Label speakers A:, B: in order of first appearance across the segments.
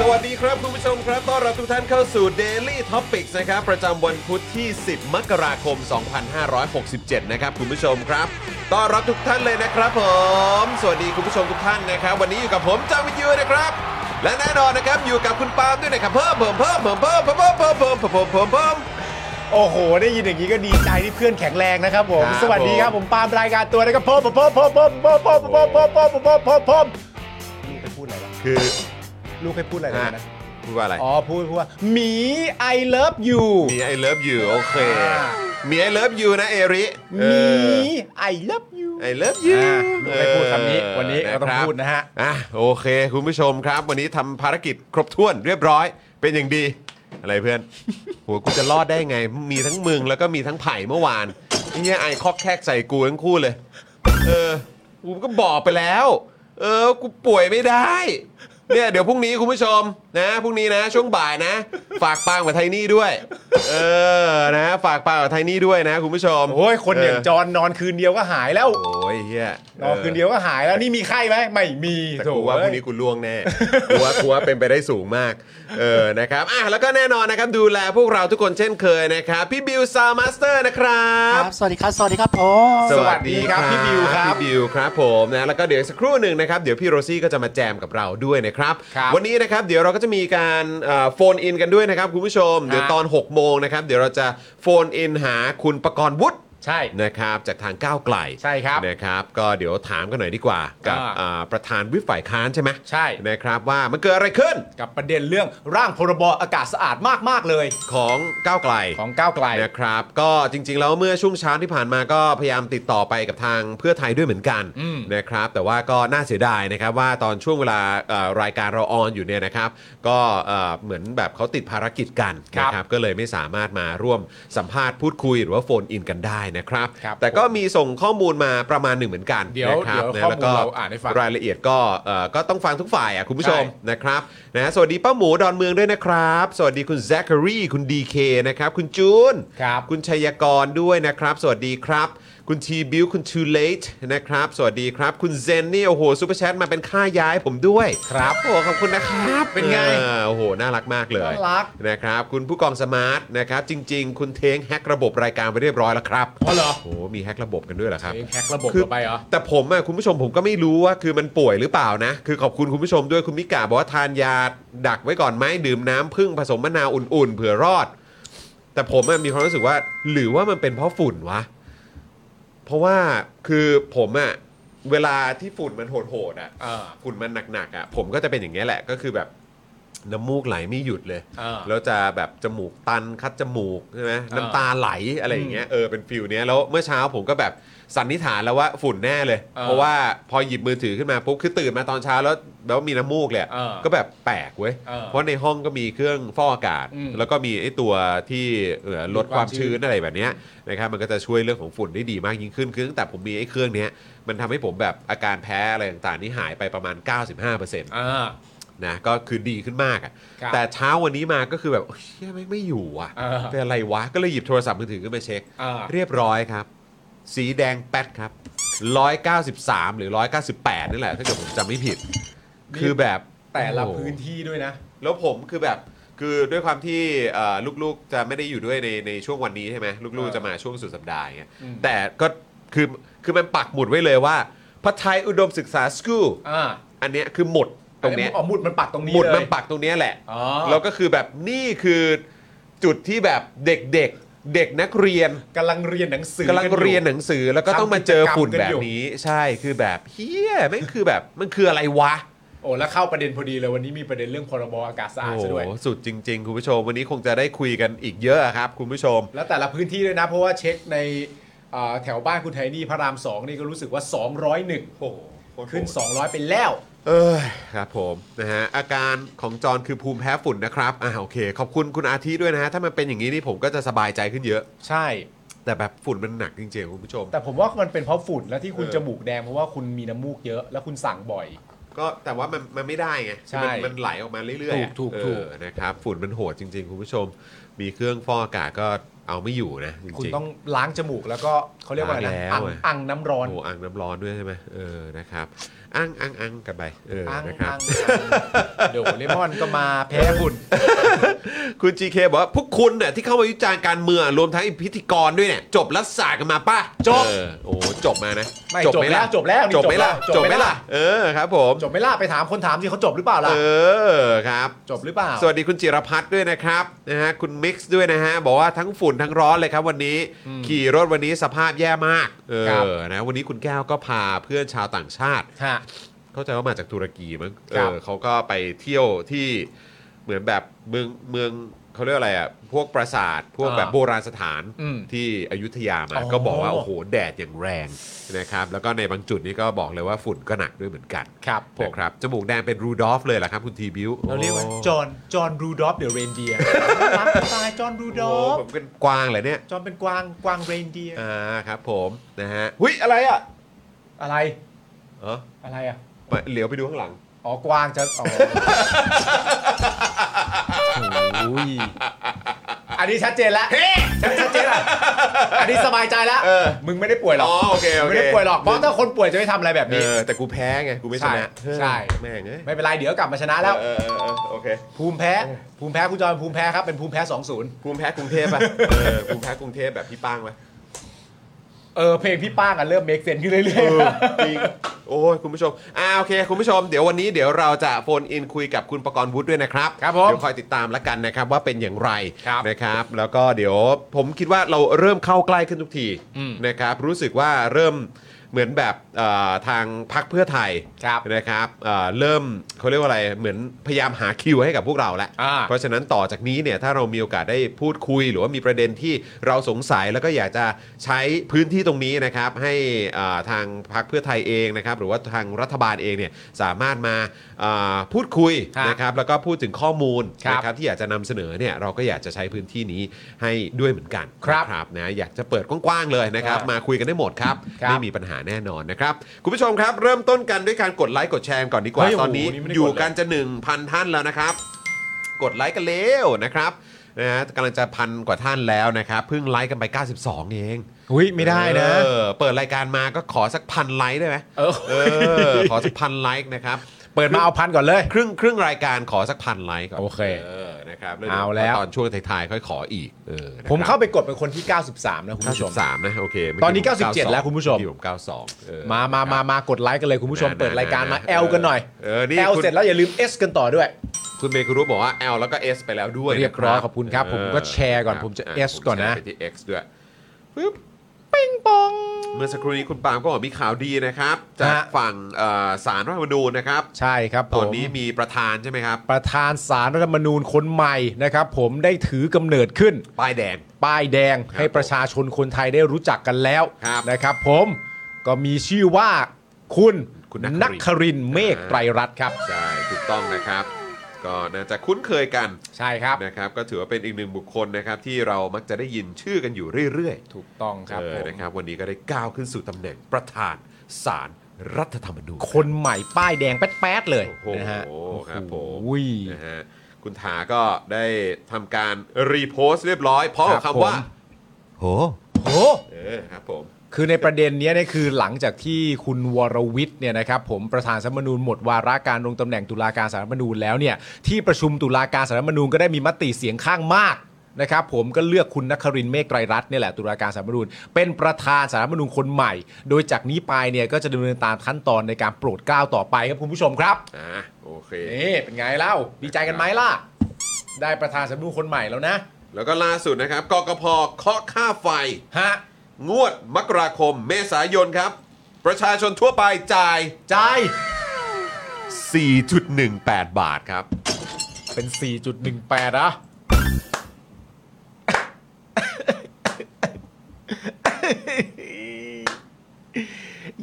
A: สวัสดีครับ คุณผู้ชมครับ ต้อนรับทุกท่านเข้าสู่ Daily Topics นะครับ ประจำวันพุธที่ 10 มกราคม 2567 นะครับ คุณผู้ชมครับ ต้อนรับทุกท่านเลยนะครับผม สวัสดีคุณผู้ชมทุกท่านนะครับ วันนี้อยู่กับผมจาวิทยูนะครับ และแน่นอนนะครับอยู่กับคุณปาล์มด้วยนะครับเพิ่มเพิ่มเพิ่มเพิ่มเพิ่มเพิ่มเพิ่มเพิ่มเพิ่มเพิ่มเพิ่มเพิ่ม
B: โอ้โห ได้ยินอย่างนี้ก็ดีใจที่เพื่อนแข็งแรงนะครับผม
A: ครับ
B: สวัสดีครับ
A: ผ
B: ผม มปาล์มรายการตัวนะครับผมผมผมผมผมผมผมผมผมผมผมผมผมผมลูกเคยพูดอะไรวะ
A: คือ
B: ลูกเคยพูดอะไร
A: ฮะ
B: นะ
A: พูดว่าอะไร
B: อ๋อพูดพูดว่าหมี I love you
A: มี I love you โอเค
B: อ่า
A: มี I love you นะเอริ
B: ห
A: เอ
B: มี
A: อ
B: I love you
A: I love you
B: อ่ะลูกไม่พูดคำนี้วันนี้เราต้อง
A: คบ
B: พูดนะฮะ
A: อ่ะโอเค คุณผู้ชมครับ วันนี้ทำภารกิจครบถ้วนเรียบร้อย เป็นอย่างดี อะไรเพื่อน หัวกูจะรอดได้ไง มีทั้งมึงแล้วก็มีทั้งไผ่เมื่อวานไอ้เนี้ยไอคอกแคกใส่กูทั้งคู่เลย เออ กูก็บอกไปแล้ว เออ กูป่วยไม่ได้ เนี่ยเดี๋ยวพรุ่งนี้คุณผู้ชมนะพรุ่งนี้นะ ช่วงบ่ายนะ ฝากปางกับไทนี่ด้วย เออนะ ฝากปางกับไทนี่ด้วยนะ คุณผู้ชม
B: โอ้ยคนอย่างจ
A: เ
B: อนนอนคืนเดียวก็หายแล้ว
A: ออโอ้ยเฮีย
B: นอนคืนเดียวก็หายแล้วนี่มีไข้ไหมไม่มี
A: แต่
B: โถ่
A: กูว่าพ
B: เอ้ย
A: รุ่งนี้กูล่วง แน่ กูว่ากูว่าเป็นไปได้สูงมาก เออ นะครับ อ่ะ แล้วก็แน่นอนนะครับ ดูแลพวกเราทุกคนเช่นเคยนะครับ พี่บิวซาวมาสเตอร์นะครับ
C: สวัสดีครับ สวัสดีครับผม
B: สวัสดีครับพี่บิวครับ
A: พี่บิวครับผมนะแล้วก็เดี๋ยวสักครู่หนึ่งนะครับ เดี๋ยวพี่โรซี่ก็จะมาแจมกับเราด้วยนะครับ
B: ครับ
A: วันนี้นะครับเดี๋ยวเราก็จะมีการโฟนอินกันด้วยนะครับคุณผู้ชม เดี๋ยวตอน 6 โมงนะครับ เดี๋ยวเราจะโฟนอินหาคุณประกรณ์วุฒิ
B: ใช่
A: นะครับจากทางก้าวไกล
B: ใช่ครับ
A: นะครับ ก็เดี๋ยวถามกันหน่อยดีกว่า กับ
B: อ่า
A: อ่าประธานวิปฝ่ายค้านใช่ไหม
B: ใช่
A: นะครับว่ามันเกิดอะไรขึ้น
B: กับประเด็นเรื่องร่างพรบอากาศสะอาดมากๆเลย
A: ของก้าวไกล
B: ของก้าวไกล
A: นะครับก็จริงๆ แล้วเมื่อช่วงเช้าที่ผ่านมาก็พยายามติดต่อไปกับทางเพื่อไทยด้วยเหมือนกัน
B: อืม
A: นะครับแต่ว่าก็น่าเสียดายนะครับว่าตอนช่วงเวลาเอ่อรายการเราออนอยู่เนี่ยนะครับก็เอ่อเหมือนแบบเขาติดภารกิจกัน
B: ครั
A: นะ
B: บ
A: ครับก็เลยไม่สามารถมาร่วมสัมภาษณ์พูดคุยหรือว่าโฟนอินกันได้นะครับ
B: ครับ
A: แต่ก็มีส่งข้อมูลมาประมาณหนึ่งเหมือนกัน
B: เดี๋ยว
A: นะครับ
B: เดี๋ยว
A: นะ
B: ข้อมูล
A: แล้วก็
B: เราอ่านให้ฟัง
A: รายละเอียดก็เอ่อก็ต้องฟังทุกฝ่ายอ่ะคุณผู้ชม
B: ใช่
A: นะครับนะสวัสดีป้าหมูดอนเมืองด้วยนะครับ สวัสดีคุณแซคคารีคุณดีเคนะครับ คุณจูน
B: ครับ
A: คุณชัยกรด้วยนะครับ สวัสดีครับ คุณทีบิวคุณ too late นะครับ สวัสดีครับ คุณเซนนี่โอ้โหซูเปอร์แชทมาเป็นค่าย้ายผมด้วย
B: ครับ
A: โอ้โหขอบคุณนะครับ
B: เป็นไง
A: ออโอ้โห น่ารักมากเลย
B: น่ารัก
A: นะครับ คุณผู้กองสมาร์ทนะครับ จริง ๆ คุณเทงแฮกระบบรายการไปเรียบร้อยแล้วครับ
B: อ๋อเหรอ
A: โอ้โหมีแฮกระบบกันด้วยเหรอครับ
B: เองแฮกระบบ
A: คือ
B: เข้าไปเหรอ
A: แต่ผมอะคุณผู้ชมผมก็ไม่รู้ว่าคือมันป่วยหรือเปล่านะ คือขอบคุณคุณผู้ชมด้วยคุณมิกาบอกว่าทานยาดักไว้ก่อนไหมดื่มน้ำพึ่งผสมมะนาวอุ่นๆเผื่อรอด แต่ผมอะมีความรู้สึกว่า หรือว่ามันเป็นเพราะฝุ่นวะ เพราะว่าคือผมอะเวลาที่ฝุ่นมันโหดๆอะ
B: เออ
A: ฝุ่นมันหนักๆอะผมก็จะเป็นอย่างนี้ยแหละก็คือแบบ น้ำมูกไหลไม่หยุดเลย
C: เออ
A: แล้วจะแบบจมูกตันคัดจมูกใช่ไหมน้ำตาไหลอะไรอย่างเงี้ยเออเป็นฟิลเนี้ยแล้วเมื่อเช้าผมก็แบบสันนิษฐานแล้วว่าฝุ่นแน่เลย
C: เออ
A: เพราะว่าพอหยิบมือถือขึ้นมาปุ๊บคือตื่นมาตอนเช้าแล้วแล้วมีน้ำมูกเลยอะ
C: เออ
A: ก็แบบแปลกเว้ย
C: เออ
A: เพราะในห้องก็มีเครื่องฟอกอากาศ
C: อืม
A: แล้วก็มีไอ้ตัวที่เอ่อลดความชื้น
C: ลดความชื้น
A: อะไรแบบเนี้ยนะครับมันก็จะช่วยเรื่องของฝุ่นได้ดีมากยิ่งขึ้นคือตั้งแต่ผมมีไอ้เครื่องเนี้ยมันทำให้ผมแบบอาการแพ้อะไรต่างๆนี่หายไปประมาณ 95%
C: อ่า
A: นะก็คือดีขึ้นมากอะ
C: ครับ
A: แต่เช้าวันนี้มาก็คือแบบเชี่ยไม่งไม่อยู่อ่ะ
C: เออ
A: เป็นอะไรวะ ก็เลยหยิบโทรศัพท์มือถือขึ้นมาเช็ค
C: เออ
A: เรียบร้อยครับ สีแดงแป๊ดครับ 193 หรือ 198 นี่แหละ ถ้าเกิดผมจำไม่ผิด คือแบบ
C: แต่ละ
A: โอ้โห
C: พื้นที่ด้วยนะ
A: แล้วผมคือแบบคือด้วยความที่เอ่อลูกๆจะไม่ได้อยู่ด้วยในในช่วงวันนี้ใช่ไหมลูก
C: เออ
A: ๆจะมาช่วงสุดสัปดาห์อย่างเงี้ย
C: อืม
A: แต่ก็คือคือมันปักหมุดไว้เลยว่าพัทไทยอุดมศึกษาสกูล
C: อ่า
A: อันเนี้ยคือหมดตรงเนี้ย
C: อ๋อหมุดมันปักตรงนี้
A: หมุด
C: เลย
A: มันปักตรงเนี้ยแหละ
C: อ๋อ
A: แล้วก็คือแบบนี่คือจุดที่แบบเด็กๆ เด็กนักเรียน
C: กำลังเรียนหนังสือก
A: ำลัง
C: กัอ
A: เรียนหนังสือแล้วก็ต้องมาเจอฝุ่นแบบ
C: ทำกิจกรรมกันอยู่
A: นี้ใช่คือแบบเฮียแม่งคือแบบมันคืออะไรวะ
C: โอ้แล้วเข้าประเด็นพอดีเลยวันนี้มีประเด็นเรื่องพรบอากาศสะอาด
A: โอ้
C: ซะด้วย
A: โหสุดจริง ๆ คุณผู้ชม วันนี้คงจะได้คุยกันอีกเยอะครับ คุณผู้ชม
C: แล้วแต่ละพื้นที่ด้วยนะ เพราะว่าเช็คในเอ่อแถวบ้านคุณไทนี่พระรามสองนี่ก็รู้สึกว่า 201โอ้ขึ้น 200 ไปแล้ว
A: เอ้ยครับผมนะฮะอาการของจอนคือภูมิแพ้ฝุ่นนะครับอ่าโอเค ขอบคุณคุณอาทิด้วยนะฮะถ้ามันเป็นอย่างนี้นี่ผมก็จะสบายใจขึ้นเยอะ
C: ใช่
A: แต่แบบฝุ่นมันหนักจริงๆคุณผู้ชม
C: แต่ผมว่ามันเป็นเพราะฝุ่นแล้วที่คุณ
A: เออ
C: จมูกแดงเพราะว่าคุณมีน้ำมูกเยอะแล้วคุณสั่งบ่อย
A: ก็แต่ว่ามันมันไม่ได้ไง
C: ใช่
A: คือมันมันไหลออกมาเรื่อยๆอะ
C: ถูก
A: เอ
C: ถูก
A: อนะครับฝุ่นมันโหดจริง ๆ คุณผู้ชม มีเครื่องฟอกอากาศก็เอาไม่อยู่นะจริงๆ
C: คุณต้องล้างจมูกแล้วก็เขาเรียกว่าอะไรนะ
A: ล้างแล้ว
C: อัง
A: อะ
C: อังน้ำร้อน
A: โอ้อ่างน้ำร้อนด้วยใช่ไหมเออนะครับอ่างอ่างอ่างกันไปเออ
C: อัง
A: นะครับ
C: อังเดี๋ยวเลมอนก็มาแพ้ฝุ่น
A: คุณ GK บอกว่าพวกคุณเนี่ยที่เข้ามาวิจารณ์การเมืองรวมทั้งไอ้พิธีกรด้วยเนี่ยจบรัฐศาสตร์กันมาป่ะ
C: จบ
A: เออโอ้จบมานะ
C: ไม่จบแล้ว
A: จ
C: จ
A: บบ ไหม
C: แล้
A: ล่ะ
C: ว
A: จ
C: จ
A: บบไห
C: ไห
A: ม
C: ม
A: ล่ะ
C: ล่ะ
A: เออครับผม
C: จบไหม่ล่ะไปถามคนถามสิเขาจบหรือเปล่าล่ะ
A: เออครับ
C: จบหรือเปล่า
A: สวัสดีคุณจิรพัฒน์ด้วยนะครับนะฮะคุณมิกซ์ด้วยนะฮะ บอกว่าทั้งฝุ่นทั้งร้อนเลยครับวันนี้ ขี่รถวันนี้สภาพแย่มากเอ
C: ครับ
A: อนะวันนี้คุณแก้วก็พาเพื่อนชาวต่างชาติ
C: ฮะ
A: เข้าใจว่ามาจากตุรกีมั้งเอ
C: ครับ
A: อเขาก็ไปเที่ยวที่เหมือนแบบเมืองเมืองเขาเรียกอะไรอ่ะพวกปราสาทพวก
C: อ่า
A: แบบโบราณสถาน
C: อืม
A: ที่อยุธยามา
C: อ๋อ
A: ก็บอกว่า โอ้โห แดดอย่างแรงนะครับ แล้วก็ในบางจุดนี่ก็บอกเลยว่าฝุ่นก็หนักด้วยเหมือนกัน
C: ครับผม
A: นะครับจมูกแดงเป็นรูดอฟเลยเหรอครับคุณทีบิว
C: เราเรียกว่าจอห์นจอห์นรูดอฟเดอะเรนเดียร์รักตายจอห์นรูดอ
A: โอ้
C: ฟ
A: ผมเป็นกวางเหรอเนี่ย
C: จอห์นเป็นกวางกวางเรนเดียร์
A: อ่าครับผมนะฮะหุยอะไรอ่ะ
C: อะไร
A: เออ
C: อะไรอ่ะ
A: ไปเหลียวไปดูข้างหลัง
C: อ๋อกวางจะอ๋อโอ้ยอันนี้ชัดเจนแล้วชัดชัดเจนแล้วอันนี้สบายใจแล้ว
A: เออ
C: มึงไม่ได้ป่วยหรอก
A: อ๋อโอเคโอเค
C: มึงไม่ได้ป่วยหรอกเพราะถ้าคนป่วยจะไม่ทำอะไรแบบ
A: เอ
C: นี้
A: อแต่กูแพ้ไงกูไม่ชนะ
C: ใช่ใช่
A: แม่งเอ้ย
C: ไม่เป็นไรเดี๋ยวกลับมาชนะแล้ว
A: เออเออเออโอเค
C: ภูมิแพ้ ภูมิแพ้คุณจอห์นภูมิแพ้ครับเป็นภูมิแพ้20
A: ภูมิแพ้กรุงเทพป่ะเออภูมิแพ้กรุงเทพแบบพี่ป้างป่ะ
C: เออเพลงพี่ป้างอะเริ่มเมคเซนขึ้นเรื่อย
A: จริงโอ้ยคุณผู้ชมอ่าโอเค คุณผู้ชมเดี๋ยววันนี้เดี๋ยวเราจะโฟนอินคุยกับคุณประกรณ์วุฒิด้วยนะครับ
C: ครับผม
A: เดี๋ยวคอยติดตามแล้วกันนะครับว่าเป็นอย่างไร
C: ครับ
A: นะครับ แล้วก็เดี๋ยวผมคิดว่าเราเริ่มเข้าใกล้ขึ้นทุกที
C: อืม
A: นะครับ รู้สึกว่าเริ่มเหมือนแบบเอ่อทางพักเพื่อไทย
C: ๆ ครับ
A: นะครับเอ่อเริ่มเขาเรียกว่าอะไร เหมือนพยายามหาคิวให้กับพวกเราแล้ว
C: อ่า
A: เพราะฉะนั้นต่อจากนี้เนี่ยถ้าเรามีโอกาสได้พูดคุย หรือว่ามีประเด็นที่เราสงสัยแล้วก็อยากจะใช้พื้นที่ตรงนี้นะครับ ให้อ่าทางพรรคเพื่อไทยเองนะครับ หรือว่าทางรัฐบาลเองเนี่ยสามารถมาอ่าพูดคุย
C: ครับ
A: นะครับ แล้วก็พูดถึงข้อมูล
C: ครับ
A: นะครับที่อยากจะนำเสนอเนี่ยเราก็อยากจะใช้พื้นที่นี้ให้ด้วยเหมือนกัน
C: ครับ
A: นะนะอยากจะเปิดกว้างๆเลยนะครับ
C: อ่าม
A: มาคุยกันได้หมดครับ
C: ครับ
A: ไม่มีปัญหาแน่นอนนะครับคุณผู้ชมครับ เริ่มต้นกันด้วยการกดไลค์กดแชร์ก่อนดีกว่า ดีก
C: เฮ้ย
A: ว่าตอน
C: โอ้โห
A: นี้
C: นี่ไม่ได้
A: อยู่
C: กดเลย
A: กันจะ 1,000 ท่านแล้วนะครับ กดไลค์กันเร็วนะครับนะฮะกำลังจะพันกว่าท่านแล้วนะครับเพิ่งไลค์กันไป 92 เอง
C: ุ้ยไม่ได้นะ
A: เออเปิดรายการมาก็ขอสักพันไลค์ได้ไหม
C: เออ
A: เออ ขอสักพันไลค์นะครับ
C: เปิดมาเอาพันก่อนเลย
A: ครึ่งครึ่งรายการขอสักพันไลค์ก่อน
C: โอเค
A: เออนะครับดี๋ย
C: เอาแล้ว
A: ตอนช่วงท้ายๆค่อยขออีกเออนะครับ
C: ผมเข้าไปกดเป็นคนที่ 93 นะคุณผู้ชม
A: 93นะโอเคเมื่กี้
C: ตอนนี้
A: ผม
C: 97แล้วคุณผู้ชม
A: เอกี้ผม92เออ
C: มามามามากดไลค์กันเลยคุณผู้ชม
A: นะนะ
C: เปิดรายการมา
A: นะ
C: L กันหน่อย
A: เออนี่
C: L
A: คุณ
C: เสร็จแล้วอย่าลืม S กันต่อด้วย
A: คุณเมย์คุณรู้บอกว่า L แล้วก็ S ไปแล้วด้วยนะ
C: เรียบร้อยขอบคุณครับผมก็แชร์ก่อน
A: คบ
C: ผมจะ
A: ะ
C: S ก่อน
A: ผ
C: นะ
A: มแชร์ไปที่ X ด้วยปึ๊บแ เมื่อสักครู่นี้คุณปาล์มก็บอกมีข่าวดีนะครับ จาก
C: ฮะ
A: ฝั่งเอ่อสารรัฐธรรมนูญนะครับ
C: ใช่ครับผม
A: ตอนนี้มีประธานใช่ไหมครับ
C: ประธานสารรัฐธรรมนูญคนใหม่นะครับผมได้ถือกำเนิดขึ้น
A: ป้ายแดง
C: ป้ายแดงให้ประชาชนคนไทยได้รู้จักกันแล้ว
A: ครับ
C: นะครับ ผมก็มีชื่อว่าคุณ
A: คุณ
C: นักครินทร์เมฆไตรรัตน์ครับ
A: ใช่ถูกต้องนะครับ ก็น่าจะคุ้นเคยกัน
C: ใช่ครับ
A: นะครับ ก็ถือว่าเป็นอีกหนึ่งบุคคลนะครับที่เรามักจะได้ยินชื่อกันอยู่เรื่อยๆ
C: ถูกต้องครับ
A: เออ
C: ผม
A: นะครับ วันนี้ก็ได้ก้าวขึ้นสู่ตำแหน่งประธานสารรัฐธรรมนูญ
C: คนใหม่ป้ายแดงแป๊ดๆเลย
A: โอ้โห
C: นะฮะ
A: ครับผม
C: อุ้ย
A: นะฮะคุณถาก็ได้ทำการรีโพสต์เรียบร้อยพร้อมกับ
C: ครับ
A: คำว่า
C: ผม
D: โห
C: โอ้
A: เออครับผม
C: คือในประเด็นเนี้ยเนี่ยคือหลังจากที่คุณวรวิทย์เนี่ยนะครับผมประธานสารรัฐธรรมนูญหมดวาระการลงตำแหน่งตุลาการสารรัฐธรรมนูญแล้วเนี่ยที่ประชุมตุลาการสารรัฐธรรมนูญก็ได้มีมติเสียงข้างมากนะครับผมก็เลือกคุณนครินทร์เมฆไตรรัตน์เนี่ยแหละตุลาการสารรัฐธรรมนูญเป็นประธานสารรัฐธรรมนูญคนใหม่ โดยจากนี้ไปเนี่ยก็จะดำเนินตามขั้นตอนในการโปรดเกล้าต่อไปครับคุณผู้ชมครับ
A: อ่าโอเค
C: นี่เป็นไงเล่าดีใจกันไหมล่ะ ได้ประธานสารรัฐธรรมนูญคนใหม่แล้วนะ
A: แล้วก็ล่าสุดนะครับกกพเคาะค่าไฟ
C: ฮะ
A: งวดมกราคมเมษายนครับ ประชาชนทั่วไปจ่าย
C: ใจาย
A: 4.18 บาทครับ
C: เป็น 4.18นะ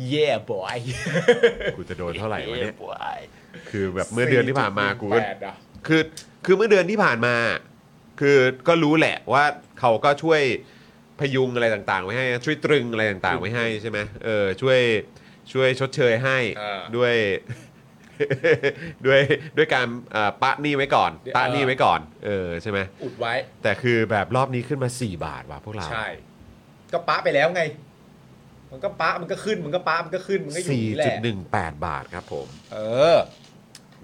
C: เย่บอย
A: กูจะโดนเท่าไหร่วะเนี่ย คือแบบเมื่อเดือนที่ผ่านมากูก็
C: 4.18อะ
A: คือคือเมื่อเดือนที่ผ่านมา คือก็รู้แหละว่าเขาก็ช่วยพยุงอะไรต่างๆ ไว้ให้ช่วยตรึงอะไรต่างๆ ไว้ให้ใช่ไหมเออช่วยช่วยชดเชยให้ด้วย ด้วยด้วยการเอ่อปะหนี้ไว้ก่อนตะหนี้ไว้ก่อน เออใช่ไหม
C: อุดไว้
A: แต่คือแบบรอบนี้ขึ้นมา 4 บาทว่ะพวกเรา
C: ใช่
B: ก็ปะไปแล้วไง มันก็ปะมันก็ขึ้นมันก็ปะมันก็ขึ้นมันก็อยู่นี่แหละ
A: 4.18 บาทครับผม
C: เออ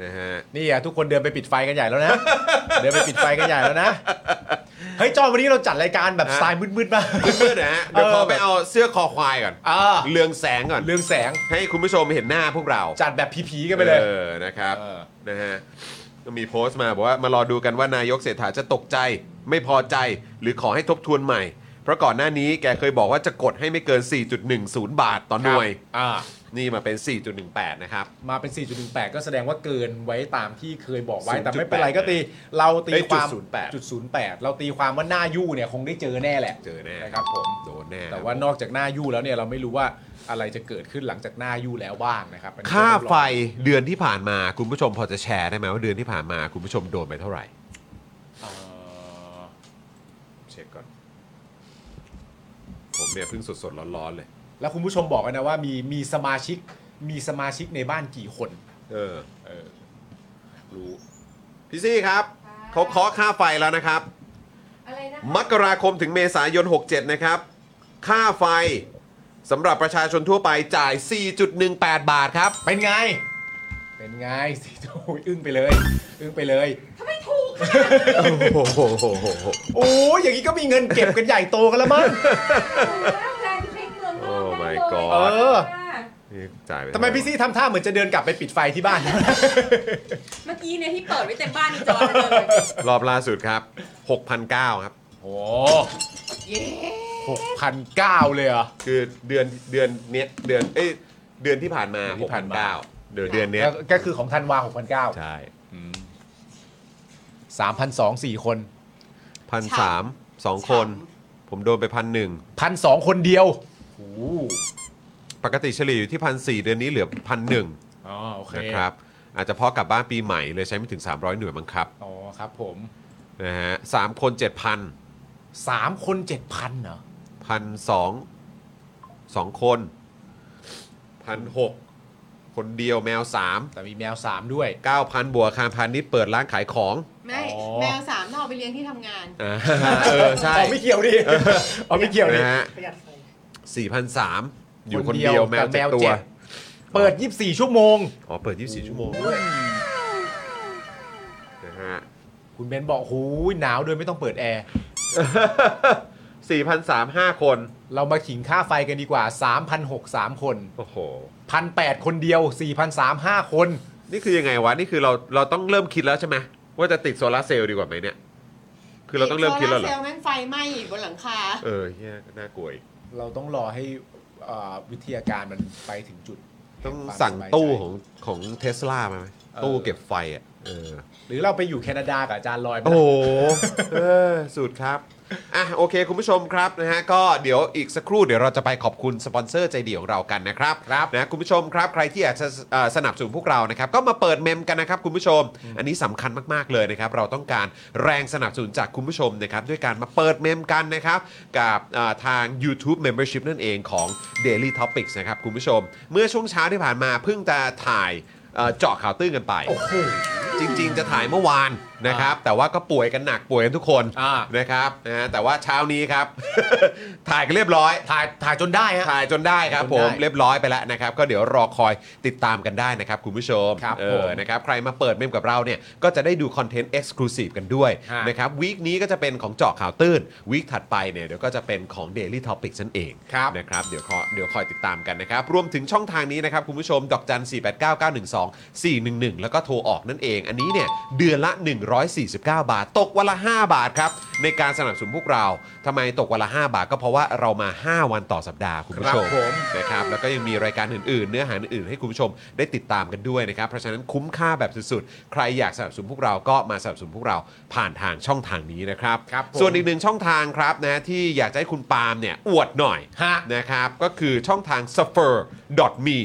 A: นะ ฮะ
C: นี่อะทุกคนเดินไปปิดไฟกันใหญ่แล้วนะ เดินไปปิดไฟกันใหญ่แล้วนะ เฮ้ย จอห์นวันนี้เราจัดรายการแบบ
A: ฮะ
C: สไตล์มืด ๆมา
A: เพื่อนนะฮะเดี๋ยวขอไปเอาเสื้อคอควายก่อน
C: อ่า
A: เรืองแสงก่อน
C: เรื่องแสง
A: ให้คุณผู้ชมเห็นหน้าพวกเรา
C: จัดแบบผีๆกันไปเลย
A: เออ นะครับ
C: เออ
A: นะฮะ ก็มีโพสต์มาบอกว่ามารอดูกันว่านายกเศรษฐาจะตกใจ ไม่พอใจ หรือขอให้ทบทวนใหม่ เพราะก่อนหน้านี้แกเคยบอกว่าจะกดให้ไม่เกิน 4.10 บาทต่อหน่วย
C: อ่า
A: นี่มาเป็น 4.18 นะครับ
C: มาเป็น 4.18 ก็แสดงว่าเกินไว้ตามที่เคยบอกไว้
A: 0.8
C: แต่ไม่เป็นไรก็ตี เราตี
A: เอ้ย
C: ความ
A: 0.08
C: จุด08 เราตีความว่าหน้ายู่เนี่ยคงได้เจอแน่แหละ
A: เจอแน่
C: นะครับผม
A: โดนแน่
C: แต่ว่านอกจากหน้ายู่แล้วเนี่ยเราไม่รู้ว่าอะไรจะเกิดขึ้นหลังจากหน้ายู่แล้วบ้างนะครับอันนี้
A: ค่า
C: ต้องรอ
A: ไฟเดือนที่ผ่านมา คุณผู้ชมพอจะแชร์ได้ไหมว่าเดือนที่ผ่านมา คุณผู้ชมโดนไปเท่าไหร่
C: เอ่อ
A: เช็คก่อน ผมเนี่ยเพิ่งสดๆร้อนๆเลย
C: แล้วคุณผู้ชมบอกกันนะว่ามีมีสมาชิกมีสมาชิกในบ้านกี่คน
A: เออ
C: เออรู้
A: พี่ซี่ครับ เขาเคาะค่าไฟแล้วนะครับ
E: อะไรนะ
A: มกราคมถึงเมษายน 67 นะครับ ค่าไฟสำหรับประชาชนทั่วไปจ่าย 4.18 บาทครับ
C: เป็นไง เป็นไง สิโอ้ยอึ้งไปเลย อึ้งไปเลย
E: ทำไมถูกค่ะ
C: โอ้ยอย่างนี้ก็มีเงินเก็บกันใหญ่โตกันแล้วมั้ง
E: แล้วแพงที่พริกเมืองนอกนั่นเลย
A: Oh my god
E: เออ
A: นี่จ่ายป
C: ทำไมพี่ซี่ทำท่าเหมือนจะเดินกลับไปปิดไฟที่บ้าน
E: เมื่อกี้เนี่ยที่เปิดไว้เต็มบ้านนี่จอเลย
A: รอบล่าสุดครับ 6,900 ครับ
C: โอ้หกพันเก้าเลยเหรอ
A: คือเดือนเดือนเนี้ยเดือนเอ้ยเดือนที่ผ่านมา
C: เดือนที่ผ่านมา
A: 6,900เดือนเดือนเนี้ย
C: ก็คือของธันวาหกพันเก้า
A: ใช่
C: สามพันสองสี่คน
A: พันสามสองคน ผมโดนไปพันหนึ่ง
C: พันสองคนเดียวโอ้
A: ปกติเฉลี่ยอยู่ที่พันสี่เดือนนี้เหลือพันหนึ่ง
C: อ๋อโอเค
A: นะครับ อาจจะเพราะกลับบ้านปีใหม่เลยใช้ไม่ถึง 300 หน่วยมั้งครับ
C: อ๋อครับผม
A: นะฮะสามคน7,000
C: สามคนเจ็ดพันเหรอ
A: พันสองสองคนพันหกคนเดียวแมวสาม
C: แต่มีแมวสามด้วย
A: เก้าพันบวกอาคารพาณิชย์เปิดร้านขายของ
E: ไม่
C: อ๋อ
E: แมวสามต้องเอาไปเลี้ยงที่ทำงาน
A: อ่าเออ ใช่
C: อ๋อไม่เกี่ยวดิอ๋อไม่เกี่ยวดิ
A: นะฮะสี่พันสามอยู่คนเดียวแมว
C: กับ
A: เจ็ดตัว
C: เจ็ดเปิด 24 ชั่วโมง
A: อ๋อ เปิด 24 ชั่วโมงด้วยนะฮะ
C: คุณเบนบอกหูยหนาวโดยไม่ต้องเปิดแอร์
A: สี่พันสามห้าคน
C: เรามาขิงค่าไฟกันดีกว่า 3,006 3 คน
A: โอ้โห
C: 1,800 คนเดียว 4,300 5 คน
A: นี่คือยังไงวะ นี่คือเราเราต้องเริ่มคิดแล้วใช่ไหมว่าจะติดโซลาร์เซลล์ดีกว่าไหมเนี่ย คือเราต้องเริ่มคิดแล้วเหร
E: โซ
A: อ
E: ลาเซลล์แม่งไฟไหม้บนหลังคา
A: เออเฮียน่ากลัวอีก
B: เราต้องรอให้เอ่อวิทยาการมันไปถึงจุด
A: ต้อง
B: แห่ความ
A: สั่ง
B: บายใจ
A: ตู้ของของเทสลามาไหม
B: เออ
A: ตู้เก็บไฟอ่ะเออ
B: หรือเราไปอยู่แคนาดากับอาจารย์ลอยไหม
A: โอ้โห เออสุดครับ อ่ะโอเค คุณผู้ชมครับนะฮะก็เดี๋ยวอีกสักครู่เดี๋ยวเราจะไปขอบคุณสปอนเซอร์ใจเดียวเรากันนะครับครับนะคุณผู้ชมครับใครที่อยากจะเอ่อสนับสนุนพวกเรานะครับก็มาเปิดเมมกันนะครับคุณผู้ชม อันนี้สำคัญมากๆเลยนะครับเราต้องการแรงสนับสนุนจากคุณผู้ชมนะครับด้วยการมาเปิดเมมกันนะครับกับเอ่อทาง YouTube Membership นั่นเองของ Daily Topics นะครับคุณผู้ชม เมื่อช่วงเช้าที่ผ่านมาเพิ่งจะถ่ายเอ่อเจาะข่าวตื้นกันไป จริงๆ จะถ่ายเมื่อวานนะครับ แต่ว่าก็ป่วยกันหนักป่วยกันทุกคน
C: อ่า
A: นะครับนะฮะแต่ว่าเช้านี้ครับ ถ่ายกันเรียบร้อย
C: ถ่ายถ่ายจนได้ฮะ
A: ถ่ายจนได้ครับ
C: จน
A: ผ
C: ได้
A: มเรียบร้อยไปแล้วนะครับ ก็เดี๋ยวรอคอยติดตามกันได้นะครับ คุณผู้ชม
C: ครับ
A: เอ
C: ผม
A: อนะครับใครมาเปิดเมมกับเราเนี่ยก็จะได้ดูคอนเทนต์เอ็กซ์คลูซีฟกันด้วย
C: ฮะ
A: นะครับวีคนี้ก็จะเป็นของเจาะข่าวตื้นวีคถัดไปเนี่ยเดี๋ยวก็จะเป็นของ Daily t o p i c นั่นเอง
C: ครับ
A: นะครับเดี๋ยวคอยเดี๋ยวคอยติดตามกันนะครับ รวมถึงช่องทางนี้นะครับ คุณผู้ชม ดอกจัน 4 8 9 9 1 2 4 1 1 แล้วก็โทรออกนั่นเอง อันนี้เนี่ยเดือนละ 149 บาท ตกวันละ 5 บาทครับในการสนับสนุนพวกเราทำไมตกวันละ 5 บาท ก็เพราะว่าเรามา 5 วันต่อสัปดาห์คุณผู้ชม
C: ครับผม
A: นะครับแล้วก็ยังมีรายการอื่นๆ เนื้อหาอื่นๆให้คุณผู้ชมได้ติดตามกันด้วยนะครับ เพราะฉะนั้นคุ้มค่าแบบสุดๆ ใครอยากสนับสนุนพวกเราก็มาสนับสนุนพวกเราผ่านทางช่องทางนี้นะครับ
C: ครับผม
A: ส่วนอีกหนึ่งช่องทางครับนะที่อยากจะให้คุณปาล์มเนี่ยอวดหน่อย
C: ฮะ
A: นะครับ ก็คือช่องทาง s u f f e r m e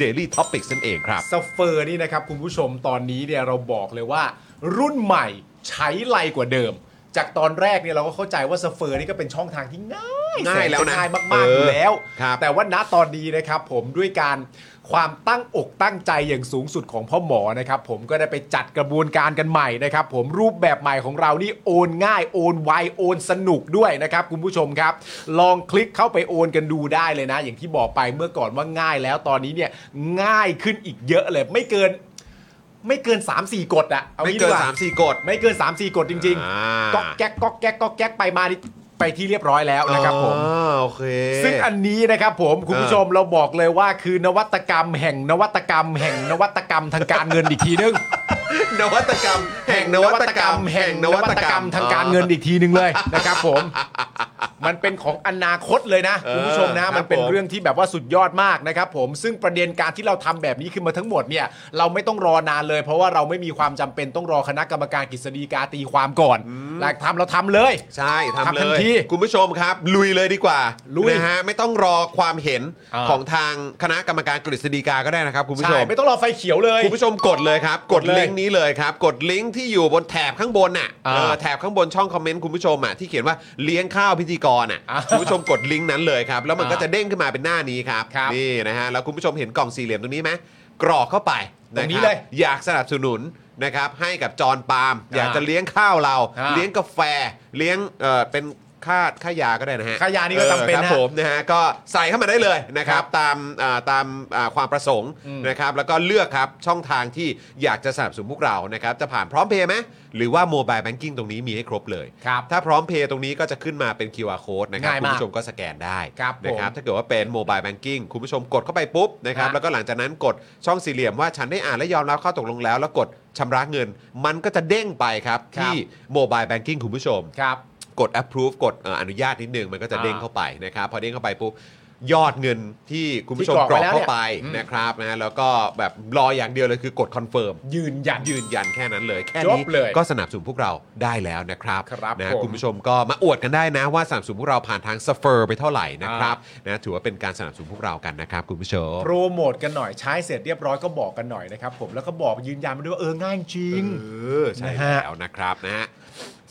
A: d a i l y t o p i c s นั่นเองครับ
C: ซัฟเฟอร์นี่นะครับ คุณผู้ชมตอนนี้เนี่ยเราบอกเลยว่า รุ่นใหม่ใช้ไลกว่าเดิม จากตอนแรกเนี่ยเราก็เข้าใจว่าซัฟเฟอร์นี่ก็เป็นช่องทางที่ง่าย
A: ง่ายแล้วนะ
C: สง่ายมากๆอยู่แล้ว
A: ครับ
C: แต่ว่าณตอนนี้นะครับผมด้วยการความตั้งอกตั้งใจอย่างสูงสุดของพ่อหมอนะครับผมก็ได้ไปจัดกระบวนการกันใหม่นะครับผมรูปแบบใหม่ของเรานี่โอนง่ายโอนไวโอนสนุกด้วยนะครับคุณผู้ชมครับ ลองคลิกเข้าไปโอนกันดูได้เลยนะ อย่างที่บอกไปเมื่อก่อนว่าง่ายแล้วตอนนี้เนี่ยง่ายขึ้นอีกเยอะเลยไม่เกิน ไม่เกิน 3-4 กดอะอา
A: ไม่
C: งี้
A: เกิ
C: ดี
A: น
C: ว่า
A: 3-4 กด
C: ไม่เกิน 3 4 กดจริง
A: อ่า
C: ๆ ก๊อกแก๊กก๊อกแก๊กก๊อกแก๊กไปมานี่ไปที่เรียบร้อยแล้วนะครับผม
A: อ๋อโอเค
C: ซึ่งอันนี้นะครับผม คุณผู้ชมเราบอกเลยว่าคือนวัตกรรมแห่งนวัตกรรม แห่งนวัตกรรมทางการเงินอีกทีนึง
A: นวัตกรรม แห่งนวัตกรรม
C: แห่งนวัตกรรมทางการเงินอีกทีหนึ่งเลย นะครับผม มันเป็นของอนาคตเลยนะ
A: เออ
C: คุณผู้ชม
A: ครั
C: นะ
A: บ
C: มันเป็น
A: ผม
C: เรื่องที่แบบว่าสุดยอดมากนะครับผมซึ่งประเด็นการที่เราทำแบบนี้ขึ้นมาทั้งหมดเนี่ยเราไม่ต้องรอนานเลย เพราะว่าเราไม่มีความจำเป็นต้องรอคณะกรรมการกฤษฎีกาตีความก่อนหลักทำเราทำเลย
A: ใช่ทำ
C: ทำ
A: เล
C: ทัน
A: ย
C: ที
A: คุณผู้ชมครับ ลุยเลยดีกว่า
C: ลุย
A: นะฮะไม่ต้องรอความเห็น
C: อ่า
A: ของทางคณะกรรมการกฤษฎีกาก็ได้นะครับ คุณผู้ช
C: ใช่
A: ม
C: ไม่ต้องรอไฟเขียวเลย
A: คุณผู้ชมกดเลยครับ กด
C: กดเลย
A: ลิงก์นี้เลยครับ กดลิงก์ที่อยู่บนแถบข้างบนน่ะ
C: อ่า
A: เออแถบข้างบนช่องคอมเมนต์คุณผู้ชมอ่ะที่เขียนว่าเลี้ยงข้าวพิธีกรอ่ะ
C: อ่า
A: คุณผู้ชมกดลิงก์นั้นเลยครับ แล้วมันก็
C: อ่า
A: จะเด้งขึ้นมาเป็นหน้านี้ครับ
C: ครับ
A: นี่นะฮะแล้วคุณผู้ชมเห็นกล่องสี่เหลี่ยมตรงนี้ไหมกรอกเข้าไปะครับ
C: ตรงนี้เลย
A: อยากสนับสนุนนะครับให้กับจอห์นปาล์มอยาก
C: อ่า
A: จะเลี้ยงข้าวเรา
C: อ่า
A: เลี้ยงกาแฟเลี้ยงเออเป็นค่าค่ายาก็ได้นะฮะ
C: ค่ายานี่ก็จำเป็น
A: ออค
C: นะ
A: รับผมนะฮะก็ใส่เข้ามาได้เลยนะครับตามอ่าตามอ่าความประสงค์
C: อืม
A: นะครับแล้วก็เลือกครับช่องทางที่อยากจะสนับสนุนพวกเรานะครับจะผ่านพร้อมเพย์ไหมหรือว่าโมบายแบงกิ้งตรงนี้มีให้ครบเลย
C: ครับ
A: ถ้าพร้อมเพย์ตรงนี้ก็จะขึ้นมาเป็น QR code นะครับ
C: ง่าย
A: คุณ
C: มาก
A: ผู้ชมก็สแกนได้
C: ครับผม
A: นะครับถ้าเกิดว่าเป็นโมบายแบงกิ้งคุณผู้ชมกดเข้าไปปุ๊บนะครับ
C: ฮะ
A: แล้วก็หลังจากนั้นกดช่องสี่เหลี่ยมว่าฉันได้อ่านและยอมรับข้อตกลงแล้ว แล้วกดชำระเงิน มันก็จะเด้งไปครับที่โมบายแบงกิ้งคุณผู้ชม
C: ครับ
A: กด approve กดเอ่ออนุญาตนิดนึง มันก็จะ
C: อ่า
A: เด้งเข้าไปนะครับ พอเด้งเข้าไปปุ๊บ ยอดเงินที่คุณผู้ชม
C: ที่ก
A: ก
C: ร
A: รอกก
C: อไว้แล้ว
A: เข้า
C: เนี่ย
A: ไป
C: อืม
A: นะครับนะแล้วก็แบบรออย่างเดียวเลยคือกด confirm
C: ยืนยัน
A: ยืนยันแค่นั้นเลย แค่
C: จบ
A: นี้
C: เลย
A: ก็สนับสนุนพวกเราได้แล้วนะครับ
C: ครับ
A: นะ
C: ผม
A: คุณผู้ชมก็มาอวดกันได้นะว่าสนับสนุนพวกเราผ่านทางสเฟอร์ไปเท่าไหร่นะครับนะถือว่าเป็นการสนับสนุนพวกเรากันนะครับคุณผู้ชม
C: โปรโมทกันหน่อยใช้เสร็จเรียบร้อยก็บอกกันหน่อยนะครับผมแล้วก็บอกยืนยันมาด้วยว่าเออง่ายจริง
A: เออใช่
C: นะฮะ
A: แล้วนะครับนะฮะ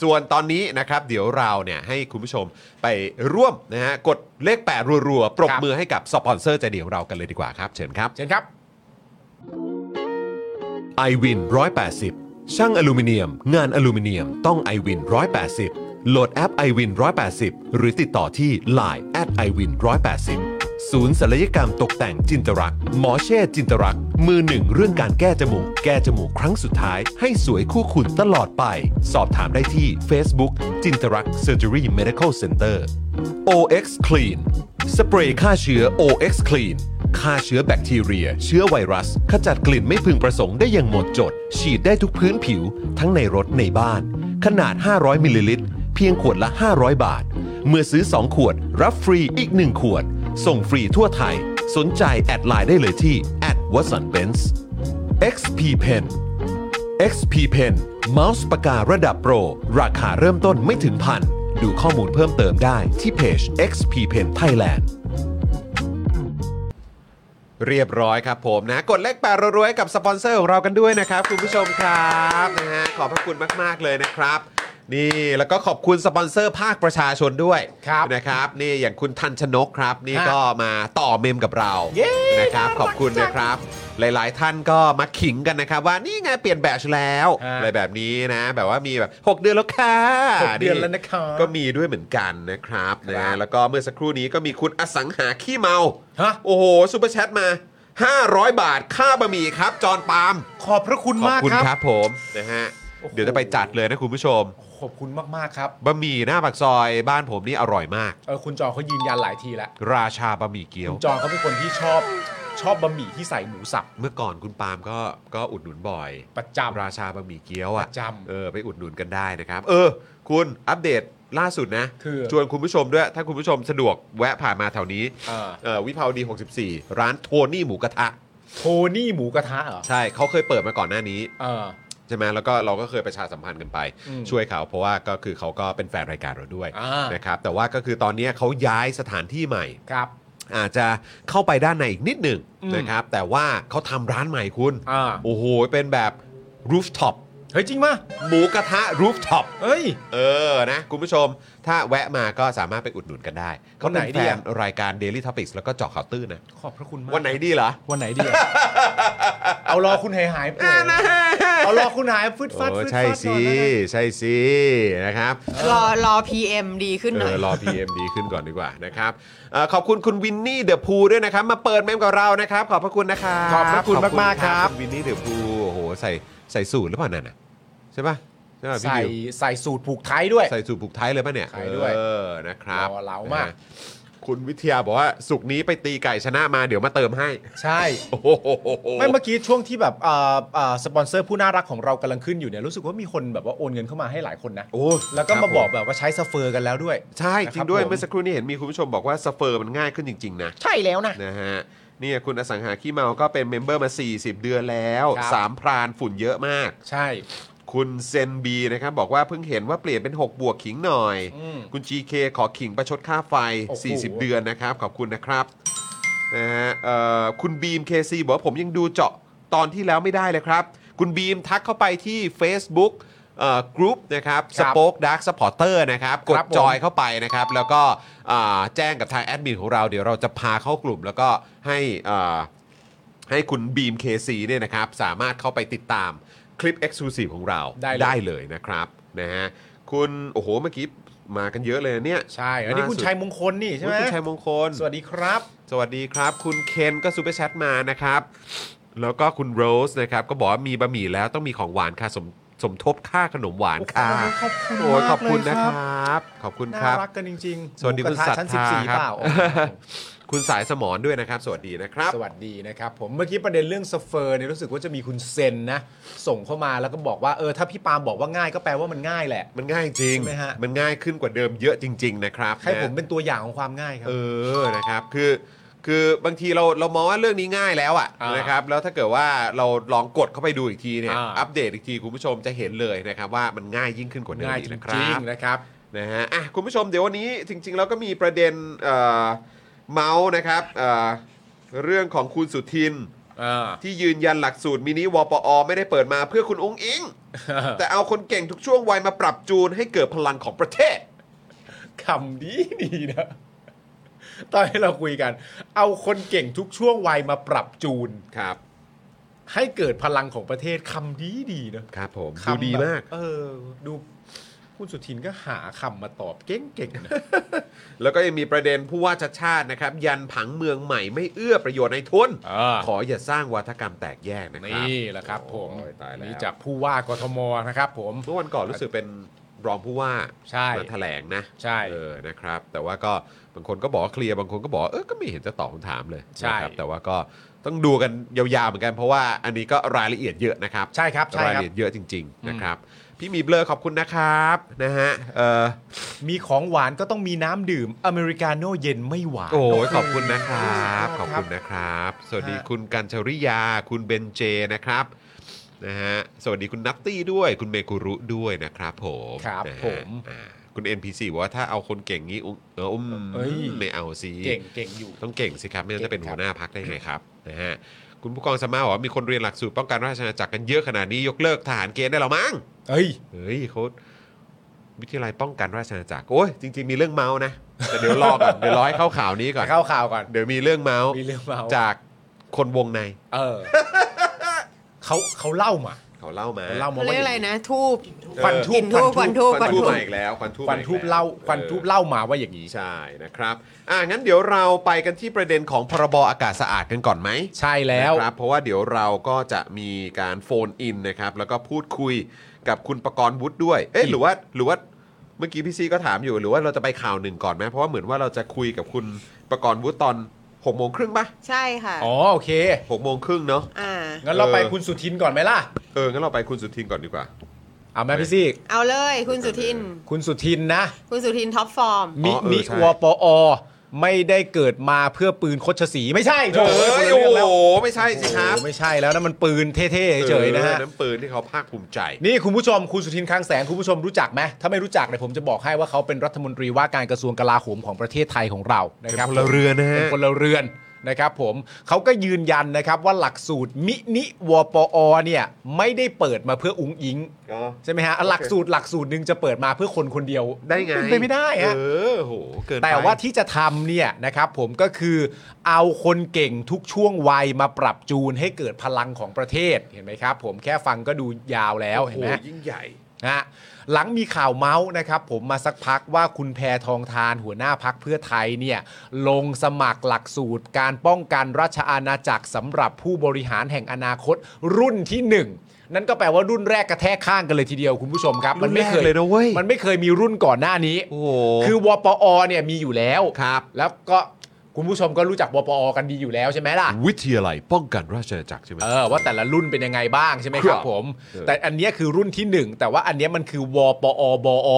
A: ส่วนตอนนี้นะครับเดี๋ยวเราเนี่ยให้คุณผู้ชมไปร่วมนะฮะกดเลข 8 รัวๆ ปรบ
C: ครับ
A: มือให้กับสปอนเซอร์ใจเดียวเรากันเลยดีกว่าครับ เชิญครับ
C: เชิญครับ
A: i w วิน180 ช่างอลูมิเนียม งานอลูมิเนียมต้อง i w วิน180 โหลดแอป i w วิน180 หรือติดต่อที่ Line at i w วิน180 ศูนย์ศัลยกรรมตกแต่งจินตรัก หมอเช่จินตรัก มือหนึ่งเรื่องการแก้จมูก แก้จมูกครั้งสุดท้าย ให้สวยคู่คุณตลอดไป สอบถามได้ที่ Facebook จินตรัก Surgery Medical Center OX Clean สเปรย์ฆ่าเชื้อ OX Clean ฆ่าเชื้อแบคทีเรีย เชื้อไวรัส ขจัดกลิ่นไม่พึงประสงค์ได้อย่างหมดจด ฉีดได้ทุกพื้นผิว ทั้งในรถในบ้าน ขนาด 500 มิลลิลิตร
F: เพียงขวดละ 500 บาท เมื่อซื้อ 2 ขวด รับฟรีอีก 1 ขวด ส่งฟรีทั่วไทย สนใจแอดไลน์ได้เลยที่ w a t s o n b e n z XP Pen XP Pen เมาส์ปากการะดับโปร ราคาเริ่มต้นไม่ถึงพัน ดูข้อมูลเพิ่มเติมได้ที่เพจ XP Pen Thailand
A: เรียบร้อยครับผมนะ กดเลขแปดรวยๆให้กับสปอนเซอร์ของเรากันด้วยนะครับ คุณผู้ชมครับนะฮะขอบพระคุณมาก ๆ เลยนะครับ นี่แล้วก็ขอบคุณสปอนเซอร์ภาคประชาชนด้วย
C: ครับ
A: นะครับ นี่อย่างคุณทันชนกครับ นี่
C: ฮะ
A: ก็มาต่อเมมกับเรา
C: เย้
A: นะครับ ขอบคุณนะครับ หลาย ๆ ท่านก็มาขิงกันนะครับ ว่านี่ไงเปลี่ยนแบตแล้วอะไรแบบนี้นะ แบบว่ามีแบบหกเดือนแล้วค่ะ
C: หกเดือนแล้วนะครับ
A: ก็มีด้วยเหมือนกันนะครับนะแล้วก็เมื่อสักครู่นี้ก็มีคุณอสังหาขี้เมา
C: ฮะ
A: โอ้โหซูเปอร์แชทมา 500 บาทค่าบะหมี่ครับ จอนปาล์ม
C: ขอบพระคุณ
A: ขอบ
C: มาก
A: คุณ
C: ครับ
A: ครับผมนะฮะ
C: โอ้โห
A: เดี๋ยวจะไปจัดเลยนะคุณผู้ชม
C: ขอบคุณมากๆครับ
A: บะหมี่หน้าปากซอยบ้านผมนี่อร่อยมาก
C: เออคุณจอเขายืนยันหลายทีแล้ว
A: ราชาบะหมี่เกี๊ยว
C: คุณจอเขาเป็นคนที่ชอบชอบบะหมี่ที่ใส่หมูสับ
A: เมื่อก่อนคุณปาล์มก็ก็อุดหนุนบ่อย
C: ประจำ
A: ราชาบะหมี่เกี๊ยวอ่ะ
C: ประจำ
A: เออไปอุดหนุนกันได้นะครับ เออ คุณอัปเดตล่าสุดนะ
C: คือ
A: ชวนคุณผู้ชมด้วย ถ้าคุณผู้ชมสะดวกแวะผ่านมาแถวนี้
C: เออ
A: เออวิภาวดี 64 ร้านโทนี่หมูกระทะ
C: โทนี่หมูกระทะเหรอ
A: ใช่เขาเคยเปิดมาก่อนหน้านี้
C: เออ
A: ใช่ไหมแล้วก็เราก็เคยประชาสัมพันธ์กันไป
C: อืม
A: ช่วยเขาเพราะว่าก็คือเขาก็เป็นแฟนรายการเราด้วย
C: อ่าน
A: นะครับแต่ว่าก็คือตอนนี้เขาย้ายสถานที่ใหม่
C: ครับ
A: อาจจะเข้าไปด้านในอีกนิดหนึ่ง
C: อืม
A: นะครับแต่ว่าเขาทำร้านใหม่คุณ
C: อ่า
A: โอ้โห เป็นแบบ rooftop
C: เฮ้ยจริงป่ะ
A: หมูกระทะ rooftop
C: เฮ้ย
A: เออนะ คุณผู้ชม ถ้าแวะมาก็สามารถไปอุดหนุนกันได้เขาเป็น
C: วันไหน
A: แฟ
C: ดี
A: น
C: อะ
A: รายการ Daily Topics แล้วก็เจาะข่าวตื้นนะ
C: ขอบพระคุณมาก
A: วันไหนดี เหรอ
C: วันไหน ดีอะ เอารอคุณหายหายๆป่วยเอารอคุณหายฟึดฟัด
A: โอ้
C: ฟึดฟัด
A: ใช่สิ
C: ก่อนนะ
A: ใช่สิ นะครับ
G: รอรอ PM ดีขึ้นหน่อย
A: เออรอ PM ดีขึ้นก่อนดีกว่านะครับเอ่อขอบคุณคุณวินนี่เดอะพูด้วยนะครับ มาเปิดเมมกับเรานะครับ ขอบพระคุณนะครับ
C: ขอบพระคุณ
A: ข
C: มากๆครับ
A: ณวินนี่เดอะพูโอ้โหใส่ใส่สูตรหรือเปล่านั่นน่ะใช่ป่ะใช่ป่ะพี่
C: ใส่
A: บิว
C: ใส่สูตรผูกไทยด้วย
A: ใส่สูตรผูกไทยเลยป่ะเนี่ย
C: ไทยด้วย
A: เออนะครับ
C: รอเรามาก
A: นะคุณวิทยาบอกว่าสุกร์นี้ไปตีไก่ชนะมาเดี๋ยวมาเติมให้
C: ใช่
A: โอ้โห
C: ไม่เมื่อกี้ช่วงที่แบบอ่าอ่าสปอนเซอร์ผู้น่ารักของเรากำลังขึ้นอยู่เนี่ยรู้สึกว่ามีคนแบบว่าโอนเงินเข้ามาให้หลายคนนะ
A: โอ้
C: แล้วก็มาบอก
A: ครัผ
C: แบบว่าใช้สเฟอร์กันแล้วด้วย
A: ใช่จริงด้วย
C: นะครับผม
A: เมื่อสักครู่นี้เห็นมีคุณผู้ชมบอกว่าสเฟอร์มันง่ายขึ้นจริง ๆ นะ
C: ใช่แล้วนะ
A: นะฮะเนี่ยคุณอสังหาขี้เมาก็เป็นเมมเบอร์มา 40 เดือนแล้ว
C: ครับ
A: สามพรานฝุ่นเยอะมาก
C: ใช่
A: คุณเซนบีนะครับ บอกว่าเพิ่งเห็นว่าเปลี่ยนเป็น 6 บวกขิงหน่อย
C: อืม
A: คุณ GK ขอขิงประชดค่าไฟ
C: โอ้โห
A: 40 เดือนนะครับ ขอบคุณนะครับนะฮะเอ่อคุณบีม KC บอกว่าผมยังดูเจาะตอนที่แล้วไม่ได้เลยครับ คุณบีมทักเข้าไปที่ Facebook เอ่อกรุ๊ปนะครับ
C: ค
A: ส
C: รับ
A: ป็อคดักสปอร์เตอร์นะครับ กด
C: ครับผม
A: จอยเข้าไปนะครับ แล้วก็อ่าแจ้งกับทางแอดมินของเราเดี๋ยวเราจะพาเข้ากลุ่มแล้วก็ให้อ่า ให้คุณบีม KC เนี่ยนะครับ สามารถเข้าไปติดตามคลิป Exclusive ของเรา
C: ได้เลย
A: เลยนะครับนะฮะคุณโอ้โหเมื่อกี้มากันเยอะเลยนะเนี่ย
C: ใช่ อันนี้คุณ
A: ล่สุด
C: ชายมงคลนี่ใช่ไหม
A: คุณชัยมงคล
C: สวัสดีครับ
A: สวัสดีครับ คุณเคนก็ซูเปอร์แชทมานะครับ แล้วก็คุณโรสนะครับ ก็บอกว่ามีบะหมี่แล้วต้องมีของหวานค่ะสมสมทบค่าขนมหวานค่ะ
C: โอ้โห
A: โอ้ยข
C: ข
A: อ
C: อ
A: บบ
C: คุ
A: คุณ
C: ณ
A: นะ
C: มากเลยค
A: ครับ รับ ขอบคุณค
C: น่า
A: รับ
C: รักกันจริงๆ
A: สวัสดีคุณ
C: หมูกระทะ
A: สัท
C: ชั้น
A: ธา
C: 14
A: ครับ
C: เปล่า
A: คุณสายสมอนด้วยนะครับ สวัสดีนะครับ
C: สวัสดีนะครับผมเมื่อกี้ประเด็นเรื่องสเฟอร์เนี่ยรู้สึกว่าจะมีคุณเซนนะ ส่งเข้ามาแล้วก็บอกว่าเออถ้าพี่ปาล์มบอกว่าง่ายก็แปลว่ามันง่ายแหละ
A: มันง่ายจริง
C: ใช่ไหมฮะ
A: มันง่ายขึ้นกว่าเดิมเยอะจริง ๆ นะครับ
C: ให้ผม
A: นะ
C: เป็นตัวอย่างของความง่ายครับ
A: เออ นะครับ คือ คือบางทีเรา เรามองว่าเรื่องนี้ง่ายแล้วอะ
C: อ่าน
A: นะครับ แล้วถ้าเกิดว่าเราลองกดเข้าไปดูอีกทีเนี่ย
C: อ่า
A: อัปเดตอีกทีคุณผู้ชมจะเห็นเลยนะครับว่ามันง่ายยิ่งขึ้นกว่าเดิม
C: ง่าย
A: อี
C: จ
A: กนะค
C: ริ
A: รั
C: ง
A: บ
C: ๆนะครับ
A: นะฮะ อ่ะ คุณผู้ชมเดี๋ยววันนี้จริง ๆ แล้วก็มีประเด็นเอ่อเมาส์นะครับเอ่อเรื่องของคุณสุทิน
C: เออ
A: ที่ยืนยันหลักสูตรมินิวปอ ไม่ได้เปิดมาเพื่อคุณองค์อิ ง แต่เอาคนเก่งทุกช่วงวัยมาปรับจูนให้เกิดพลังของประเทศ
C: คำดีดีนะ ตอนที่เราคุยกัน เอาคนเก่งทุกช่วงวัยมาปรับจูน
A: ครับ
C: ให้เกิดพลังของประเทศคำดีดีนะครับ
A: ผม
C: คำ
A: ดูดีมาก
C: แบบเออ ดูคุณสุทินก็หาคำมาตอบเก่งๆนะ
A: แล้วก็ยังมีประเด็นผู้ว่าชาติชาตินะครับ ยันผังเมืองใหม่ไม่เอื้อประโยชน์ในทุน ข ออย่าสร้างวาทกรรมแตกแยกนะครับ
C: นี่แหละครับ ผม
A: โอ้ยตายแล้ว
C: นี่จากผู้ว่ากทมนะครับ ผม
A: เมื่อวันก่อนรู้สึกเป็นรองผู้ว่า
C: ใช่
A: มาแถลงนะ
C: ใช่
A: เออนะครับ แต่ว่าก็บางคนก็บอกว่าเคลียร์บางคนก็บอกว่าเออก็ไม่เห็นจะตอบคำถามเลย
C: ใช่
A: นะครับแต่ว่าก็ ต้องดูกันยาวๆเหมือนกันเพราะว่าอันนี้ก็รายละเอียดเยอะนะครับ
C: ใช่ครับใช่
A: ราย
C: ค
A: ละ
C: รับ
A: เอียดเยอะจริง ๆ นะครับ พี่หมีเบลอขอบคุณนะครับนะฮะเออ
C: มีของหวานก็ต้องมีน้ำดื่มอเมริกาโน่เย็นไม่หวาน
A: โอ้ยขอบคุณนะครับ
C: ครับ
A: ขอบคุณนะครับ สวัสดี
C: ฮะ
A: คุณกัญชริยา คุณเบนเจนะครับนะฮะสวัสดีคุณนัตตี้ด้วย คุณเมกุรุด้วยนะครับผม
C: ครับ
A: นะฮะ
C: ผม
A: อ่าคุณ NPC บอกว่าถ้าเอาคนเก่งงี้อุ้งเอออุ้ม
C: เอ้ย
A: ไม่เอาสิ
C: เก่งเก่งอยู่
A: ต้องเก่งสิครับไม่งั้นจะเป็น
C: เก่ง
A: หัวห
C: ครับ
A: น้าพักได้ไงครับนะฮะคุณผู้กองสมาร์ทบอกว่ามีคนเรียนหลักสูตรป้องกันราชอาณาจักรกันเยอะขนาดนี้ยกเลิกทหารเกณฑ์ได้แล้วมั้ง
C: เอ้ย
A: เฮ้ยเขาวิทยาลัยป้องกันราชอาณาจักรโอ้ยจริง ๆ มีเรื่องเมาส์นะแต่เดี๋ยวรอก่อน เดี๋ยวรอให้เข้าข่าวนี้ก่อน
C: เข้าข่าวก่อน
A: เดี๋ยวมีเรื่องเมาส์
C: มีเรื่องเมา
A: จากคนวงใน
C: เอ อ เขาเขาเล่ามา
A: เขาเล่ามา
C: เขาเล่ามา
H: เขาเรียกอะไร
C: ว่าย่างนี้
H: นะทูบ
C: ควันธูป
H: กินทูบควันทูบ
A: ค
H: ค
A: วั
H: วัน น
A: ทูบ
H: ทู
A: บ มาอีกแล้วควันทูบ
C: ควันทูบเล่าควันทูบ
A: ล่า
C: เล่ามาว่าอย่างนี้
A: ใช่นะครับอ่ะงั้นเดี๋ยวเราไปกันที่ประเด็นของพรบอากาศสะอาดกันก่อนไหม
C: ใช่แล้ว
A: นะครับเพราะว่าเดี๋ยวเราก็จะมีการโฟนอินนะครับแล้วก็พูดคุยกับคุณประกรณ์วุฒิด้วย เอ๊ะหรือว่าหรือว่าเมื่อกี้พี่ซีก็ถามอยู่หรือว่าเราจะไปข่าวหนึ่งก่อนไหมเพราะว่าเหมือนว่าเราจะคุยกับคุณประกรณ์วุฒิตอนหกโมงครึ่งปะ
H: ใช่ค่ะ
C: อ๋อโอเค
A: หกโมงครึ่งเนาะ
H: อ่า
C: งั้นเราไปคุณสุทินก่อนไหมล่ะ
A: เอองั้นเราไปคุณสุทินก่อนดีกว่า
C: เอาไหมพี่ซี่
H: เอาเลยคุณสุทิน
C: คุณสุทินนะ
H: คุณสุทินท็อปฟอร์ม
C: มิ
A: อ๋อเออ
C: มิ
A: ใช่
C: วปอ ไม่ได้เกิดมาเพื่อปืนคดชสีไม่ใช่โถ่
A: เอ้ย
C: คน
A: โอ้
C: ละเรื่องแล้ว
A: โหไม่ใช่สิครับ
C: โอ้ไม่ใช่แล้วนะมันปืนเท่ๆเฉยๆนะฮะ
A: ออน้ำปืนที่เขาภาคภูมิใจ
C: นี่คุณผู้ชมคุณสุทินคลังแสงคุณผู้ชมรู้จักไหมถ้าไม่รู้จักเนี่ยผมจะบอกให้ว่าเขาเป็นรัฐมนตรีว่าการกระทรวงกลาโหมของประเทศไทยของเรานะครับ
A: เป็นพลเรือนนะฮะ
C: เป็นพลเรือนนะครับผมเขาก็ยืนยันนะครับว่าหลักสูตรมินิวปอเนี่ยไม่ได้เปิดมาเพื่ออุ้งอิง
A: ก็
C: ใช่ไหมฮะหลักสูตรหลักสูตรหนึ่งจะเปิดมาเพื่อคนคนเดียว
A: ได้ไง
C: เป็นปไม่ได้ฮะ
A: เออโหเกินไป
C: แต่ว่าที่จะทำเนี่ยนะครับผมก็คือเอาคนเก่งทุกช่วงวัยมาปรับจูนให้เกิดพลังของประเทศเห็นไหมครับ ผมแค่ฟังก็ดูยาวแล้วเห็นไหม
A: โอ้โหยิ่งใหญ่
C: ฮะหลังมีข่าวเมาส์นะครับผมมาสักพักว่าคุณแพทองทานหัวหน้าพักเพื่อไทยเนี่ยลงสมัครหลักสูตรการป้องกันราชอาณาจักรสำหรับผู้บริหารแห่งอนาคตรุ่นที่ 1 นั่นก็แปลว่ารุ่นแรกกระแทกข้างกันเลยทีเดียวคุณผู้ชมครับมันไม่เค
A: รุ่
C: ย
A: นแรกเลยนะเว้ย
C: มันไม่เคยมีรุ่นก่อนหน้านี้
A: โอ้โห
C: คือวปอเนี่ยมีอยู่แล้ว
A: ครับ
C: แล้วก็คุณผู้ชมก็รู้จักวปอกันดีอยู่แล้วใช่ไหมล่ะ
A: วิทยาลัยป้องกันราชอาณาจักรใช่ไหม
C: เออว่าแต่ละรุ่นเป็นยังไงบ้างใช่ไหม
A: ค
C: ครั
A: รับ บ
C: ผม
A: เออ
C: แต่อันเนี้ยคือรุ่นที่หนึ่งแต่ว่าอันเนี้ยมันคือวปอบอ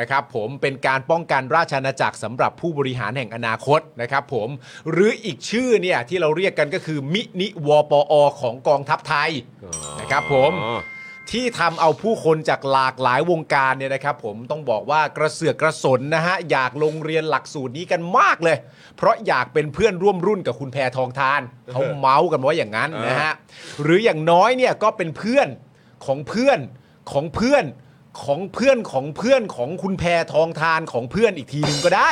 C: นะครับผมเป็นการป้องกันราชอาณาจักรสำหรับผู้บริหารแห่งอนาคตนะครับผมหรืออีกชื่อเนี่ยที่เราเรียกกันก็คือมินิวปอของกองทัพไทยนะครับผม
A: อ๋อ
C: ที่ทำเอาผู้คนจากหลากหลายวงการเนี่ยนะครับผมต้องบอกว่ากระเสือกกระสนนะฮะ อยากลงเรียนหลักสูตรนี้กันมากเลย เพราะอยากเป็นเพื่อนร่วมรุ่นกับคุณแพทองทาน เขาเมาส์กันว่าอย่างนั้นนะฮะ หรืออย่างน้อยเนี่ยก็เป็นเพื่อนของเพื่อนของเพื่อนของเพื่อนของเพื่อนของคุณแพทองทานของเพื่อนอีกทีหนึ่งก็ได้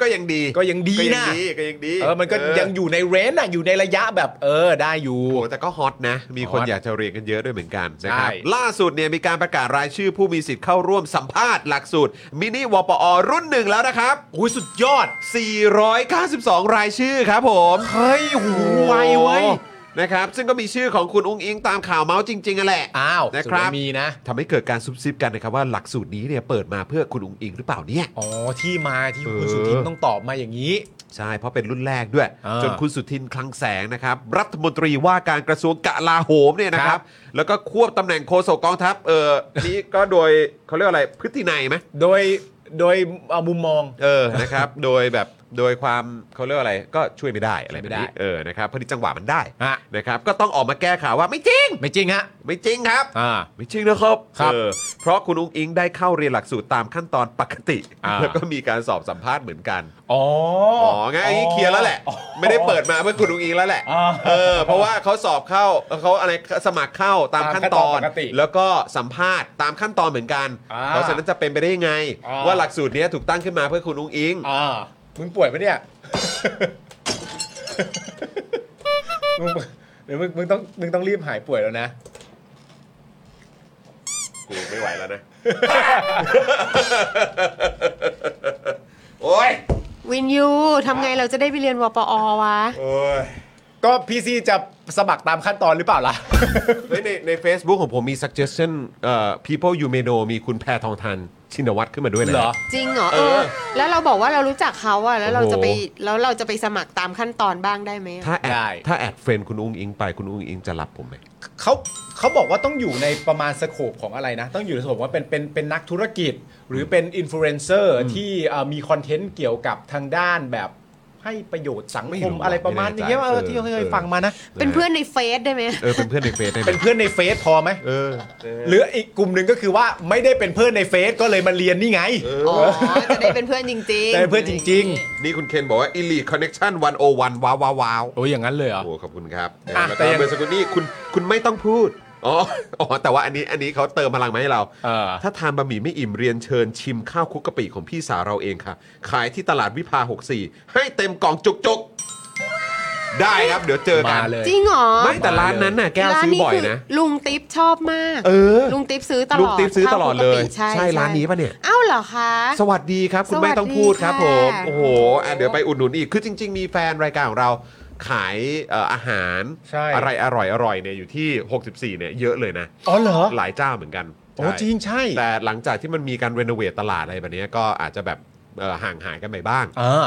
A: ก็ยังดี
C: ก็ยังดีนะ
A: ก็ยังดี
C: เออมันก็ยังอยู่ในเรนจ์อะอยู่ในระยะแบบเออได้อยู่
A: โอ้โหแต่ก็ฮอตนะ มีคน
C: ฮอต
A: อยากจะเรียนกันเยอะด้วยเหมือนกันนะครับ
C: ใช่
A: ล่าสุดเนี่ยมีการประกาศรายชื่อผู้มีสิทธิ์เข้าร่วมสัมภาษณ์หลักสูตร มินิวปอรุ่นหนึ่งแล้วนะครับ
C: อุ้ยสุดยอด
A: 492 รายชื่อครับผม
C: เฮ้ยหูไวเว้ย
A: นะครับ ซึ่งก็มีชื่อของคุณอุ้งอิงตามข่าวเมาส์จริงๆอะแหละ
C: อ้าว
A: นะครับ
C: สุดยอดมีนะ
A: ทำให้เกิดการซุบซิบกันนะครับว่าหลักสูตรนี้เนี่ยเปิดมาเพื่อคุณอุ้งอิงหรือเปล่าเนี่ย
C: อ๋อ ที่มาที่
A: เอ
C: คุณ
A: อ
C: สุทินต้องตอบมาอย่างนี้
A: ใช่ เพราะเป็นรุ่นแรกด้วย
C: อ่า
A: จนคุณสุทินคลังแสงนะครับ รัฐมนตรีว่าการกระทรวงกลาโหมเนี่ยนะค
C: ครั
A: รับ
C: บ
A: แล้วก็ควบตำแหน่งโฆษกกองทัพเออนี่ก็โดยเขาเรียกว่าอะไรพฤตินัยไหม
C: โดยโดยเอามุมมอง
A: เออนะครับ โดยแบบโดยความเขาเรียกว่าอะไรก็ช่วยไม่ได้อะไรแบบ
C: ช่วยไม่
A: นี้
C: ได้
A: เออนะครับพอดีจังหวะมันได้
C: ฮะ
A: นะครับก็ต้องออกมาแก้ข่าวว่าไม่จริง
C: ไม่จริงฮะ
A: ไม่จริงครับ
C: อ่า
A: ไม่จริงนะครับ
C: ครับ
A: เออเพราะคุณอุ้งอิงได้เข้าเรียนหลักสูตรตามขั้นตอนปกติ
C: อ่า
A: แล้วก็มีการสอบสัมภาษณ์เหมือนกัน
C: อ๋อ
A: อ๋องั้นอันนี้เคลียร์แล้วแหละ
C: อ๋อ
A: ไม่ได้เปิดมาเพื่อคุณอุ้งอิงแล้วแหละ
C: อ่า
A: เออ เพราะว่าเขาสอบเข้าเขาอะไรสมัครเข้าตามขั้นตอน
C: ตามขั้นตอนปกติ
A: แล้วก็สัมภาษณ์ตามขั้นตอนเหมือนกัน
C: อ่า
A: เพราะฉะนั้นจะเป็นไปได้ยังไง
C: อ่า
A: ว่าหลักสูตรเนี้ยถูกตั้งขึ้นมาเพื่อคุณอุ้งอิง
C: อ่ามึงป่วยปะเนี่ย มึงเดี๋ยวมึงมึงต้องมึงต้องรีบหายป่วยแล้วนะ
A: กูไม่ไหวแล้วนะ โอ้ย
H: วินยูทำไงเราจะได้ไปเรียนวปอวะ
A: โอ้ย
C: ก็พี่ซีจะสมัครตามขั้นตอนหรือเปล่าล่ะ
A: เฮ้ยในใน Facebook ของผมมี suggestion เอ่อ people you may know มีคุณแพทองทัน ชินวัตรขึ้นมาด้วยนะ
C: เหรอ
H: จริงเหรอเออ แล้วเราบอกว่าเรารู้จักเขาอะแล้วเราจะไปแล้วเราจะไปสมัครตามขั้นตอนบ้างได้ไหมอะ
A: ถ้าแอด
C: ได้
A: ถ้าแอดเฟรนคุณอุ้งอิงไปคุณอุ้งอิงจะรับผมไหม
C: เขาเขาบอกว่าต้องอยู่ในประมาณสโคปของอะไรนะ ต้องอยู่ในสโคปว่าเป็นเป็นเป็นนักธุรกิจ หรือเป็นอินฟลูเอนเซอร์ที่เอ่อมีคอนเทนต์เกี่ยวกับทางด้านแบบให้ประโยชน์สัง
A: ไม่
C: ค
A: รู้
C: ม
A: อะ
C: อะไรประมาณ
A: ไม่แน่ใจ
C: อย่างเงี้ยว่าเออ
A: เออ
C: ที่เค
A: เอย อ
C: ฟังมานะ
H: เป็นเพื่อนในเฟซได้ไหม
A: เออเป็นเพื่อนในเฟซได้ไหม
C: เป็นเพื่อนในเฟซพอไหม
A: เออ
C: หรืออีกกลุ่มหนึ่งก็คือว่าไม่ได้เป็นเพื่อนในเฟซก็เลยมาเรียนนี่ไง
H: อ๋อจะได้เป็นเพื่อนจริงๆ
C: ได้เพื่อนจริง
A: นี่คุณเคนบอกว่า Elite Connection 101 ว้าวว้าวว้าว
C: ๆ โอ้ยอย่างนั้นเลยเหรอ
A: โอ้ขอบคุณครับ
C: อ่ะ
A: แล้ว
C: แต่
A: ก็
C: ยัง
A: เมื่อสักครู่นี้คุณคุณไม่ต้องพูดอ๋อ อ๋อแต่ว่าอันนี้อันนี้เขาเติมพลังมาให้เรา
C: เออ
A: ถ้าทานบะหมี่ไม่อิ่มเรียนเชิญชิมข้าวคลุกกะปิของพี่สาวเราเองค่ะ ขายที่ตลาดวิภา 64 ให้เต็มกล่องจุกๆ ได้ครับเดี๋ยวเจอกัน
C: มาเลย
H: จริงเหรอ
A: ไม่แต่ร้านนั้นน่ะแก้วซื้อบ่อยนะ
H: ร้าคืลุงติ๊บชอบมาก
A: เออ
H: ลุงติ๊บซื้อตลอด
A: ลูกติ๊บซื้อตลอดเลย
H: ข้าวปกติใช่
A: ใช่ร้านนี้ป่ะเนี่ย
H: เอ้าเหรอคะ
A: สวัสดีครับ คุณ
H: สวัสดี
A: ไม่ต้องพูดครับผม
H: ค่ะ
A: โอ้โหอ่ะเดี๋ยวไปอุดหนุนอีก คือจริง ๆ มีแฟนรายการของเราขายเอ่ออาหาร
C: ใช่
A: อะไรอร่อยอร่อยเนี่ยอยู่ที่ 64เนี่ยเยอะเลยนะ
C: อ๋อเหรอ
A: หลายเจ้าเหมือนกัน
C: โอ้
A: ใช่
C: จริงใช่
A: แต่หลังจากที่มันมีการรีโนเวทตลาดอะไรแบบเนี้ยก็อาจจะแบบเอ่อห่างหายกันไปบ้าง
C: อ่า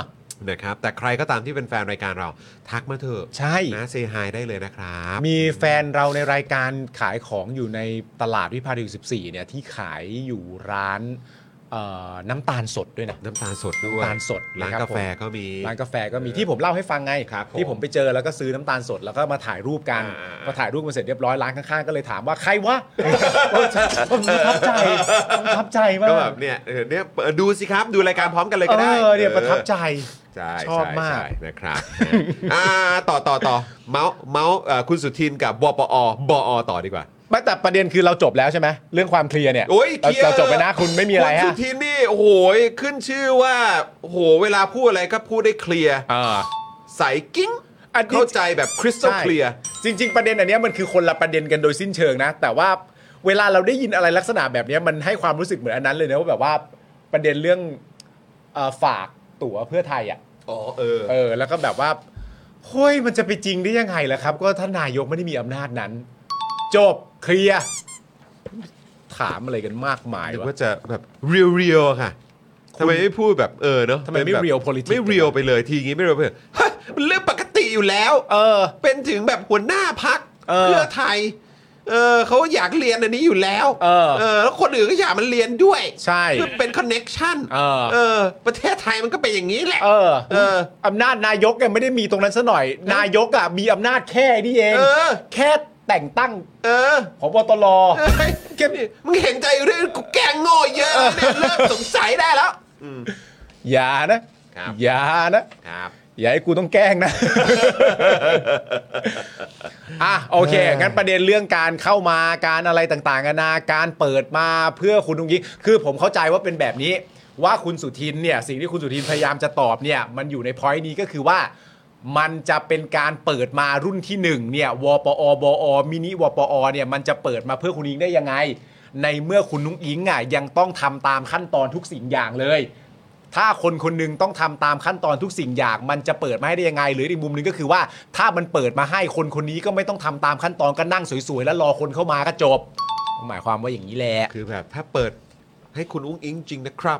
A: นะครับ แต่ใครก็ตามที่เป็นแฟนรายการเราทักมาเถอะ
C: ใช่
A: นะเซฮายได้เลยนะครับ
C: มีแฟนเราในรายการขายของอยู่ในตลาดวิภาดี14เนี่ยที่ขายอยู่ร้านเอ่อน้ำตาลสดด้วยนะ
A: น้ำตาลสดด้วย
C: น้ำตาลสด
A: ร้าน
C: นะครับ
A: กาแฟ
C: ผม
A: ก็มี
C: ร้านกาแฟก็มีที่ผมเล่าให้ฟังไง
A: ครับผม
C: ที่ผมไปเจอแล้วก็ซื้อน้ำตาลสดแล้วก็มาถ่ายรูปกัน
A: อ่า
C: พอถ่ายรูปมาเสร็จเรียบร้อยร้านข้างๆก็เลยถามว่าใครวะ ผมประทับใจผมประทับใจมา
A: ก็
C: ก
A: แบบเนี่ยเออเนี่ยเปิดดูสิครับดูรายการพร้อมกันเลย
C: เอ
A: ก็ได้
C: อเนี่ยประทับใจ
A: ใช่
C: ชอบมาก
A: ใใช่นะครับ อ่าต่อต่อต่อเมาส์เมาส์เอ่อคุณสุทินกับบปอบอต่อดีกว่า
C: ไม่แต่ประเด็นคือเราจบแล้วใช่ไหมเรื่องความเคลียร์เนี่ย
A: โอ้ยค
C: เรา
A: ลียร์
C: เราจบไปนะคุณไม่มีอะไร
A: คุณสุ
C: ฮะ
A: ทินนี่โอ้โหยขึ้นชื่อว่าโอ้โหเวลาพูดอะไรก็พูดได้เคลียร์
C: เอ่า
A: ใสกิ้ง
C: อันนี้
A: เข้าใจแบบคริสตัลเคลียร์
C: ใช่จริง ๆ ประเด็นอันเนี้ยมันคือคนละประเด็นกันโดยสิ้นเชิงนะ แต่ว่าเวลาเราได้ยินอะไรลักษณะแบบเนี้ยมันให้ความรู้สึกเหมือนอันนั้นเลยนะว่าแบบว่าประเด็นเรื่องเออฝากตั๋วเพื่อไทยอ่ะ
A: อ๋อเออ
C: เออแล้วก็แบบว่าเฮ้ยมันจะไปจริงได้ยังไงล่ะครับ ก็ท่านนายกไม่ได้มีอำนาจนั้น จบเคลียร์ถามอะไรกันมากมาย
A: นึก
C: วะ
A: ว่าจะแบบเรียวเรียวๆค่ะทำไมไม่พูดแบบเออเนาะ
C: ทำไมไม่
A: ป็นแบบ
C: real politics
A: ไม่เรียวไปเลยทีอย่างงี้ไม่เรียวไปเลยฮะมันเรื่องปกติอยู่แล้ว
C: เออ
A: เป็นถึงแบบหัวหน้าพัก
C: เออ
A: เพื่อไทย เออเขาอยากเรียนอันนี้อยู่แล้ว
C: เออ
A: แล้วคนอื่นก็อยากมันเรียนด้วย
C: ใช่
A: คือเป็นคอนเน็กชัน
C: เออ
A: เออ ประเทศไทยมันก็เป็นอย่างนี้แหละ
C: เออ
A: เออ
C: อำนาจนายกเนี่ยไม่ได้มีตรงนั้นซะหน่อย นายกอ่ะมีอำนาจแค่นี้เอง
A: เออ
C: แค่แต่งตั้ง
A: เออ
C: พบตร
A: เฮ้ยนี่มึงเห็นใจเรื่องกูแกล้งโง่เยอะแล้วเนี่ยเริ่มสงสัยได้แล้ว
C: อย่านะ
A: ครับ
C: อย่านะ
A: ครับ
C: อย่าให้กูต้องแกล้งนะ อ่ะโอเค งั้นประเด็นเรื่องการเข้ามาการอะไรต่างๆนานาการเปิดมาเพื่อคุณอุ้งยิงคือผมเข้าใจว่าเป็นแบบนี้ ว่าคุณสุทินเนี่ยสิ่งที่คุณสุทินพยายามจะตอบเนี่ยมันอยู่ในพอยต์นี้ก็คือว่า มันจะเป็นการเปิดมารุ่นที่หนึ่งเนี่ยวปอบอมินิวปอเนี่ยมันจะเปิดมาเพื่อคุณอิงได้ยังไง ในเมื่อคุณนุ้งอิงอ่ะยังต้องทำตามขั้นตอนทุกสิ่งอย่างเลย ถ้าคนคนหนึงต้องทำตามขั้นตอนทุกสิ่งอย่าง มันจะเปิดมาให้ได้ยังไง หรืออีกมุมหนึงก็คือว่า ถ้ามันเปิดมาให้คนคนนี้ก็ไม่ต้องทำตามขั้นตอนก็นั่งสวยๆ แล้วรอคนเข้ามาก็จบ หมายความว่าอย่างนี้แหละ
A: คือแบบถ้าเปิดให้คุณอุ้งอิงจริงนะครับ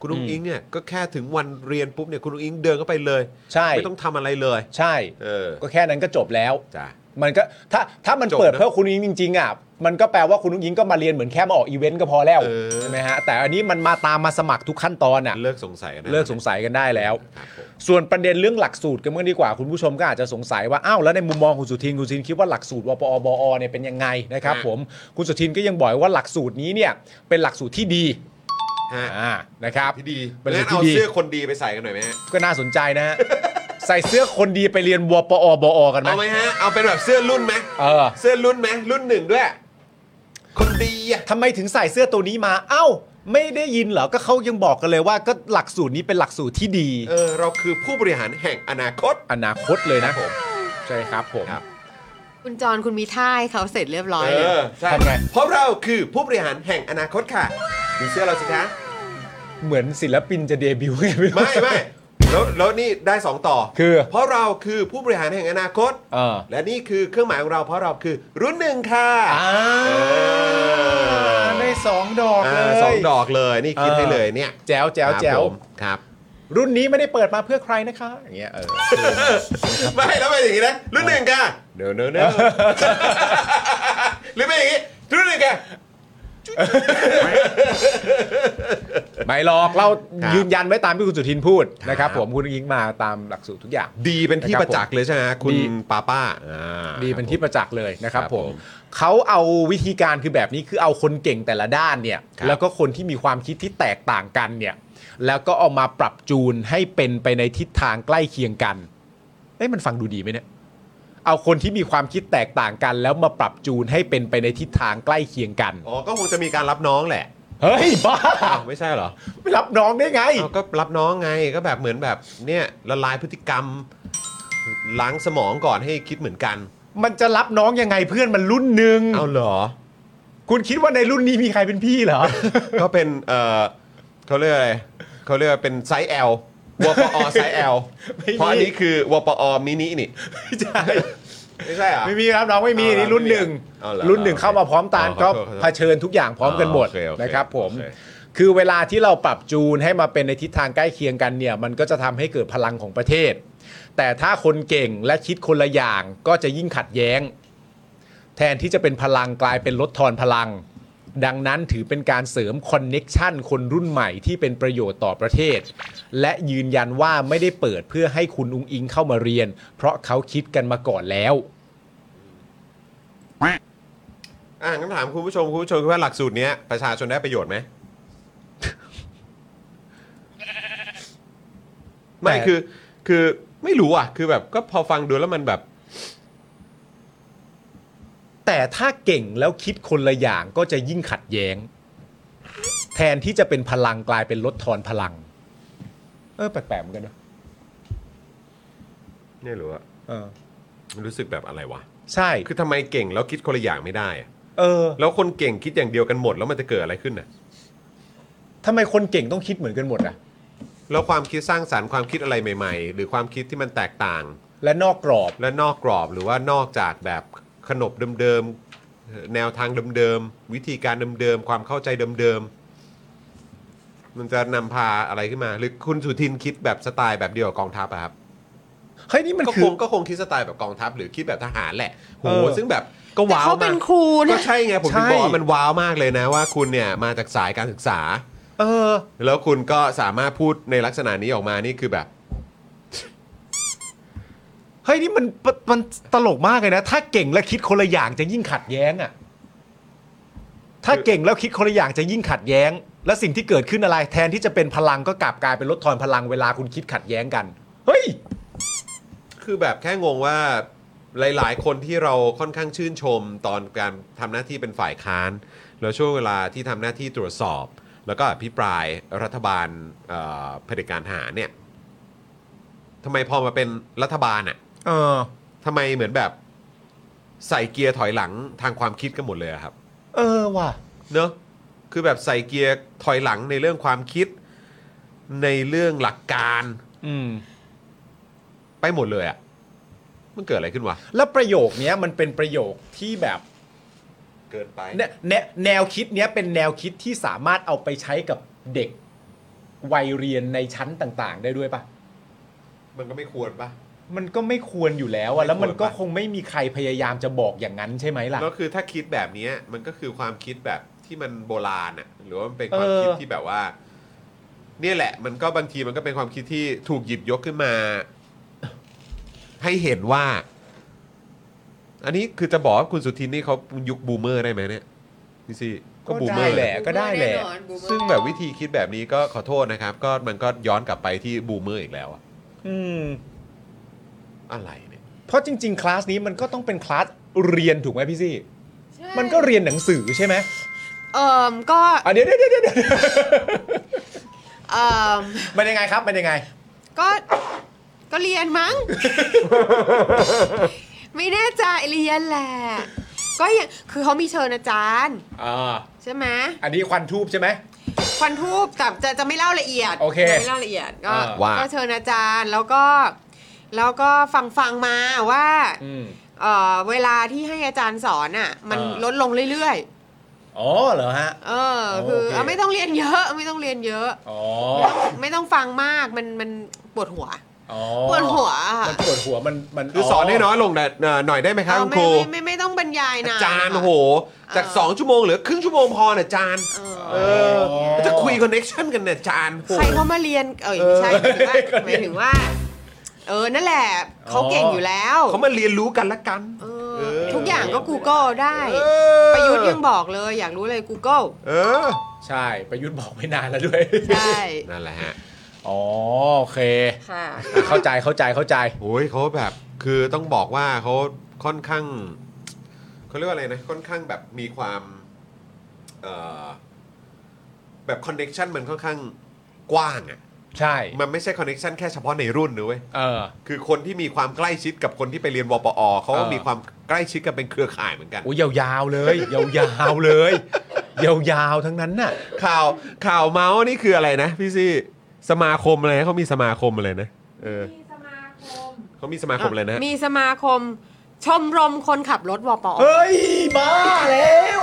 A: คุณอุ้งอิงเนี่ยก็แค่ถึงวันเรียนปุ๊บเนี่ยคุณอุ้งอิงเดินเข้าไปเลย
C: ใช่
A: ไม่ต้องทำอะไรเลย
C: ใช่
A: เออ
C: ก็แค่นั้นก็จบแล้ว
A: จ้ะ
C: มันก็ถ้าถ้ามัน
A: จบ
C: เปิด
A: นะ
C: เพื่อคุณอุ้งอิงจริงๆอ่ะมันก็แปลว่าคุณอุ้งอิงก็มาเรียนเหมือนแค่มาออกอีเวนต์ก็พอแล้ว
A: เออ
C: ใช่ไหมฮะแต่อันนี้มันมาตามมาสมัครทุกขั้นตอนอ่ะ
A: เลิกสงสัยนะ
C: เลิกสงสัยกันได้แล้ว
A: ครับผม
C: ส่วนประเด็นเรื่องหลักสูตรกันบ้างดีกว่าคุณผู้ชมก็อาจจะสงสัยว่าอ้าวแล้วในมุมมองคุณสุทินคุณสุทินคิดว่าหลักสูตรวปอบอเนี่ยเป็นยังไงนะครับผมคุณสุทินก็ยังบอกว่าหลักสูตรนี้เนี่ยเป็นหลักสูตรที่ดี
A: ฮะ
C: อ่านะครับ
A: พี่ดี
C: เป็นหลั
A: งั้
C: ก
A: น
C: สูตร
A: เอา
C: ที่ดี
A: เสื้อคนดีไปใส่กันหน่อยไหมฮะ
C: ก็น่าสนใจนะฮะ ใส่เสื้อคนดีไปเรียนวปอบอกันไหม
A: เอาไหมฮะเอาเป็นแบบเสื้อรุ่นไหม
C: เออ
A: เสื้อรุ่นไหมรุ่นหนึ่งด้วย คนดีอ่ะ
C: ทำไมถึงใส่เสื้อตัวนี้มาเอ้า ไม่ได้ยินเหรอก็เขายังบอกกันเลยว่าก็หลักสูตรนี้เป็นหลักสูตรที่ดี
A: เออเราคือผู้บริหารแห่งอนาคต
C: อนาคตเลยนะผมใช่ครับผม
A: ครับ
H: คุณจรคุณมีท่าให้เขาเสร็จเรียบร้อย
A: เอ
H: เลย
A: อใช่
C: ทำไง
A: เพราะเราคือผู้บริหารแห่งอนาคตค่ะดูเสื้อเราสิคะ
C: เหมือนศิลปินจะเดบิวต์ไงรู้
A: ไม่ไม่แล้วแล้วนี่ได้ 2 ต่อ
C: คือ
A: เพราะเราคือผู้บริหารแห่งอนาคต
C: เออ
A: และนี่คือเครื่องหมายของเราเพราะเราคือรุ่นหนึ่งค่ะ
C: อ่า
A: เออ
C: ได้สองดอก
A: อ่า
C: เลย
A: สองดอกเลยนี่คิดให้เลยเนี่ย
C: แจ๋วแจ๋วแจ๋
A: ครับ
C: ว
A: ผมครับ
C: รุ่นนี้ไม่ได้เปิดมาเพื่อใครนะคะ อย่างเงี้ยเออ
A: ไม่แล้วเป็นอย่างนี้นะรุ่นหนึ่งค่ะเดี๋ยวเนอะเนอะหรือเป็นอย่างนี้รุ่นหนึ่งค่ะ
C: ไม่หรอกเรา
A: ครับ
C: ยืนยันไว้ตามที่คุณสุทินพูดนะครับผมคุณยิงมาตามหลักสูตรทุกอย่าง
A: ดีเป็นที่
C: นะครับ
A: ประจักษ์เลยใช่ไหมฮะคุณ
C: ดี
A: ป้าป้าอ่า
C: ดีเป็นที่ประจักษ์เลยนะครับ
A: ครับ
C: ผ
A: ผม
C: มเขาเอาวิธีการคือแบบนี้คือเอาคนเก่งแต่ละด้านเนี่ย
A: ครับ
C: แล้วก็คนที่มีความคิดที่แตกต่างกันเนี่ยแล้วก็เอามาปรับจูนให้เป็นไปในทิศทางใกล้เคียงกันเอ้ยมันฟังดูดีไหมเนี่ยเอาคนที่มีความคิดแตกต่างกัน แล้วมาปรับจูนให้เป็นไปในทิศทางใกล้เคียงกัน
A: อ๋อก็คงจะมีการรับน้องแหละ
C: เฮ้ยบ้า
A: อ้าวไม่ใช่เหรอ
C: ไม่รับน้องได้ไง
A: อ้าวก็รับน้องไงก็แบบเหมือนแบบเนี่ยละลายพฤติกรรมล้างสมองก่อนให้คิดเหมือนกัน
C: มันจะรับน้องยังไงเพื่อนมันรุ่นหนึ่ง
A: เอาเหรอ
C: คุณคิดว่าในรุ่นนี้มีใครเป็นพี่ เหรอ
A: ก็เป็นเออเขาเรียกอะไรเขาเรียกว่าเป็นไซส์ L วปอไซส์ L
C: ไม่มี
A: เพราะอันนี้คือวปอมินินี่
C: ไม่ใช่
A: ไม่ใช่เหรอ
C: ไม่มีครับน้องไม่มี
A: เอาล่ะ
C: นี่รุ่นหนึ่ง
A: เอาล่ะ
C: รุ่นหนึ่งเข้ามาพร้อมตาล
A: อ๋อ
C: ก็
A: ขอโทษขอโทษ
C: เผชิญทุกอย่างพร้อมกันหมด
A: อ๋อโอเคโอเค
C: นะครับผม
A: โอเค
C: คือเวลาที่เราปรับจูนให้มาเป็นในทิศทางใกล้เคียงกันเนี่ยมันก็จะทำให้เกิดพลังของประเทศ แต่ถ้าคนเก่งและคิดคนละอย่างก็จะยิ่งขัดแย้ง แทนที่จะเป็นพลังกลายเป็นลดทอนพลัง ดังนั้นถือเป็นการเสริมคอนเน็กชันคนรุ่นใหม่ที่เป็นประโยชน์ต่อประเทศ และยืนยันว่าไม่ได้เปิดเพื่อให้คุณอุงอิงเข้ามาเรียน เพราะเขาคิดกันมาก่อนแล้ว
A: อ่ะงั้นถามคุณผู้ชมคุณผู้ชมคิดว่าหลักสูตรเนี้ยประชาชนได้ประโยชน์ไหม ไม่
C: แต่
A: คือคือไม่รู้อ่ะ คือแบบก็พอฟังดูแล้วมันแบบ
C: แต่ถ้าเก่งแล้วคิดคนละอย่างก็จะยิ่งขัดแย้ง แทนที่จะเป็นพลังกลายเป็นลดทอนพลัง เออแปลกๆเหมือนกันเนอะ
A: ไม่รู้อ่ะ
C: เออ
A: รู้สึกแบบอะไรวะ
C: ใช่
A: คือทำไมเก่งแล้วคิดคนละอย่างไม่ได้อะ
C: เออ
A: แล้วคนเก่งคิดอย่างเดียวกันหมด แล้วมันจะเกิดอะไรขึ้นน่ะ
C: ทำไมคนเก่งต้องคิดเหมือนกันหมดอะ
A: แล้วความคิดสร้างสารรค์ความคิดอะไรใหม่ ๆ หรือความคิดที่มันแตกต่าง
C: และนอกกรอบ
A: และนอกกรอบหรือว่านอกจากแบบขนบเดิมๆแนวทางเดิมๆวิธีการเดิมๆความเข้าใจเดิมๆมันจะนำพาอะไรขึ้นมา หรือคุณสุทินคิดแบบสไตล์แบบเดียวกับกองทัพอะครับ
C: เฮ้ยนี่มัน
A: ก็
C: คื
A: ค
C: อ
A: งก็คงคิดสไตล์แบบกองทัพ หรือคิดแบบทหารแหละโห
C: เออ
A: ซึ่งแบบก็
H: แต่
A: ว้าว
H: เขา
A: มา
H: เป็น
A: ก
H: ครู
A: ก็
H: นะ
A: ใช่ไงผมถึง
C: ใช่
A: บอกว่ามันว้าวมากเลยนะว่าคุณเนี่ยมาจากสายการศึกษา
C: เออ
A: แล้วคุณก็สามารถพูดในลักษณะนี้ออกมานี่คือแบบ
C: เฮ้ยนี่มันมันตลกมากเลยนะ ถ้าเก่งและคิดคนละอย่างจะยิ่งขัดแย้งอะถ้าเก่งแล้วคิดคนละอย่างจะยิ่งขัดแย้ง และสิ่งที่เกิดขึ้นอะไร แทนที่จะเป็นพลังก็กลับกลายเป็นลดทอนพลังเวลาคุณคิดขัดแย้งกัน เฮ้ย
A: คือแบบแค่งงว่าหลาย ๆ คนที่เราค่อนข้างชื่นชมตอนการทำหน้าที่เป็นฝ่ายค้าน แล้วช่วงเวลาที่ทำหน้าที่ตรวจสอบ แล้วก็อภิปรายรัฐบาลเอ่อเผด็จการทหารเนี่ยทำไมพอมาเป็นรัฐบาลอะ
C: เออ
A: ทำไมเหมือนแบบใส่เกียร์ถอยหลังทางความคิดกันหมดเลยอะครับ
C: เออว่ะ
A: เนอะคือแบบใส่เกียร์ถอยหลังในเรื่องความคิด ในเรื่องหลักการ
C: อืม
A: ไปหมดเลยอะมันเกิดอะไรขึ้นวะ
C: แล้วประโยคเนี้ยมันเป็นประโยคที่แบบ
A: เกินไป
C: เนี่ยแนแนวคิดเนี้ยเป็นแนวคิดที่สามารถเอาไปใช้กับเด็กวัยเรียนในชั้นต่าง ๆ ได้ด้วยปะ
A: มันก็ไม่ควรปะ
C: มันก็ไม่ควรอยู่แล้วอะแล้วมันก็
A: ไม่ควรปะ
C: คงไม่มีใครพยายามจะบอกอย่างนั้นใช่ไหมล่ะ
A: แล้วคือถ้าคิดแบบเนี้ยมันก็คือความคิดแบบที่มันโบราณอะหรือว่ามันเป็นความ
C: เออ
A: คิดที่แบบว่า เนี่ยแหละ มันก็บางทีมันก็เป็นความคิดที่ถูกหยิบยกขึ้นมา ให้เห็นว่า อันนี้คือจะบอกว่าคุณสุทินนี่เขายุคบูมเมอร์ได้ไหมเนี่ยพี่ซี่ก็บูมเมอ
C: ได้
A: ร์
C: แหละก็ได้แหละ
E: น่นอนบูมเมอร์
A: ซึ่งแบบวิธีคิดแบบนี้ก็ขอโทษนะครับ ก็มันก็ย้อนกลับไปที่บูมเมอร์อีกแล้วอะ
C: อืม
A: อะไรเนี่ย
C: เพราะจริง ๆ คลาสนี้มันก็ต้องเป็นคลาสเรียนถูกไหมพี่ซี่
E: ใช่
C: มันก็เรียนหนังสือใช่ไหม
H: เอ่มก็
C: อ่ะเดี๋ยวเดี๋ยวเดี๋ยวเดี๋ยว
H: เอ่ม
C: มันยังไงครับ มันยังไง
H: ก็ก็เรียน มั้ง ไม่แน่ใจเรียนแหละก็ยังคือเขามีเชิญอาจารย์
C: อ่า
H: ใช่ไหม
C: อันนี้ควันทูบใช่ไหม
H: ควันทูบแต่จะจะไม่เล่าละเอียด
C: โอเค
H: จะไม่เล่าละเอียดก็
C: อ่า
A: ว่า
H: ก็เชิญอาจารย์แล้วก็แล้วก็ฟังฟังมาว่า
C: อืม
H: เอ่อเวลาที่ให้อาจารย์สอนอ่ะ มัน
C: อ่า
H: ลดลงเรื่อย
C: อ๋อเหรอฮะ
H: เออ
C: โอเค
H: คือเอาไม่ต้องเรียนเยอะไม่ต้องเรียนเยอะ
C: อ๋อ
H: ไม่ต้องฟังมากมันมันปวดหัว
C: อ๋อ
H: ปวดหัวอะ
C: มันปวดหัวมันมัน
A: คือสอนให้น้อยลงหน่อยเอ่อหน่อยได้ไหมครับ
H: เออ
A: คุณค
H: ไม่
A: รู
H: ไม่ไม่ไม่ต้องบรรยาย
A: อา
H: นะ
A: จารย์โอ้โห จาก
H: เออ
A: 2 ชั่วโมงเหลือครึ่งชั่วโมงพอนะอาจารย์
H: เออ
A: เออจะคุยคอนเน็กชันกันเนี่ยอาจารย์โอ้
H: ใครเขามาเรียนเออไม่ใช่หมายถึงว่าหมายถึงว่า เออนั่นแหละเขาเก่งอยู่แล้ว
A: เขามาเรียนรู้กันละกัน
H: เออ
A: เออ
H: ทุกอย่างก็ Google ได้
A: เออ
H: ประยุทธ์ยังบอกเลย อยากรู้เลย Google
A: เออ
C: ใช่ประยุทธ์บอกไม่นานแล้วด้วย
H: ได้
A: นั่นแหละฮะ
C: อ๋อโอเค
H: ค่ะ
C: เข้าใจเข้าใจเข้าใจ
A: โอ้ยเขาแบบคือต้องบอกว่าเขาค่อนข้างเขาเรียกว่าอะไรนะค่อนข้างแบบมีความเอ่อแบบคอนเน็ชันมันค่อนข้างกว้างอะ่ะ
C: ใช่
A: มันไม่ใช่คอนเน็ชันแค่เฉพาะในรุ่นนะเว้ย
C: เออ
A: คือคนที่มีความใกล้ชิดกับคนที่ไปเรียนวปอเขาก็
C: เออ
A: มีความใกล้ชิดกันเป็นเครือข่ายเหมือนกัน
C: โอ้ยยาวๆเลยยาวๆเลยยาวๆทั้งนั้นน่ะ
A: ข่าวข่าวเมาส์นี่คืออะไรนะพี่ซี่สมาคมอะไรนะเขามีสมาคมอะไรนะเออ
E: มีสมาคม
A: เขามีสมาคมอะไรนะ
H: มีสมาคมชมรมคนขับรถวปอ
C: เฮ้ยบ้าแล้ว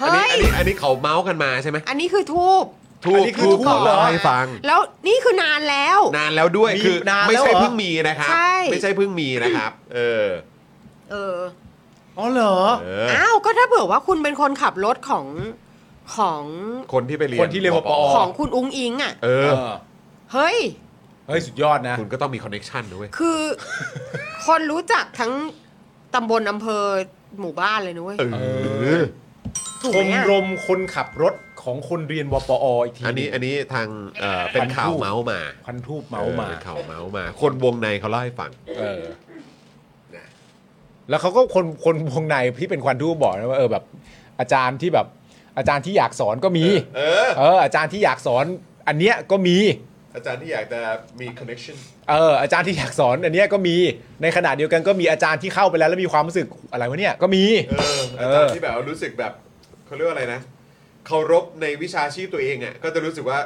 A: อันนี้
H: เฮ้ย
A: อันนี้อันนี้เขาเมาส์กันมาใช่ไหม
H: อันนี้คือทูบ
A: ถู
C: อั
A: ก
C: นนี้คือ
A: ถูก
C: ทูต
A: ขอ
C: เหรอ
A: เล่าให้ฟัง
H: แล้วนี่คือนานแล้ว
A: นานแล้วด้วย
C: มี
A: คือน
C: าน
A: ไม่
C: แล้ว
A: ใช่
C: เหรอ
A: เพิ่งมีนะครับ
H: ใช่
A: ไม่ใช่เพิ่งมีนะครับ เออ
H: เออ
C: อ๋อเหรอ
A: เออ
H: อ้าวก็ถ้าเผื่อว่าคุณเป็นคนขับรถของของ
A: คนที่ไปเรียน
C: คนที่เรียนวปอ
H: ของคุณอุ้งอิงอ่ะ
A: เอ
C: เอ
A: อ
C: อ
H: เฮ้ย
C: เฮ้ยสุดยอดนะ
A: คุณก็ต้องมีคอนเน็ชันด้วย
H: คือ คนรู้จักทั้งตำบลอำเภอหมู่บ้านเลยนุ้ย
A: เออ
H: ถูก
C: ช
H: ไหม
C: ม
H: อะ
C: รมคนขับรถของคนเรียนวปออีกที
A: อันนี้อันนี้ทางเอ่อเป็นข่าวเมาส์มา
C: พันทูปเมาส์มา
A: ออป็นข่าวเมาส์มา คนวงในเขาเล่าให้ฟัง
C: เออแล้วเขาก็คนคนวงในที่เป็นควันทูปบอกนะว่าเออแบบ อาจารย์ที่แบบ อาจารย์ที่อยากสอนก็มี
A: เออ
C: เอออาจารย์ที่อยากสอนอันเนี้ยก็มี
A: อาจารย์ที่อยากจะมีคอนเน็ชัน
C: เอออาจารย์ที่อยากสอนอันเนี้ยก็มีในขณะเดียวกันก็มีอาจารย์ที่เข้าไปแล้วแล้วมีความรู้สึกอะไรวะเนี่ยก็มี
A: เอออาจารย์ที่แบบรู้สึกแบบเขาเรียกว่าอะไรนะเคารพในวิชาชีพตัวเองอ่ะก็จะรู้สึกว่า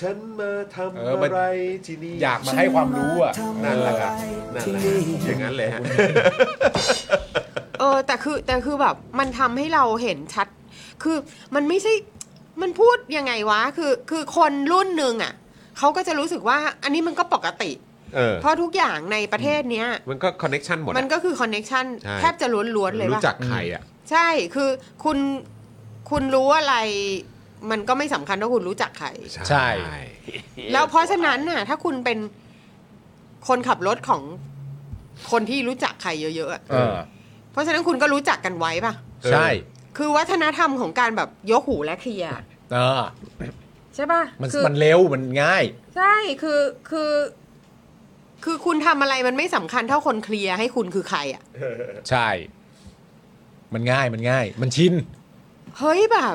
A: ฉันมาทำ
C: เออมัน
A: อะไรที่นี่
C: อยากมาให้ความรู้อ่ะ
A: นั่นแหละครับนั่นแหละครับอย่างนั้นเลยฮะ
H: เออ แต่คือแต่คือแบบมันทำให้เราเห็นชัด คือมันไม่ใช่มันพูดยังไงวะ คือคือคนรุ่นหนึ่งอ่ะเขาก็จะรู้สึกว่า อันนี้มันก็ปกติ
A: เออ
H: เพราะทุกอย่างในประเทศเนี้ย
A: มันก็คอนเน็ชันหมดอะ
H: มันก็คือคอนเน็ชัน
A: ใช่
H: แทบจะล้วนๆเลย
A: รู้
H: ป่ะ
A: จักใครอ่ะ
H: ใช่ คือคุณคุณรู้อะไร มันก็ไม่สำคัญว่าคุณรู้จักใคร
C: ใช่
H: แล้วเพราะฉะนั้นน่ะ ถ้าคุณเป็นคนขับรถของคนที่รู้จักใครเยอะๆอะ
C: เออ
H: เพราะฉะนั้นคุณก็รู้จักกันไว้ป่ะ
C: ใช่
H: คือวัฒนธรรมของการแบบยกหูและเคลียร์
C: เออ
H: ใช่ป่ะ
C: มัน
H: คือ
C: มันเร็วมันง่าย
H: ใช่คือคือ คือคุณทำอะไรมันไม่สำคัญเท่าคนเคลียร์ให้คุณคือใครอ่ะ
C: ใช่ มันง่ายมันง่าย มันชิน
H: เฮ้ยแบบ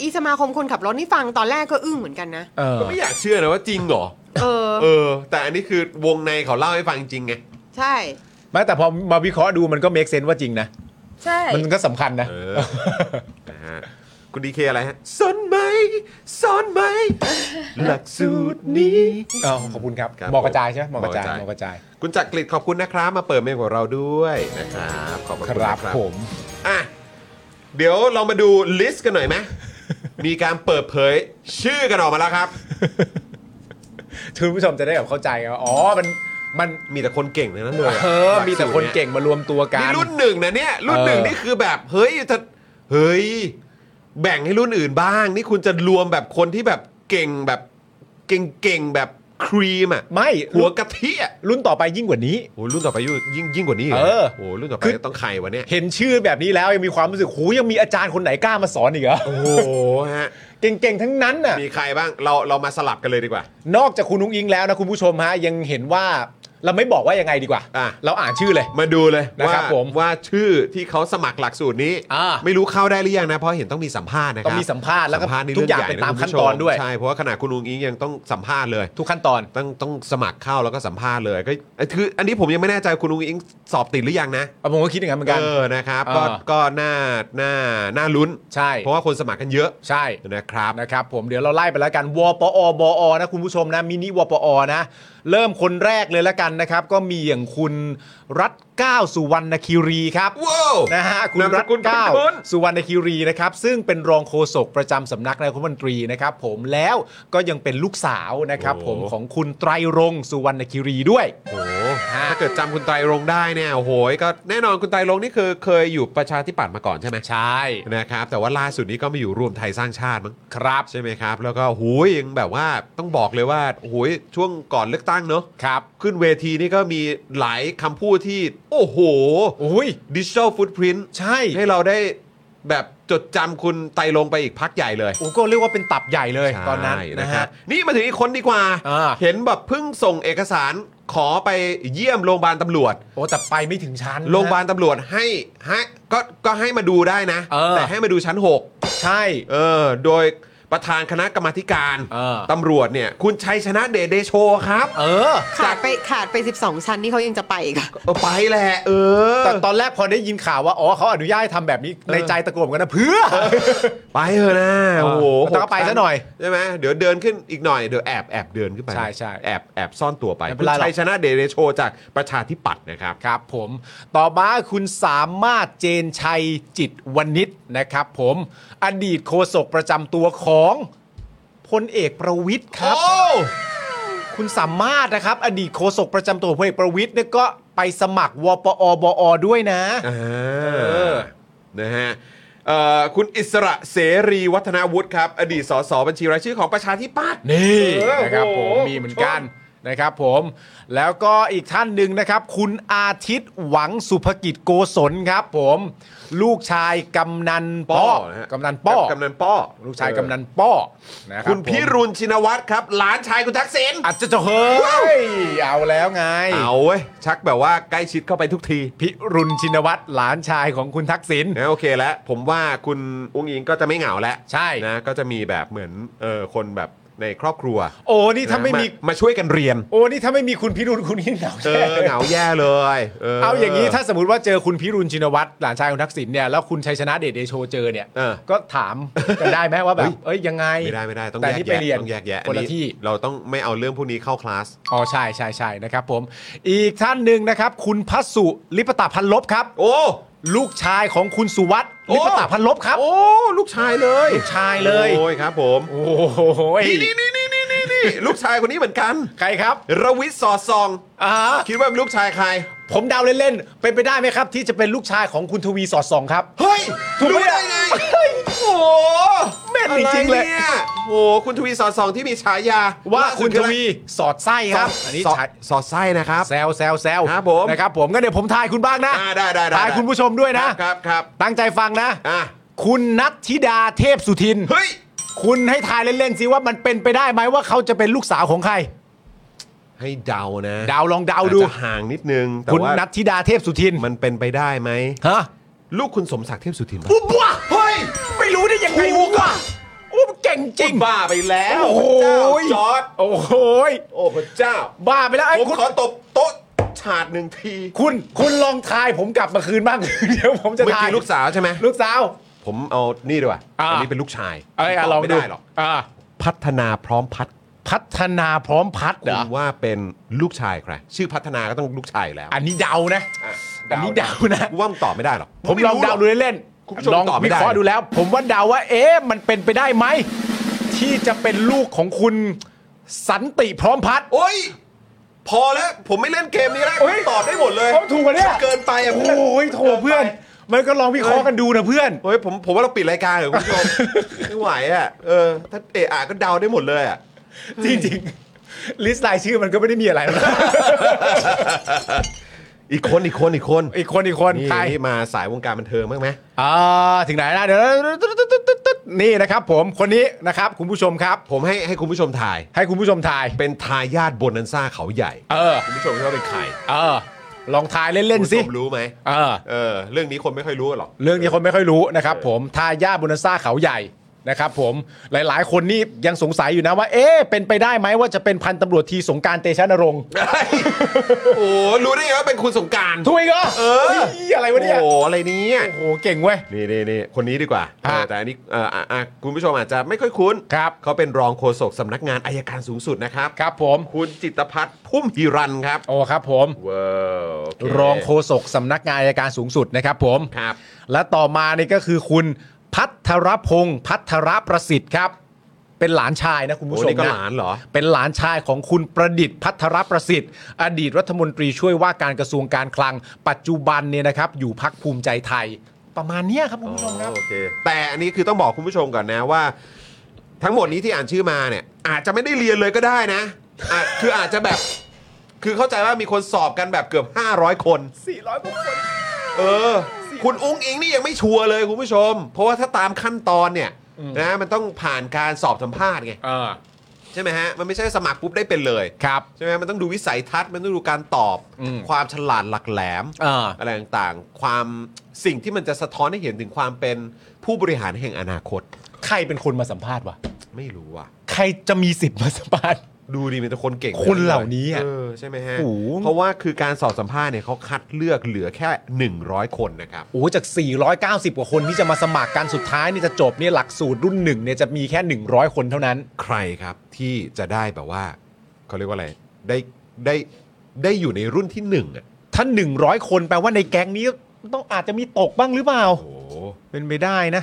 H: อีสมาคมคนขับรถนี่ฟังตอนแรกก็อึ้งเหมือนกันนะ
C: เออ
A: ก็ไม่อยากเชื่อนะว่าจริงเหรอ
H: เออ
A: เออ แต่อันนี้คือวงในเขาเล่าให้ฟังจริงไง
H: ใช่
C: ไม่แต่พอมาวิเคราะห์ดูมันก็เมคเซนส์ว่าจริงนะ
H: ใช่
C: มันก็สำคัญนะ
A: เออ นะฮะ คุณดีเคอะไรฮะสอนไหมสอนไหม หลักสูตรนี้
C: เออขอบคุณครับ
A: ครับ
C: หมอกระจายใช่ไหมหมอกระจาย
A: หมอกระจาย
C: หมอกระจาย
A: คุณจักรกลิดขอบคุณนะครับ มาเปิดเมลของเราด้วยนะครับ ขอบพะ
C: ค
A: คุณ
C: รั
A: นะ
C: บ
A: ครับ
C: ผม
A: อ่ะ เดี๋ยวเรามาดูลิสต์กันหน่อยไหม มีการเปิดเผยชื่อกันออกมาแล้วครับ
C: คุณผู้ชมจะได้แบบเข้าใจว่าอ๋อมันมัน
A: มีแต่คนเก่งทั้งนั้นเลยะ
C: เออมีแต่คนเก่งมารวมตัวกัน
A: นี่รุ่นหนึ่งนะเนี่ย รุ่นหนึ่ง
C: เออ
A: นี่คือแบบ เฮ้ยถ้าเฮ้ย แบ่งให้รุ่นอื่นบ้าง นี่คุณจะรวมแบบคนที่แบบเก่งแบบเก่งเก่งๆแบบครีมอ่ะ
C: ไม่
A: หัว
C: รุ่น
A: กะทิอ่ะ
C: รุ่นต่อไปยิ่งกว่านี้
A: โอ้รุ่นต่อไปยิ่งยิ่งยิ่งกว่านี้กหร
C: เออ
A: โอ้รุ่นต่อไป
C: คือ
A: ต้องใครวะเนี่ย
C: เห็นชื่อแบบนี้แล้วยังมีความรู้สึกหูยังมีอาจารย์คนไหนกล้ามาสอนอีกเหรอ
A: โอ้โหฮะ
C: เก่งๆทั้งนั้นน่ะ
A: มีใครบ้างเราเรามาสลับกันเลยดีกว่า
C: นอกจากคุณนุ้งอิงแล้วนะคุณผู้ชมฮะยังเห็นว่าเราไม่บอกว่ายังไงดีกว่า
A: อ่ะ
C: เราอ่านชื่อเลย
A: มาดูเลย
C: นะครับ
A: ว่า
C: ผม
A: ว่าชื่อที่เขาสมัครหลักสูตรนี้
C: อ่า
A: ไม่รู้เข้าได้หรือยังนะ เพราะเห็นต้องมีสัมภาษณ์นะครับ
C: ต้องมีสัมภาษณ์แล้วก็
A: สัมภาษณ์นี่
C: ทุก
A: เรื่
C: อย่าง
A: ใหญ่
C: เป็นตาม
A: ะคุณ
C: ขั้น
A: ผู้ช
C: ตอนด้วย
A: ใช่เพราะว่าขนาดคุณลุงอิงยังต้องสัมภาษณ์เลย
C: ทุกขั้นตอน
A: ต้องต้องสมัครเข้าแล้วก็สัมภาษณ์เลยก็คืออันนี้ผมยังไม่แน่ใจคุณลุงอิงสอบติดหรือยังนะ
C: ผมก็คิดอย่างนั้นเหมือนกัน
A: เออนะครับก็
C: เออ
A: ก็น่าน่าน่าลุ้น
C: ใช่
A: เพราะว่าคนสมัครกันเยอะ
C: ใช่
A: นะครับ
C: นะครับผมเดี๋ยวเราไล่ไปแล้วกันวปอบอนะคุณผู้ชมนะมินิวปอนะ เริ่มคนแรกเลยละกันนะครับ ก็มีอย่างคุณรัฐเก้าวสุวรรณคีรีครับ
A: ว้าว
C: นะฮะคุณ
A: นามส
C: รัฐ
A: กุล
C: เก้า
A: คุณ
C: สุวรรณคีรีนะครับ ซึ่งเป็นรองโฆษกประจำสำนักนายกรัฐมนตรีนะครับ ผมแล้วก็ยังเป็นลูกสาวนะครับผมของคุณไตรรงค์สุวรรณคีรีด้วย
A: โอ้โหถ้าเกิดจำคุณไตรรงค์ได้เนี่ยโอ้โหก็แน่นอนคุณไตรรงค์นี่คือเคยอยู่ประชาธิปัตย์มาก่อนใช่ไหม
C: ใช่
A: นะครับ แต่ว่าล่าสุดนี้ก็มาอยู่รวมไทยสร้างชาติมั้ง
C: ครับ
A: ใช่ไหมครับ แล้วก็หูยยังแบบว่าต้องบอกเลยว่าหูยช่วงก่อนเลือกตั้งเนอะ
C: ครับ
A: ขึ้นเวทีนี่ก็มีหลายคำพูดที่ โอ้โห
C: โอ้ย
A: ดิจิทัลฟุตพิ้น
C: ใช่
A: ให้เราได้แบบจดจำคุณไตรรงค์ไปอีกพักใหญ่เลย
C: โอ้ก็เรียกว่าเป็นตับใหญ่เลยตอนนั้น
A: ใช่
C: นะ
A: ครั
C: ฮะ
A: บนี่มาถึงอีกคนดีกว่า
C: อ่า
A: เห็นแบบเพิ่งส่งเอกสารขอไปเยี่ยมโรงพยาบาลตำรวจ
C: โอ้แต่ไปไม่ถึงชั้นนะ
A: โรงพยาบาลตำรวจให้ให้ก็ก็ให้มาดูได้นะ
C: เออ
A: แต่ให้มาดูชั้น
C: ใช่
A: 6 เออ โดยประธานคณะกรรมาธิการ
C: เออ
A: ตำรวจเนี่ย คุณชัยชนะเดชเดโชครับ
C: เออ
H: ขาดไปขาดไป 12 ชั้นนี่เขายังจะไปอีกอะ
A: เออไปแหละ เออ
C: แต่ตอนแรกพอได้ยินข่าวว่าอ๋อเขาอนุญาตให้ทำแบบนี้ในใจตะโกนเหมือนกันนะเพื่อ
A: ไปเถอะนะโอ้โห
C: แต่ก็ไปซะหน่อย
A: ใช่ไหมเดี๋ยวเดินขึ้นอีกหน่อยเดี๋ยวแอบแอบเดินขึ้นไป
C: ใช่ใช่
A: แอบแอบซ่อนตัวไป
C: ไม่เป็
A: คุ
C: น
A: ณ
C: ไรหรอก
A: ชัยชนะเดชเดโชจากประชาธิปัตย์นะครับ
C: ครับผมต่อมาคุณสามารถเจนชัยจิตวณิชนะครับผมอดีตโฆษกประจำตัวของพลเอกประวิทย์ครับ คุณสามารถนะครับ อดีตโฆษกประจำตัวพลเอกประวิทย์เนี่ยก็ไปสมัครวปอบอด้วยนะ
A: อ่า
C: อ
A: นะฮะเอ่อคุณอิสระเสรีวัฒนาวุฒิครับ อดีตสสบัญชีรายชื่อของประชาธิปัตย์
C: นี่
A: เออ
C: นะครับ
A: โอ้
C: ผ
A: โห
C: มมีเหมือนกันนะครับผมแล้วก็อีกท่านหนึ่งนะครับ คุณอาทิตย์หวังสุภกิจโกศลครับผม ลูกชายกำนันป้อ
A: นะฮะ
C: กำนันป้อก
A: ำนันป้อ
C: ลูกชา
A: เออก
C: ยำนันป้อนะครับ
A: คุณ
C: ผม
A: พิรุณชินวัตรครับ หลานชายคุณทักษิณ
C: อาจจะจะเฮ้ย เอาแล้วไง
A: เอาเว้ย ชักแบบว่าใกล้ชิดเข้าไปทุกที
C: พิรุณชินวัตรหลานชายของคุณทักษิณ
A: นะโอเคแล้ว ผมว่าคุณอุ้งอิงก็จะไม่เหงาแล้ว
C: ใช่
A: นะก็จะมีแบบเหมือนเออคนแบบในครอบครัว
C: โอ้นี่ถ้าไม่มี
A: ามาช่วยกันเรียน
C: โอ้นี่ถ้าไม่มีคุณพิรุณคุณนี่เหงา
A: เอ
C: แน่
A: อเหงาแย่เลยเออ
C: เอาอย่างนี้ถ้าสมมติว่าเจอคุณพิรุณชินวัตรหลานชายคุณทักษิณเนี่ยแล้วคุณชัยชนะเดชเดโชเจอเนี่ย
A: เออ
C: ก็ถามกันได้ไหมว่าแบบ เอ้ยยังไง
A: ไม่ได้ไม่ได้ต้อง
C: แต่
A: แย
C: นี่
A: ก
C: ไป
A: แยะ
C: เรียน
A: ต้องแยกแยะ
C: คนละ
A: อั
C: ที่
A: เราต้องไม่เอาเรื่องพวกนี้เข้าคลาส
C: อ๋อใช่ใช่ใช่นะครับผมอีกท่านหนึ่งนะครับ คุณพัสสุลิปตาพันลบครับ
A: โอ้
C: ลูกชายของคุณสุวัต
A: โอ้
C: ลิปตาพันลบครับ
A: โอ้ลูกชายเลย
C: ลูกชายเลย
A: โอ้ยครับผม
C: โอ้โห
A: นี่นี่นี่นี่นี่นี่นี่ลูกชายคนนี้เหมือนกัน
C: ใครครับ
A: ระวิศสอดซอง
C: อ่า
A: คิดว่าเป็นลูกชายใคร
C: ผมเดาเล่นๆ เป็นไปได้ไหมครับ ที่จะเป็นลูกชายของคุณทวีสอดส่องครับ
A: เฮ้ย
C: ถูก
A: รู้
C: ไหม
A: ได้ไง
C: เฮ้ย
A: โอ้
C: แม่นจริงๆเลย
A: อะไนี่โอ้คุณทวีสอดซองที่มีฉายา
C: ว่าคุณท
A: ล่าสุดออะไร
C: วีสอดไส้ครับ
A: สอด
C: อันนี้
A: สอด
C: ฉาย
A: สอดไส้นะครับ
C: แซวแซวแซว
A: ครับผม
C: นะครับผมงั้นเดี๋ยวผมทายคุณบ้างนะ
A: อ่าได้ได้ได้
C: ทายคุณผู้ชมด้วยนะ
A: ครับครับ
C: ตั้งใจฟังนะ
A: อ่ะ
C: คุณนัทธิดาเทพสุทิน
A: เฮ้ย
C: คุณให้ทายเล่นๆสิว่ามันเป็นไปได้ไหมว่าเขาจะเป็นลูกสาวของใคร
A: ให้เดานะ
C: เดาลองเดา
A: จ
C: ดู
A: จะห่างนิดนึง แต่
C: คุณ
A: ว่า
C: นัทธิดาเทพสุทิน
A: มันเป็นไปได้ไหม
C: ฮะ
A: ลูกคุณสมศักดิ์เทพสุทินปะ
C: อุ๊บวะเฮ้ยไม่รู้ได้ยังไงวะอุ๊บเก่งจริง
A: บ้าไปแล้ว
C: โอ้โห
A: พระเจ้าจอร์ด
C: โอ้โหย
A: โอ้พระเจ้า
C: บ้าไปแล้วไอ้
A: ผม
C: คุณ
A: ขอตบโต๊ะฉาดหนึ่งที
C: คุณคุณลองทายผมกลับมาคืนบ้าง เดี๋ยวผมจะ
A: เมื่อ
C: ทาย
A: กี้ลูกสาวใช่ไหม
C: ลูกสาว
A: ผมเอานี่ดีกว่า
C: อ่า
A: อันนี้เป็นลูกชาย
C: เอ้ยอะ
A: ตบ
C: ลอง
A: ไม่
C: ดู
A: ได้หรอก
C: อ่า
A: พัฒนาพร้อมพัฒน์
C: พัฒนาพร้อมพัดเหรอ
A: คุณว่าเป็นลูกชายใครชื่อพัฒนาก็ต้องลูกชายอยู่แล้ว
C: อันนี้เดานะ
A: อ่ะ
C: อันนี้เดานะ
A: กูว่ามันตอบไม่ได้หรอก
C: ผมลองเดาดู
A: รู้หรก
C: เล่น
A: คุณผู้ชม
C: ลอง
A: ตอบไม่
C: วิ
A: ได้
C: เคราะห์ดูแล้ว ผมว่าเดาว่า เอ๊ะมันเป็นไปได้ไหม ที่จะเป็นลูกของคุณสันติพร้อมพัด
A: โอ๊ยพอแล้ว ผมไม่เล่นเกมนี้แล้ว
C: เฮ้ย
A: ตอบได้หมดเลย
C: ผมถูกกว่าเนี่ย
A: เกินไปอ่ะ
C: โอ
A: เพื่อน้
C: ยโถเพื่อน มันก็ลองวิเคราะห์กันดูนะเพื่อน
A: เฮ้ยผมผมว่าเราปิดรายการเหรอคุณผู้ชม ไม่ไหวอ่ะเออถ้าเอะอะก็เดาได้หมดเลยอ่ะ
C: จริงๆลิสต์รายชื่อมันก็ไม่ได้มีอะไรหรอกนะ
A: อีกคนอีกคนอีกคน
C: อีกคนอีกคน
A: นี่
C: ใคร
A: นี่มาสายวงการบันเทิงบ้างไหม
C: อ่าถึงไหนนะเดี๋ยวนะตึ๊ดตึ๊ดตึ๊ดตึ๊ดตึ๊ดนี่นะครับ ผมคนนี้นะครับ คุณผู้ชมครับ
A: ผมให้ให้คุณผู้ชมถ่าย
C: ให้คุณผู้ชมทาย
A: เป็นทายาทโบนันซ่าเขาใหญ่
C: เออ
A: คุณผู้ชมคิดว่าเป็นใคร
C: เออ ลองทายเล่น
A: คุณ
C: ๆ
A: ผู้
C: สิ
A: ชมรู้ไหม
C: เออ
A: เออ เรื่องนี้คนไม่ค่อยรู้หรอก
C: เรื่องนี้คนไม่ค่อยรู้นะครับผมทายาทบุนซ่าเขาใหญ่ นะครับผมหลายๆ คนนี่ยังสงสัยอยู่นะว่า เอ๊ะเป็นไปได้ไหมว่าจะเป็นพันตำรวจทีสงกรารเตชะนรงค์
A: โอ้รู้ได้ไงว่าเป็นคุณสงกราร
C: ถูกอีกเหรอ
A: เออ
C: ฮ้ยอะไรวะเนี่ย
A: โอ้อะไรเนี่ย
C: โอ้โหเก่งเว้ย
A: นี่นี่นี่คนนี้ดีกว่า
C: ฮะ
A: เออแต่อันนี้เอ่ออ่ะอ่ะคุณผู้ชมอาจจะไม่ค่อยคุ้น
C: ครับ
A: เขาเป็นรองโฆษกสำนักงานอายการสูงสุดนะครับ
C: ครับผม
A: คุณจิตรพัฒน์พุ่มฮิรันครับ
C: โอ้ครับผม
A: ว้าวโเค
C: รองโฆษกสำนักงานอัยการสูงสุดนะครับผม
A: ครับ
C: และต่อมานี่ก็คือคุณพัทรพงศ์พัทรประสิทธิ์ครับ เป็นหลานชายนะคุณผู้ช
A: โอ้
C: ม
A: นี่ก็
C: นะ
A: หลานเหรอ
C: เป็นหลานชายของคุณประดิษฐ์พัทรประสิทธิ์ อดีตรัฐมนตรีช่วยว่าการกระทรวงการคลัง ปัจจุบันเนี่ยนะครับ อยู่พักภูมิใจไทย ประมาณเนี้ยครับคุณผู้ชมครับ
A: โอเคแต่อันนี้คือต้องบอกคุณผู้ชมก่อนนะว่า ทั้งหมดนี้ที่อ่านชื่อมาเนี่ย อาจจะไม่ได้เรียนเลยก็ได้นะอ่ะคืออาจจะแบบ คือเข้าใจว่ามีคนสอบกันแบบเกือบ 500 คน
C: 400บุคคล
A: เออ คุณอุ้งอิงนี่ยังไม่ชัวร์เลยคุณผู้ชม เพราะว่าถ้าตามขั้นตอนเนี่ยนะมันต้องผ่านการสอบสัมภาษณ์ไงใช่ไหมฮะ มันไม่ใช่สมัครปุ๊บได้เป็นเลย
C: ครับ
A: ใช่ไหมมันต้องดูวิสัยทัศน์มันต้องดูการตอบ
C: อืม
A: ความฉลาดหลักแหลม
C: อ่า
A: ไรต่างๆ ความสิ่งที่มันจะสะท้อนให้เห็นถึงความเป็นผู้บริหารแห่งอนาคต
C: ใครเป็นคนมาสัมภาษณ์วะ
A: ไม่รู้อ่ะ
C: ใครจะมีสิทธิ์มาสัมภาษณ์
A: ดูดีเป็นแต่คนเก่ง
C: คนเหล่านี้อะ
A: เออใช่ไหมฮะ
C: โอ้โห
A: เพราะว่าคือการสอบสัมภาษณ์เนี่ยเขาคัดเลือกเหลือแค่ 100 คนนะครับ
C: โอ้จาก 490 กว่าคนที่จะมาสมัครกันสุดท้ายนี่จะจบเนี่ยหลักสูตรรุ่นหนึ่งเนี่ยจะมีแค่ 100 คนเท่านั้น
A: ใครครับที่จะได้แบบว่าเขาเรียกว่าอะไรได้ได้ได้อยู่ในรุ่นที่หนึ่งอ่ะ
C: ถ้า 100 คนแปลว่าในแก๊งนี้ต้องอาจจะมีตกบ้างหรือเปล่า
A: โอ้โห
C: เป็นไปได้นะ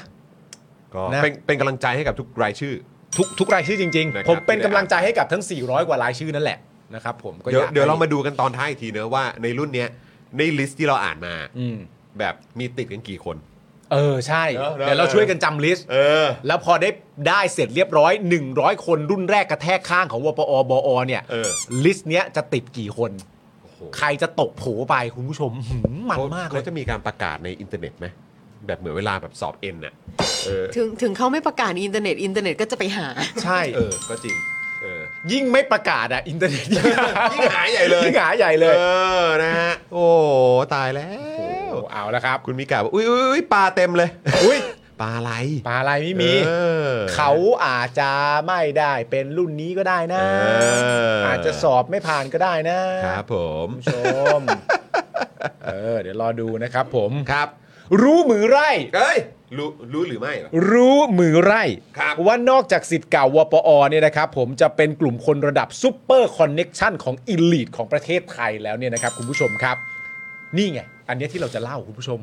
A: ก็
C: นะ
A: เป็นเป็นกำลังใจให้กับทุกรายชื่อ
C: ทุกทุกรายชื่อจริง
A: นะครับ
C: ๆ ผมเป็นกำลังใจให้กับทั้ง 400 กว่ารายชื่อนั่นแหละนะครับผมก็อ
A: เดี๋ยว
C: กให้
A: เดี๋ยวเรามาดูกันตอนท้ายอีกทีเนอะว่าในรุ่นเนี้ยในลิสต์ที่เราอ่านมา
C: อืม
A: แบบมีติดกันกี่คน
C: เออใช่
A: เนอะเนอะ
C: เดี๋ยวเราช่วยกันจำลิสต์
A: เออ
C: แล้วพอได้ได้เสร็จเรียบร้อย 100 คนรุ่นแรกกระแทกข้างของวปอบอเนี่ย
A: เออ
C: ลิสต์เนี้ยจะติดกี่คน ใครจะตกโผไปคุณผู้ชมหืมมันมากเลย
A: เขาจะมีการประกาศในอินเทอร์เน็ตไหมแบบเหมือนเวลาแบบสอบเอ็นน่ะเออ
H: ถึงถึงเขาไม่ประกาศในอินเทอร์เน็ตอินเทอร์เน็ตก็จะไปหา
C: ใช่
A: เออก็จริงเออ
C: ยิ่งไม่ประกาศอ่ะอินเทอร์เน็ตยิ่ง
A: ยิ่งหาใหญ่เลย
C: ยิ่งหาใหญ่เลย
A: เออนะฮะโอ้โหตายแล้ว
C: โอ้เอาแล้วครับ
A: คุณมิกาบอกอุ้ยอุ๊ยอุ้ยปลาเต็มเลย
C: อุ้ย
A: ปลาอะไร
C: ปลาอะไรไม่มี
A: เออ
C: เขาอาจจะไม่ได้เป็นรุ่นนี้ก็ได้นะ
A: เอออ
C: อาจจะสอบไม่ผ่านก็ได้นะครับ
A: ผม
C: คุณผู้ชม เออ เดี๋ยวรอดูนะครับผม
A: ครับ
C: รู้มือไร่
A: เอ้ยรู้รู้หรือไม่เหรอ
C: รู้มือไร่
A: ครับ
C: ว่านอกจากสิทธิ์เก่าวปอเนี่ยนะครับผมจะเป็นกลุ่มคนระดับซูเปอร์คอนเน็ชันของอิลีทของประเทศไทยแล้วเนี่ยนะครับคุณผู้ชมครับ นี่ไง อันเนี้ยที่เราจะเล่าคุณผู้ชม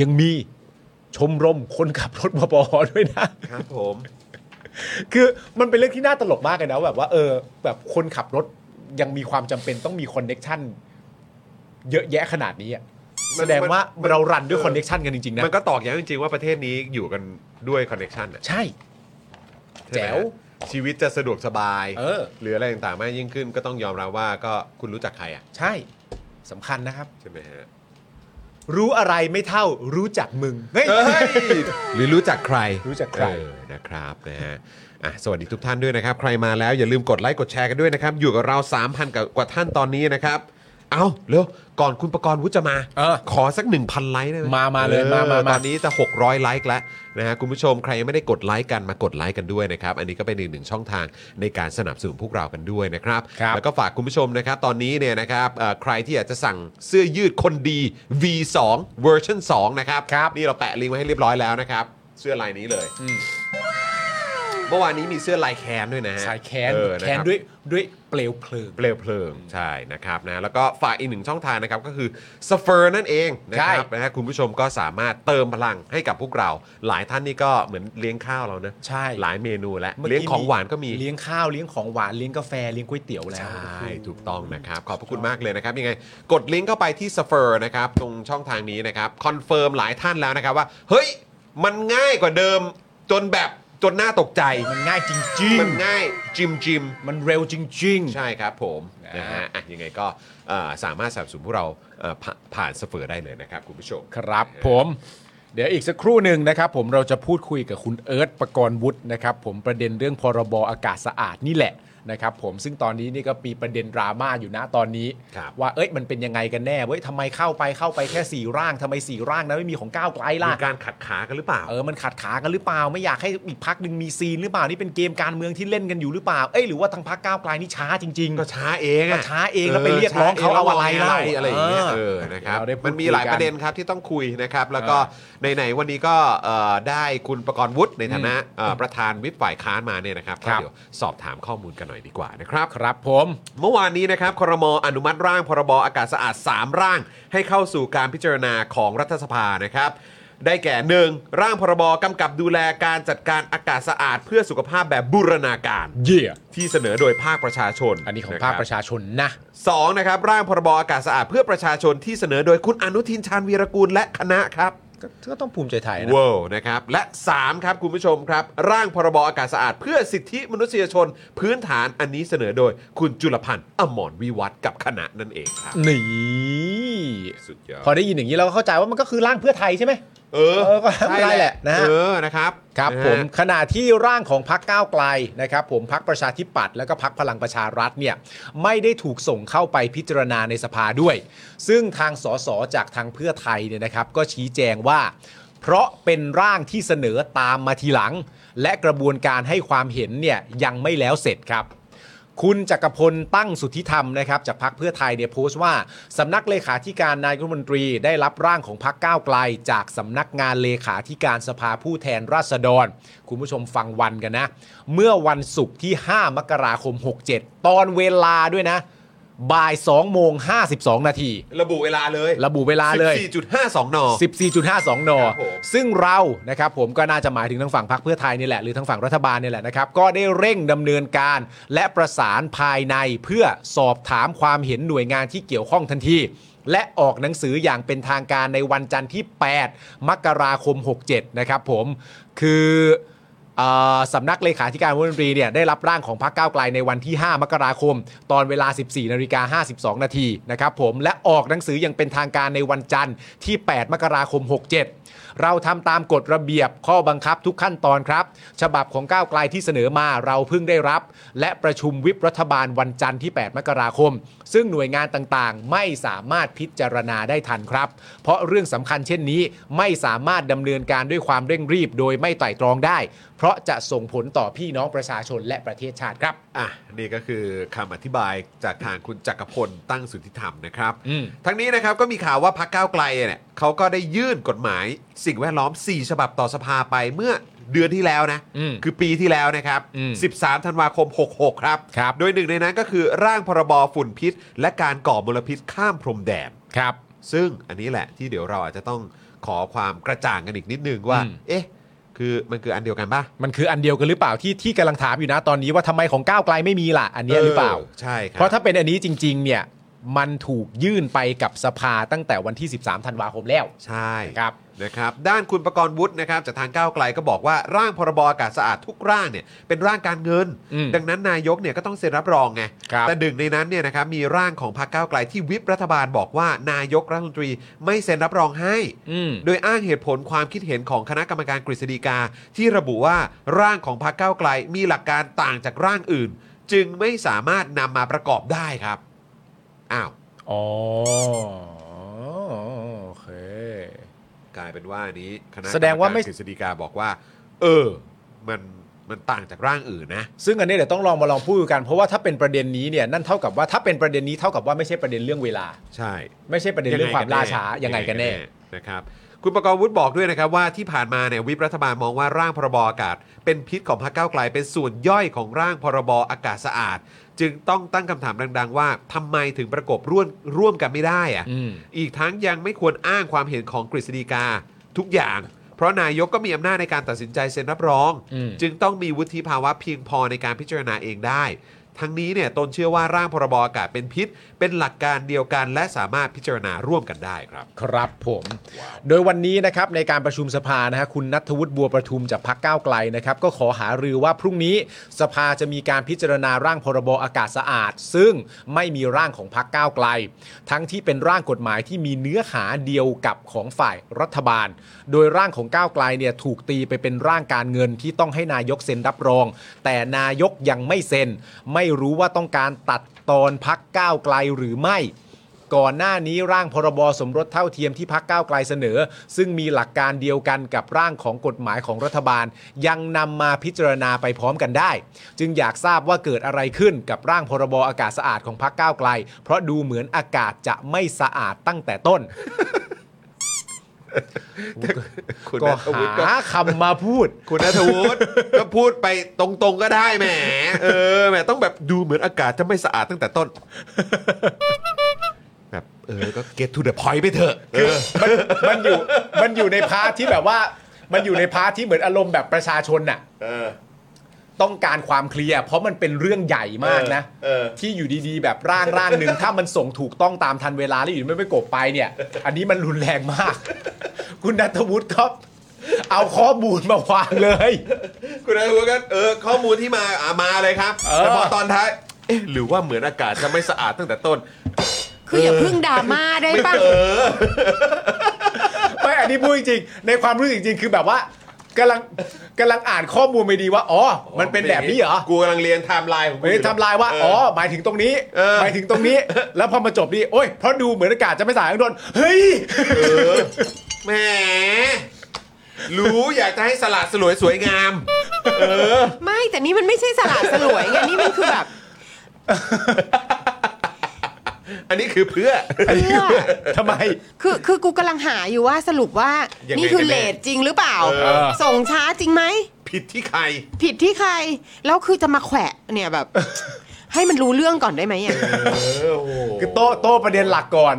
C: ยังมีชมรมคนขับรถวปอด้วยนะ
A: ครับผม
C: คือมันเป็นเรื่องที่น่าตลกมากเลยนะแบบว่าเออ แบบคนขับรถยังมีความจำเป็นต้องมีคอนเน็ชันเยอะแยะขนาดนี้อะ
A: มัน
C: แสดงว่าม
A: น
C: เรารันด้วย
A: เออ
C: คอนเน็ชันกันจริงๆนะ
A: มันก็ตอกย้ำจริงๆว่าประเทศนี้อยู่กันด้วยคอนเน็ชันอ่ะ
C: ใช่
A: ใช่ไหม
C: แจ๋ว
A: ชีวิตจะสะดวกสบาย
C: เออ
A: หรืออะไรต่างๆมากยิ่งขึ้นก็ต้องยอมรับว่าก็คุณรู้จักใครอ่ะ
C: ใช่สำคัญนะครับ
A: ใช่ไหมฮะ
C: รู้อะไรไม่เท่ารู้จักมึง เฮ้ย
A: เอ้ยหรือรู้จักใคร
C: รู้จักใคร
A: เออนะครับนะฮะอ่ะสวัสดีทุกท่านด้วยนะครับ ใครมาแล้วอย่าลืมกดไลค์กดแชร์กันด้วยนะครับ อยู่กับเรา 3,000กับกว่าท่านตอนนี้นะครับ เอาเร็วก่อนคุณประกรณ์วุฒิจะมา
C: เออ
A: ขอสัก 1,000 ไลค์ได้ไหม
C: มามาเลย
A: ออ
C: มามามา
A: ตอนนี้จะ 600 ไลค์แล้วนะฮะคุณผู้ชมใครยังไม่ได้กดไลค์กันมากดไลค์กันด้วยนะครับ อันนี้ก็เป็นอีกหนึ่งช่องทางในการสนับสนุนพวกเรากันด้วยนะครับ
C: ครับ
A: แล้วก็ฝากคุณผู้ชมนะครับ ตอนนี้เนี่ยนะครับเอ่อใครที่อยากจะสั่งเสื้อยืดคนดี V2 เวอร์ชัน2นะครับ นี่เราแปะลิงก์ไว้ให้เรียบร้อยแล้วนะครับ เสื้อลายนี้เลย เมื่อวานนี้มีเสื้อลายแคนด้วยนะฮะ
C: สายแค้น
A: เออะรับ
C: แค้นด้วยด้วยเปลวเพลิง
A: เปลวเพลิงใช่นะครับนะแล้วก็ฝากอีกหนึ่งช่องทางนะครับก็คือสเฟอร์นั่นเองนะค
C: ใช่
A: รับนะฮะคุณผู้ชมก็สามารถเติมพลังให้กับพวกเรา หลายท่านนี่ก็เหมือนเลี้ยงข้าวเรานะ
C: ใช่
A: หลายเมนูแล้ว
C: มื่
A: เลี้ยงของหวานก็มี
C: เลี้ยงข้าวเลี้ยงของหวานเลี้ยงกาแฟเลี้ยงก๋วยเตี๋ยวแล้
A: ใช
C: ว
A: ่ถูกต้องนะครับ ขอบพระคุณมากเลยนะครับ ยังไงกดลิงก์เข้าไปที่สเฟอร์นะครับ ตรงช่องทางนี้นะครับคอนเฟิร์มหลายท่านแล้วนะครับว่า เฮ้ย มันง่ายกว่าเดิมจนแบบจนน่าตกใจ
C: มันง่ายจริง
A: มันง่ายจิมจิม
C: ๆ มันเร็วจริง
A: ใช่ครับผมนะฮะอ่ะยังไงก็เอ่อสามารถสนับสนุนพวกเราเอ่อผ่าผ่านสเฟอร์ได้เลยนะครับ คุณผู้ชม
C: ๆ ครับผม เดี๋ยวอีกสักครู่หนึ่งนะครับ ผมเราจะพูดคุยกับคุณเอิร์ธประกรณ์วุฒินะครับ ผมประเด็นเรื่องพรบอากาศสะอาดนี่แหละ นะครับผมซึ่งตอนนี้นี่ก็มีประเด็นดราม่าอยู่นะตอนนี้
A: ครับ
C: ว่าเอ้ยมันเป็นยังไงกันแน่เว้ยทำไมเข้าไปเข้าไปแค่สี่ร่างทำไมสี่ร่างนะไม่มีของก้าวไกลล่ะ
A: มีการขัดขากันหรือเปล่า
C: เออ มันขัดขากันหรือเปล่า ไม่อยากให้อีกพักหนึ่งมีซีนหรือเปล่า นี่เป็นเกมการเมืองที่เล่นกันอยู่หรือเปล่า เอ้ย หรือว่าทางพักก้าวไกลนี่ช้าจริง ๆ
A: ก็ช้าเอง
C: ก็
A: อะ
C: ช้าเองแล้วไปเรียกร้องเขาเอาอะไรเล่า
A: อะไรอย่างเงี้ย
C: เอ
A: เอ
C: อ
A: อนะครับ
C: เราได้พูด
A: มันมีหลายประเด็นครับที่ต้องคุยนะครับ แล้วก็ไหนๆวันนี้ก็เอ่อได้คุณประกรณ์วุฒิในฐานะเอ่อประธานวิปฝ่ายค้านมาเนี่ยนะครับ
C: ครั
A: ก็
C: บ
A: เดี๋ยวสอบถามข้อมูลกันหน่อยดีกว่านะครับ
C: ครับผม
A: เมื่อวานนี้นะครับครมอนุมัติร่างพรบอากาศสะอาด 3 ร่าง ให้เข้าสู่การพิจารณาของรัฐสภานะครับ ได้แก่ 1. ร่างพรบกำกับดูแลการจัดการอากาศสะอาด เพื่อสุขภาพแบบบูรณาการ
C: เยี่ย
A: ที่เสนอโดยภาคประชาชน
C: อันนี้ของภาคประชาชนนะ
A: สองนะครับ ร่างพรบอากาศสะอาดเพื่อประชาชนที่เสนอโดยคุณอนุทินชาญวีรกูลและคณะครับ
C: ก็ต้องภูมิใจไทยนะ
A: เว้าวนะครับ และ 3 ครับ คุณผู้ชมครับ ร่างพรบอากาศสะอาด เพื่อสิทธิมนุษยชน พื้นฐานอันนี้เสนอโดยคุณจุลพันธ์อมรวิวัฒน์กับคณะนั่นเองครับ
C: นี่
A: สุดยอด
C: พอได้ยินอย่างนี้เราก็เข้าใจว่ามันก็คือร่างเพื่อไทยใช่ไหม
A: เออ
C: เออก็ไม่ได้แหละนะฮะ
A: เออนะครับ
C: ครับ
A: นะฮะ
C: ผมขณะที่ร่างของพักก้าวไกลนะครับผมพักประชาธิปัตย์และก็พักพลังประชารัฐเนี่ยไม่ได้ถูกส่งเข้าไปพิจารณาในสภาด้วย ซึ่งทางสสจากทางเพื่อไทยเนี่ยนะครับ ก็ชี้แจงว่า เพราะเป็นร่างที่เสนอตามมาทีหลัง และกระบวนการให้ความเห็นเนี่ยยังไม่แล้วเสร็จครับ คุณจักรพลตั้งสุทธิธรรมนะครับจากพักเพื่อไทยเนี่ยโพสต์ว่าสำนักเลขาธิการนายกรัฐมนตรีได้รับร่างของพักก้าวไกล จากสำนักงานเลขาธิการสภาผู้แทนราษฎร คุณผู้ชมฟังวันกันนะ เมื่อวันศุกร์ที่ 5 มกราคม 67 ตอนเวลาด้วยนะ บ่าย2โมง52 นาที
A: ระบุเวลาเลย
C: ระบุเวลาเลย
A: 14.52น
C: 14.52 น
A: ครับผม
C: ซึ่งเรานะครับผมก็น่าจะหมายถึงทางฝั่งพรรคเพื่อไทยนี่แหละหรือทางฝั่งรัฐบาลเนี่ยแหละนะครับ ก็ได้เร่งดำเนินการ และประสานภายในเพื่อสอบถามความเห็นหน่วยงานที่เกี่ยวข้องทันที และออกหนังสืออย่างเป็นทางการในวันจันทร์ที่ 8 มกราคม 67 นะครับผมคือ เอ่อสำนักเลขาธิการรัฐมนตรีเนี่ยได้รับร่างของพรรคก้าวไกลในวันที่ 5 มกราคม ตอนเวลา 14นาฬิกา52 นาทีนะครับผมและออกหนังสืออย่างเป็นทางการในวันจันทร์ที่ 8 มกราคม 67 เราทำตามกฎระเบียบข้อบังคับทุกขั้นตอนครับ ฉบับของก้าวไกลที่เสนอมาเราเพิ่งได้รับ และประชุมวิปรัฐบาลวันจันทร์ที่ 8 มกราคม ซึ่งหน่วยงานต่างๆ ไม่สามารถพิจารณาได้ทันครับ เพราะเรื่องสำคัญเช่นนี้ไม่สามารถดำเนินการด้วยความเร่งรีบ โดยไม่ไตร่ตรองได้ เพราะจะส่งผลต่อพี่น้องประชาชนและประเทศชาติครับ
A: อ่ะนี่ก็คือคำอธิบายจากทางคุณจักรพลตั้งสุทธิธรรมนะครับ
C: อืม
A: ทั้งนี้นะครับก็มีข่าวว่าพักก้าวไกลเนี่ยเขาก็ได้ยื่นกฎหมายสิ่งแวดล้อม 4 ฉบับต่อสภาไปเมื่อเดือนที่แล้วนะ
C: อืม
A: คือปีที่แล้วนะครับ
C: อืม
A: 13 ธันวาคม 66 ครับ
C: ครับ
A: โดยหนึ่งในนั้นก็คือร่างพรบฝุ่นพิษ และการก่อมลพิษข้ามพรมแดน
C: ครับ
A: ซึ่งอันนี้แหละที่เดี๋ยวเราอาจจะต้องขอความกระจ่างกันอีกนิดนึงว่า
C: อืม
A: เอ๊ะ คือมันคืออันเดียวกันป่ะ
C: มันคืออันเดียวกันหรือเปล่าที่ที่กำลังถามอยู่นะตอนนี้ว่าทำไมของก้าวไกลไม่มีล่ะ อันเนี้ยหรือเปล่า
A: ใช่ครั
C: เพราะถ้าเป็นอันนี้จริง ๆ เนี่ยมันถูกยื่นไปกับสภาตั้งแต่วันที่ 13 ธันวาคมแล้ว
A: ใช่
C: ครับ
A: นะครับ ด้านคุณประกรณ์วุฒินะครับจากทางก้าวไกลก็บอกว่าร่างพรบอากาศสะอาดทุกร่างเนี่ยเป็นร่างการเงิน
C: อืม
A: ดังนั้นนายกเนี่ยก็ต้องเซ็นรับรองไง
C: ครับ
A: แต่ดึงในนั้นเนี่ยนะครับมีร่างของพรรคก้าวไกลที่วิปรัฐบาลบอกว่านายกรัฐมนตรีไม่เซ็นรับรองให้
C: อืม
A: โดยอ้างเหตุผลความคิดเห็นของคณะกรรมการกฤษฎีกา ที่ระบุว่าร่างของพรรคก้าวไกลมีหลักการต่างจากร่างอื่น จึงไม่สามารถนำมาประกอบได้ครับ อ้าว
C: อ๋อโอเค
A: กลายเป็นว่าอันนี้คณะ
C: แสดงว่าไม่
A: กรรกรกฤษฎีกาบอกว่า เออ มันมันต่างจากร่างอื่นนะ
C: ซึ่งอันนี้เดี๋ยวต้องลองมาลองพูดกันเพราะว่าถ้าเป็นประเด็นนี้เนี่ยนั่นเท่ากับว่าถ้าเป็นประเด็นนี้เท่ากับว่าไม่ใช่ประเด็นเรื่องเวลา
A: ใช่
C: ไม่ใช่ประเด็นเรื่องความล่าช้ายังไงกันแน่
A: นะครับ คุณประกรณ์วุฒิบอกด้วยนะครับว่าที่ผ่านมาเนี่ยวิปรัฐบาลมองว่าร่างพรบอากาศ เป็นพิษของพรรคก้าวไกลเป็นส่วนย่อยของร่างพรบอากาศสะอาด จึงต้องตั้งคำถามดัง ๆ ว่าทำไมถึงประกบร่วมร่วมกันไม่ได้อะ
C: อืม
A: อีกทั้งยังไม่ควรอ้างความเห็นของกฤษฎีกาทุกอย่าง เพราะนายกก็มีอำนาจในการตัดสินใจเซ็นรับรอง
C: อืม
A: จึงต้องมีวุฒิภาวะเพียงพอในการพิจารณาเองได้ ทั้งนี้เนี่ยตนเชื่อว่าร่างพรบอากาศเป็นพิษ เป็นหลักการเดียวกัน และสามารถพิจารณาร่วมกันได้ครับ
C: ครับผม โดยวันนี้นะครับในการประชุมสภานะฮะคุณนัทวุฒิบัวประทุมจากพักก้าวไกลนะครับก็ขอหารือว่าพรุ่งนี้สภาจะมีการพิจารณาร่างพรบอากาศสะอาด ซึ่งไม่มีร่างของพักก้าวไกล ทั้งที่เป็นร่างกฎหมายที่มีเนื้อหาเดียวกับของฝ่ายรัฐบาล โดยร่างของก้าวไกลเนี่ยถูกตีไปเป็นร่างการเงินที่ต้องให้นายกเซ็นรับรอง แต่นายกยังไม่เซ็นไม่ ไม่รู้ว่าต้องการตัดตอนพักก้าวไกลหรือไม่ ก่อนหน้านี้ร่างพรบสมรสเท่าเทียมที่พักก้าวไกลเสนอ ซึ่งมีหลักการเดียวกันกับร่างของกฎหมายของรัฐบาล ยังนำมาพิจารณาไปพร้อมกันได้ จึงอยากทราบว่าเกิดอะไรขึ้นกับร่างพรบอากาศสะอาดของพักก้าวไกล เพราะดูเหมือนอากาศจะไม่สะอาดตั้งแต่ต้น
A: คุณ
C: ก็
A: นัทวุฒิก็
C: หาคำมาพูด
A: คุณนัทวุฒิ ก็พูดไปตรงๆก็ได้แหมเออแหมต้องแบบดูเหมือนอากาศจะไม่สะอาดตั้งแต่ต้น แบบเออก็ get to the point ไปเถอะเออ
C: มันมันอยู่มันอยู่ในพาร์ทที่แบบว่า มันอยู่ในพาร์ทที่เหมือนอารมณ์แบบประชาชนน่ะต้องการความเคลียร์เพราะมันเป็นเรื่องใหญ่มากนะ
A: เออเออ
C: ที่อยู่ดีๆ แบบร่างร่างหนึ่ง ถ้ามันส่งถูกต้องตามทันเวลาแล้วอยู่ไม่ไปกบไป เนี่ย อันนี้มันรุนแรงมาก คุณนัทวุฒิครับ เอาข้อมูลมาวางเลย
A: คุณนัทวุฒิก็เออข้อมูลที่มาอ่ะมาเลยครับ
C: เออ
A: แต่พอตอนท้ายเอ๊ะหรือว่าเหมือนอากาศจะไม่สะอาดตั้งแต่ต้น
H: คืออย่าเพึ่งดราม่าได้ป่ะ
C: ไม่อันนี้พูดจริงๆในความรู้สึกจริงๆคือแบบว่ากำลังกำลังอ่านข้อมูลไปดีว่าอ๋อมันเป็นแบบนี้เหรอ
A: กูกำลังเรียนไทม์ไลน์ของกู
C: ไม่ได้
A: อยู่
C: ทำลายว่า
A: เอออ๋
C: อ๋อ หมายถึงตรงนี้
A: เออ
C: หมายถึงตรง นี้ แล้วพอมาจบนี่ โอ้ย เพราะดูเหมือนอากาศจะไม่สายอังดนเฮ้ย
A: แหมรู้อยากจะให้สลัดสลวยสวยงาม
H: ไม่แต่นี่มันไม่ใช่สลัดสลวยไงนี่มันคือแบบ
A: อันนี้คือเพื่อ
H: เพื่อ
C: ทำไม
H: คือคือกูกำลังหาอยู่ว่าสรุปว่า
A: ยังไง
H: นี่คือ
A: กันแน่
H: เลทจริงหรือเปล่า
A: เออ
H: ส่งช้าจริงไหม
A: ผิดที่ใคร
H: ผิดที่ใคร แล้วคือจะมาแขวะเนี่ยแบบ ให้มันรู้เรื่องก่อนได้ไหมอ่ะ
C: คือโต้โต้ประเด็นหลักก่อน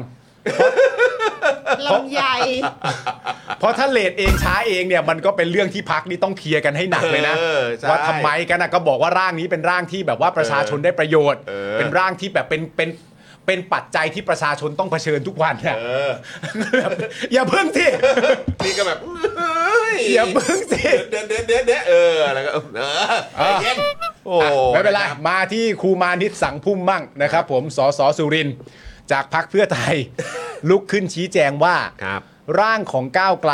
H: ลำใหญ่
C: เพราะถ้าเลทเองช้าเองเนี่ย มันก็เป็นเรื่องที่พักนี่ต้องเคลียร์กันให้หนักเลยนะ
A: เออใช่
C: ว่าทำไมกันนะก็บอกว่าร่างนี้เป็นร่างที่แบบว่าประชาชนได้ประโยชน์
A: เออ
C: เป็นร่างที่แบบเป็นเป็นเป็นปัจจัยที่ประชาชนต้องเผชิญทุกวันเนี่ย
A: เออ
C: แบบ อย่าเพิ่งสิ
A: นี่ก็แบบเฮ้ย
C: อย่าเพิ่งสิ
A: เด็ดเด็ดเด็ดเด็ดเออแล้วก็เออใจเย็นโอ้
C: ไม่เป็นไร
A: ะคบ
C: มาที่ครูมานิตสังพุ่มมั่งนะครับผมสสสุรินทร์จากพักเพื่อไทย ลุกขึ้นชี้แจงว่า
A: ครับ
C: ร่างของก้าวไกล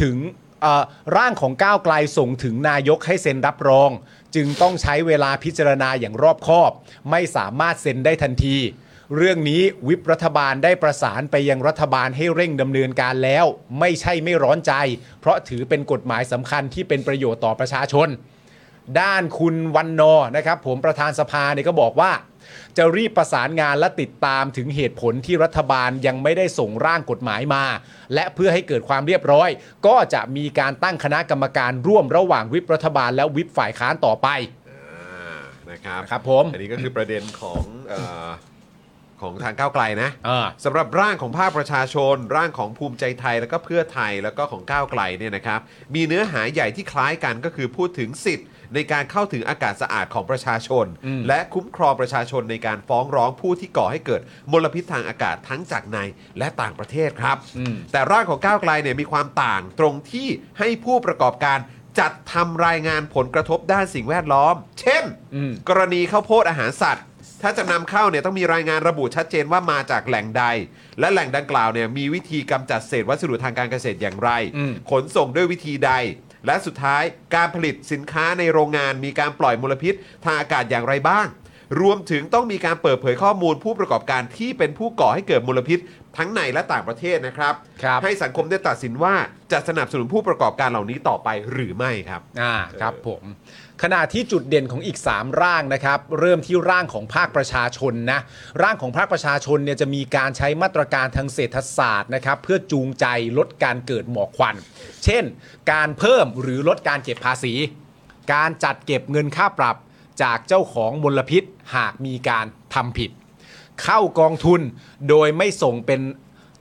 C: ถึงเอ่อร่างของก้าวไกลส่งถึงนายกให้เซ็นรับรอง จึงต้องใช้เวลาพิจารณาอย่างรอบคอบ ไม่สามารถเซ็นได้ทันที เรื่องนี้วิปรัฐบาลได้ประสานไปยังรัฐบาลให้เร่งดำเนินการแล้ว ไม่ใช่ไม่ร้อนใจ เพราะถือเป็นกฎหมายสำคัญที่เป็นประโยชน์ต่อประชาชน ด้านคุณวันนอร์นะครับ ผมประธานสภาเนี่ยก็บอกว่า จะรีบประสานงานและติดตามถึงเหตุผลที่รัฐบาลยังไม่ได้ส่งร่างกฎหมายมา และเพื่อให้เกิดความเรียบร้อย ก็จะมีการตั้งคณะกรรมการร่วมระหว่างวิปรัฐบาลและวิปฝ่ายค้านต่อไป
A: นะครับ
C: ครับผม
A: อันนี้ก็คือประเด็นของเอ่อของทางก้าวไกลนะ
C: อ่า
A: สำหรับร่างของภาคประชาชน ร่างของภูมิใจไทยแล้วก็เพื่อไทยแล้วก็ของก้าวไกลเนี่ยนะครับ มีเนื้อหาใหญ่ที่คล้ายกันก็คือพูดถึงสิทธิ์ ในการเข้าถึงอากาศสะอาดของประชาชน และคุ้มครองประชาชนในการฟ้องร้องผู้ที่ก่อให้เกิดมลพิษทางอากาศทั้งจากในและต่างประเทศครับ แต่ร่างของก้าวไกลเนี่ยมีความต่างตรงที่ให้ผู้ประกอบการ จัดทำรายงานผลกระทบด้านสิ่งแวดล้อม เช่น กรณีข้าวโพดอาหารสัตว์ ถ้าจะนำเข้าเนี่ยต้องมีรายงานระบุชัดเจนว่ามาจากแหล่งใด และแหล่งดังกล่าวเนี่ยมีวิธีกำจัดเศษวัสดุทางการเกษตรอย่างไร ขนส่งด้วยวิธีใด และสุดท้ายการผลิตสินค้าในโรงงานมีการปล่อยมลพิษทางอากาศอย่างไรบ้าง รวมถึงต้องมีการเปิดเผยข้อมูลผู้ประกอบการที่เป็นผู้ก่อให้เกิดมลพิษทั้งในและต่างประเทศนะครับ
C: ครับ
A: ให้สังคมได้ตัดสินว่าจะสนับสนุนผู้ประกอบการเหล่านี้ต่อไปหรือไม่ครับ
C: อ่าครับผมขณะที่จุดเด่นของอีก 3 ร่างนะครับ เริ่มที่ร่างของภาคประชาชนนะร่างของภาคประชาชนเนี่ยจะมีการใช้มาตรการทางเศรษฐศาสตร์นะครับ เพื่อจูงใจลดการเกิดหมอกควัน เช่น การเพิ่มหรือลดการเก็บภาษี การจัดเก็บเงินค่าปรับจากเจ้าของมลพิษหากมีการทำผิด เข้ากองทุนโดยไม่ส่งเป็น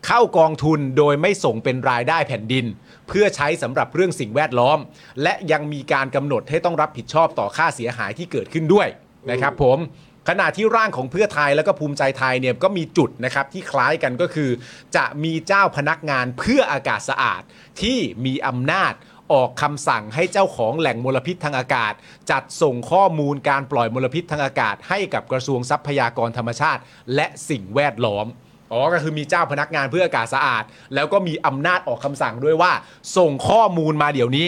C: เข้ากองทุนโดยไม่ส่งเป็นรายได้แผ่นดิน เพื่อใช้สำหรับเรื่องสิ่งแวดล้อม และยังมีการกำหนดให้ต้องรับผิดชอบต่อค่าเสียหายที่เกิดขึ้นด้วยนะครับผมขณะที่ร่างของเพื่อไทยแล้วก็ภูมิใจไทยเนี่ยก็มีจุดนะครับที่คล้ายกันก็คือ จะมีเจ้าพนักงานเพื่ออากาศสะอาดที่มีอำนาจ ออกคำสั่งให้เจ้าของแหล่งมลพิษทางอากาศ จัดส่งข้อมูลการปล่อยมลพิษทางอากาศ ให้กับกระทรวงทรัพยากรธรรมชาติ และสิ่งแวดล้อมอ๋อก็คือมีเจ้าพนักงานเพื่ออากาศสะอาด แล้วก็มีอำนาจออกคำสั่งด้วยว่า ส่งข้อมูลมาเดี๋ยวนี้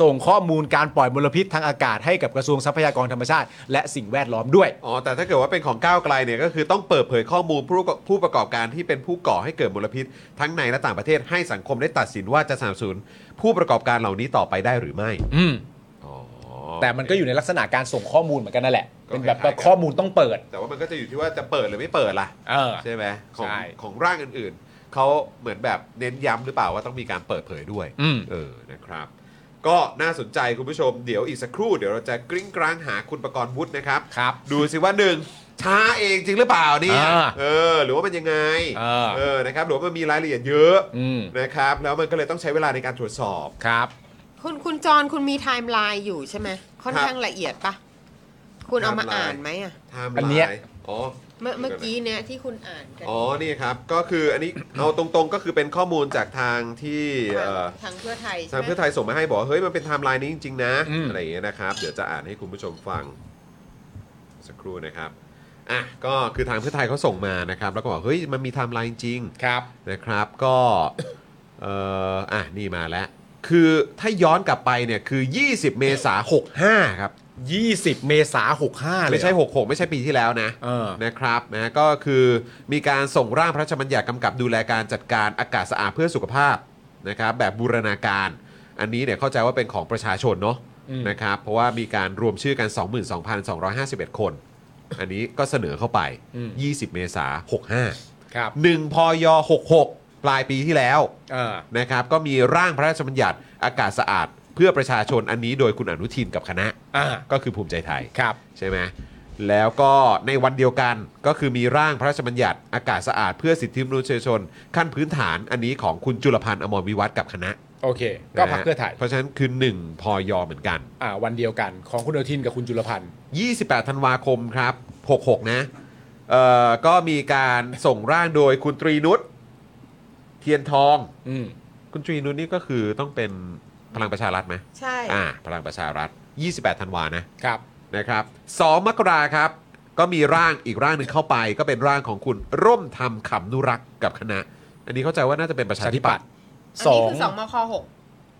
C: ส่งข้อมูลการปล่อยมลพิษทางอากาศให้กับกระทรวงทรัพยากรธรรมชาติ และสิ่งแวดล้อมด้วย
A: อ๋อ แต่ถ้าเกิดว่าเป็นของก้าวไกลเนี่ยก็คือต้องเปิดเผยข้อมูลผู้ประกอบผู้ประกอบการที่เป็นผู้ก่อให้เกิดมลพิษ ทั้งในและต่างประเทศให้สังคมได้ตัดสินว่าจะสนับสนุนผู้ประกอบการเหล่านี้ต่อไปได้หรือไม่
C: อืม
A: อ๋อ
C: แต่มันก็อยู่ในลักษณะการส่งข้อมูลเหมือนกันนั่นแหละ
A: ก็
C: เป็นแบบ
A: คล้ายๆกัน
C: ข้อมูลต้องเปิด
A: แต่ว่ามันก็จะอยู่ที่ว่าจะเปิดหรือไม่เปิดล่ะ
C: เออ
A: ใช่ไหมของ
C: ใช่
A: ของร่างอื่นๆ เขาเหมือนแบบเน้นย้ำหรือเปล่าว่าต้องมีการเปิดเผยด้วย
C: อืม
A: เออ นะครับ ก็น่าสนใจคุณผู้ชม เดี๋ยวอีกสักครู่เดี๋ยวเราจะกริ้งกร้างหาคุณประกรณ์วุฒินะครับ
C: ครับ
A: ดูสิว่าหนึ่งช้าเองจริงหรือเปล่าเนี่ย
C: อ่า
A: เออ หรือว่ามันยังไง
C: อ่า
A: เออนะครับหรือว่ามันมีรายละเอียดเยอะ
C: อืม
A: นะครับ แล้วมันก็เลยต้องใช้เวลาในการตรวจสอบ
C: ครับ
H: คุณคุณจรคุณมีไทม์ไลน์อยู่ใช่ไหมค่อนข้างละเอียดปะคุณเอามา
A: ไทม์ไลน์
H: อ่านไหมอ่ะ
A: ไทม์
C: อั
A: ไล
C: นเนี้ย
A: น์อ๋อ
H: เมื่อเมื่อกี้เนี้ยที่คุณอ่านกัน
A: อ๋อนี่ครับ ก็คืออันนี้ เอาตรงๆก็คือเป็นข้อมูลจากทางที่
H: ทาง
A: เอ่อ
H: ทางเพื่อไทย
A: ทาง
H: ใช่ไหม
A: เพื่อไทยส่งมาให้บอกว่าเฮ้ยมันเป็นไทม์ไลน์นี้จริง ๆ นะ
C: อืม
A: อะไรอย่างเงี้ยนะครับ เดี๋ยวจะอ่านให้คุณผู้ชมฟัง สักครู่นะครับอ่ะก็คือทางเพื่อไทยเขาส่งมานะครับ แล้วก็บอกเฮ้ยมันมีไทม์ไลน์จริง
C: ครับ
A: นะครับ ก็เอ่ออ่ะนี่มาแล้ว คือถ้าย้อนกลับไปเนี่ยคือ 20 เมษา65 ครับ
C: 20 เมษา65 เลย
A: ไม่ใช่
C: เหรอ
A: 66 ไม่ใช่ปีที่แล้วนะ
C: เออ
A: นะครับนะก็คือมีการส่งร่างพระราชบัญญัติกำกับดูแลการจัดการอากาศสะอาดเพื่อสุขภาพนะครับแบบบูรณาการ อันนี้เนี่ยเข้าใจว่าเป็นของประชาชนเนาะนะครับเพราะว่ามีการรวมชื่อกัน 22,251 คน อันนี้ก็เสนอเข้าไป 20 เมษา
C: ครับ
A: 65 1พย66 ปลายปีที่แล้ว
C: เออ
A: นะครับก็มีร่างพระราชบัญญัติอากาศสะอาด เพื่อประชาชนอันนี้โดยคุณอนุทินกับคณะ
C: อ่า
A: ก็คือภูมิใจไทย
C: ครับ
A: ใช่ไหมแล้วก็ในวันเดียวกันก็คือมีร่างพระราชบัญญัติอากาศสะอาดเพื่อสิทธิมนุษยชน ขั้นพื้นฐานอันนี้ของคุณจุลพันธ์อมรวิวัฒน์กับคณะ
C: โอเค ก็
A: นะ
C: พัก
A: ฮะ
C: เพื่อไทย
A: เพราะฉะนั้นคือ 1 พอยอเหมือนกัน
C: อ่าวันเดียวกันของคุณอนุทินกับคุณจุลพันธ์
A: 28 ธันวาคมครับ 66 นะเอ่อก็มีการส่งร่างโดยคุณตรีนุชเทียนทอง
C: อืม
A: คุณตรีนุชนี่ก็คือต้องเป็นพลังประชารัฐไหม
H: ใช่
A: อ่าพลังประชารัฐ 28 ธันวานะครับ นะครับ 2 มกราครับ ก็มีร่างอีกร่างหนึ่งเข้าไป ก็เป็นร่างของคุณร่มธรรมขำนุรักษ์กับคณะ อันนี้เข้าใจว่าน่าจะเป็นประชาธิปัตย์
H: อันนี้คือสองมคหก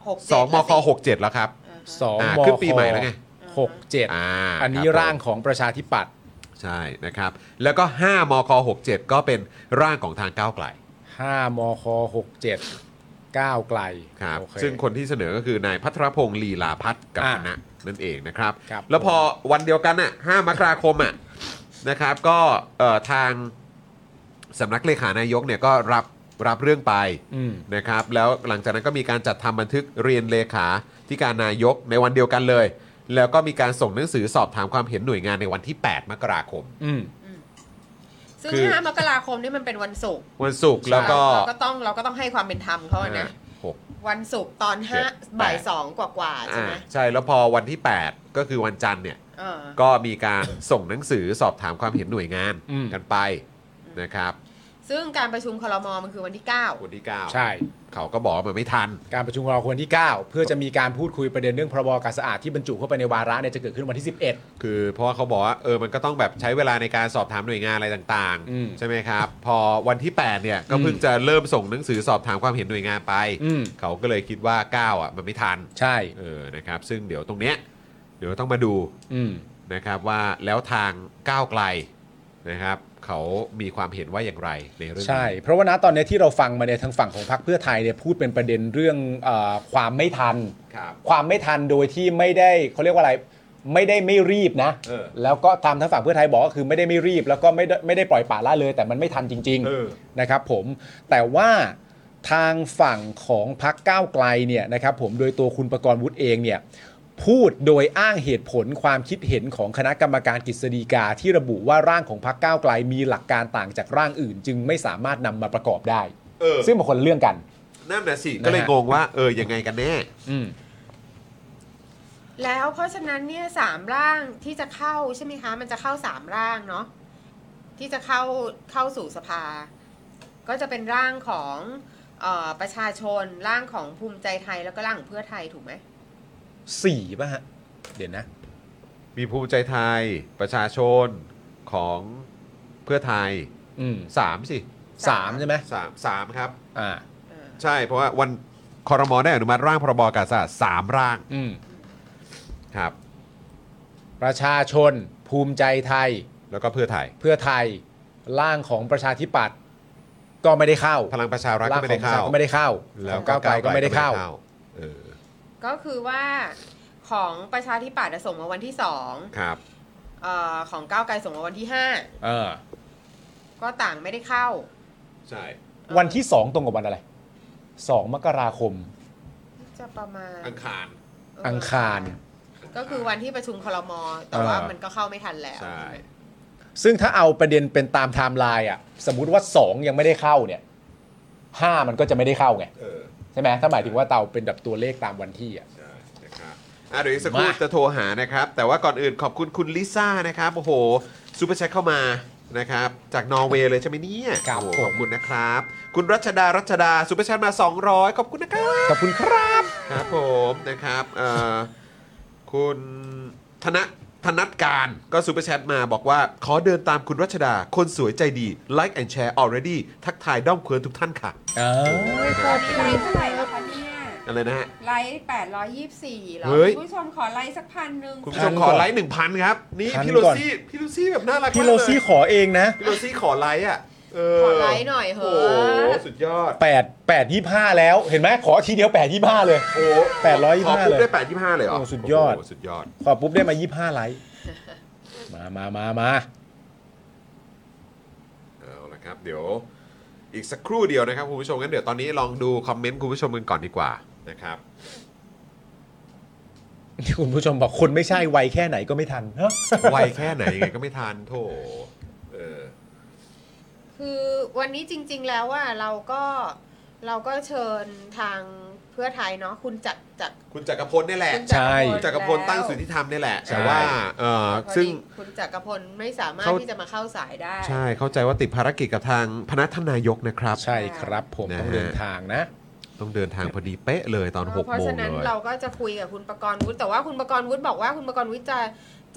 H: หกเจ็ด
A: สองม
H: แล้ว
A: ค67 แล้วครับ
H: อ่าฮะ
C: สอง
A: อ่าม ขึ้นปีใหม่แล้วไง
C: หกเจ็ด
A: อ่า
C: อันนี้
A: คบ
C: ร่างของประชาธิปัตย์
A: ใช่นะครับ แล้วก็ 5 มค67 ก็เป็นร่างของทางก้าวไกล
C: 5มคหกเจ็ดก้าวไกล
A: ครับ
C: โอเ
A: ซึ่งคนที่เสนอก็คือนายพัทรพงศ์ลีลาพัฒน์กับ
C: อ่า
A: คณะนั่นเองนะครับ
C: ครับ
A: แล้วพอวันเดียวกันน่ะ5มกราคมอ่ะ นะครับก็เอ่อทางสำนักเลขานายกเนี่ยก็รับรับเรื่องไป
C: อืม
A: นะครับ แล้วหลังจากนั้นก็มีการจัดทำบันทึกเรียนเลขาที่การนายกในวันเดียวกันเลย แล้วก็มีการส่งหนังสือสอบถามความเห็นหน่วยงานในวันที่ 8 มกราคม
C: อืม
H: ซึ่ง
A: คือ
H: 5มกราคมนี่มันเป็นวันศุกร์
A: วันศุกร์แล้วก็
H: เราก็ต้องเราก็ต้องให้ความเป็นธรรมเขาอะนะ
A: หก
H: วันศุกร์ตอน
A: เจ็ดแปด
H: 5บ่ายสองกว่าๆใช่
A: อ่า
H: ไหม
A: ใช่แล้วพอวันที่ 8 ก็คือวันจันทร์เนี่ย
H: เออ
A: ก็มีการส่งหนังสือสอบถามความเห็นหน่วยงาน
C: อืม
A: กันไปนะครับ
H: ซึ่งการประชุมคลมมันคือวันที่
A: วัน
H: 9
A: ที่เก้า
C: ใช่
A: เขาก็บอกว่ามันไม่ทัน
C: การประชุมของเราคนที่ 9 เพื่อจะมีการพูดคุยประเด็นเรื่องพรบการสะอาดที่บรรจุเข้าไปในวาระเนี่ยจะเกิดขึ้นวันที่ 11
A: คือเพราะว่าเขาบอกว่าเออมันก็ต้องแบบใช้เวลาในการสอบถามหน่วยงานอะไรต่าง
C: อืม
A: ๆ ใช่ไหมครับ พอวันที่ 8 เนี่ยก็
C: อืม
A: เพิ่งจะเริ่มส่งหนังสือสอบถามความเห็นหน่วยงานไป
C: อืม
A: เขาก็เลยคิดว่า 9 อ่ะ มันไม่ทัน
C: ใช่
A: เออนะครับ ซึ่งเดี๋ยวตรงเนี้ยเดี๋ยวต้องมาดู
C: อืม
A: นะครับว่าแล้วทางก้าวไกลนะครับ เขามีความเห็นว่าอย่างไรในเรื่องนี้
C: ใช่ เพราะว่าณตอนเนี้ยที่เราฟังมาเนี่ยทางฝั่งของพรรคเพื่อไทยเนี่ยพูดเป็นประเด็นเรื่องเออความไม่ทัน
A: ครับ
C: ความไม่ทันโดยที่ไม่ได้เขาเรียกว่าอะไรไม่ได้ไม่รีบนะ
A: เออ
C: แล้วก็ตามทางฝั่งเพื่อไทยบอกก็คือไม่ได้ไม่รีบ แล้วก็ไม่ได้ไม่ได้ปล่อยปละละเลย แต่มันไม่ทันจริง
A: เออ
C: ๆนะครับผมแต่ว่าทางฝั่งของพักก้าวไกลเนี่ยนะครับผมโดยตัวคุณประกรณ์วุฒิเองเนี่ยพูดโดยอ้างเหตุผลความคิดเห็นของคณะกรรมการกฤษฎีกา ที่ระบุว่าร่างของพักก้าวไกลมีหลักการต่างจากร่างอื่น จึงไม่สามารถนำมาประกอบได้
A: เออ
C: ซึ่งมันคนละเรื่องกัน
A: นั่นน่ะสิก็เลยงงว่าเออยังไงกันแน่
C: อืม
H: แล้วเพราะฉะนั้นเนี่ยสามร่างที่จะเข้าใช่ไหมคะ มันจะเข้า 3 ร่างเนาะที่จะเข้าเข้าสู่สภา ก็จะเป็นร่างของเออประชาชนร่างของภูมิใจไทยแล้วก็ร่างของเพื่อไทยถูกไหม
C: สี่ป่ะฮะ เดี๋ยวนะ
A: มีภูมิใจไทยประชาชนของเพื่อไทย
C: อืม
A: สามสิ
C: สามใช่ไหม
A: สามสามครับ
C: อ่า
A: ใช่เพราะว่าวัน คอรมอได้อนุมัติร่างพรบการศาสตร์สามร่าง
C: อืม
A: ครับ
C: ประชาชน ภูมิใจไทย
A: แล้วก็เพื่อไทย
C: เพื่อไทยร่างของประชาธิปัตย์ก็ไม่ได้เข้า
A: พลังประชารัฐก็ไม่ได้
C: ร่งข
A: เข้า
C: องประชธิปัตย์ก็ไม่ได้เข้า
A: แล้ว
C: ก้าวไกลก็ไม่ได้เข้า
A: เออ
H: ก็คือว่าของประชาธิปัตย์อะส่งมาวันที่สอง
A: ครับ
H: เออของก้าวไกลส่งมาวันที่ห้า
C: เออ
H: ก็ต่างไม่ได้เข้า
A: ใช่
C: วันที่สองตรงกับวันอะไรสองมกราคม
H: จะประมาณ
A: อังคาร
H: เ
C: อังคาร
H: ก็คือวันที่ประชุมคลมแต่ว่ามันก็เข้าไม่ทันแล้ว
A: ใช่
C: ซึ่งถ้าเอาประเด็นเป็นตามไทม์ไลน์อ่ะสมมุติว่า 2 ยังไม่ได้เข้าเนี่ยห้ามันก็จะไม่ได้เข้าไง
A: เออ
C: ใช่ไหมถ้าหมายถึงว่าเตาเป็นแบบตัวเลขตามวันที่อ่ะ
A: ใช่นะครับอ่ะเดี๋ยวอีกสักครู่
C: มา
A: จะโทรหานะครับ แต่ว่าก่อนอื่นขอบคุณคุณลิซ่านะครับ โอ้โหซูเปอร์แชทเข้ามานะครับ จากนอร์เวย์เลยใช่ไหมเนี่ย
C: ครับ
A: โอ้โห
C: ผม
A: ขอบคุณนะครับ คุณรัชดารัชดาซูเปอร์แชทมา 200 ขอบคุณนะครับ
C: ขอบคุณครับ
A: ครับผมนะครับเอ่อคุณธนธนัทการก็ซูเปอร์แชทมาบอกว่า ขอเดินตามคุณรัชดา คนสวยใจดี Like and Share already ทักทายด้อมเควรทุกท่านค่ะ
C: เออ
E: นี่ไลฟ์เท่าไหร่แล้วคะเนี่ย
A: อะไรนะฮะ
E: ไลฟ์แปดร้อยยี่สิบสี่หรอ
A: เฮ้ย
E: คุณผู้ชมขอไลฟ์สักพันหนึ่ง
A: คุณผู้ชมขอไลค์หนึ่งพันครับ นี่
C: พัน
A: พี่โร
C: ก่อน
A: ซี่พี่โรซี่แบบน่ารักมากเลย
C: พี่โรซี่ขอเองนะ
A: พี่โรซี่ขอไลค์อ่ะเ
H: ขอไลค์หน่อยเหอะ
A: โอ้โหสุดยอด
C: 8 8 25 แล้วเห็นไหมขอทีเดียว 8 25 เลย
A: โอ้
C: 825
A: ขอปุ๊บ
C: เลย
A: ได้แปดยี่ห้าเลยเหรอ
C: โอ้สุดยอด
A: โโหสุดยอด
C: ขอปุ๊บได้มา 25 ไลค์มามามามา
A: เอาละครับ เดี๋ยวอีกสักครู่เดียวนะครับคุณผู้ชมงั้นเดี๋ยวตอนนี้ลองดูคอมเมนต์คุณผู้ชมกันก่อนดีกว่านะครับ
C: คุณผู้ชมบอกคนไม่ใช่ไวแค่ไหนก็ไม่ทันฮะ
A: ไวแค่ไหนยังไงก็ไม่ทันโถเออ
H: คือวันนี้จริง ๆ แล้วว่าเราก็เราก็เชิญทางเพื่อไทยเนาะคุณจักรจักร
A: คุณจักรพลนี่แหละ
H: คุณ
C: ใช่
H: จัก
A: คุณจัก
H: รพล
A: รพลตั้งสุทธิธรรมนี่แหละ
C: ใช่
A: แต่ว่าเออ
H: แล้ว
A: ซึ่ง
H: พอดีคุณจักรพลไม่สามารถ
A: เขา
H: ที่จะมาเข้าสายได้
A: ใช่เข้าใจว่าติดภารกิจกับทางพนักท่านนายกนะครับ
C: ใช่ครับผมต้อ
A: นะ
C: ง
A: ฮะ
C: เดินทางนะ
A: ต้องเดินทางพอดีเป๊ะเลยตอนหก
H: เพราะ
A: โมง
H: ฉะนั้น
A: เลย
H: เราก็จะคุยกับคุณประกรณ์วุฒิแต่ว่าคุณประกรณ์วุฒิบอกว่าคุณประกรณ์วุฒิจะ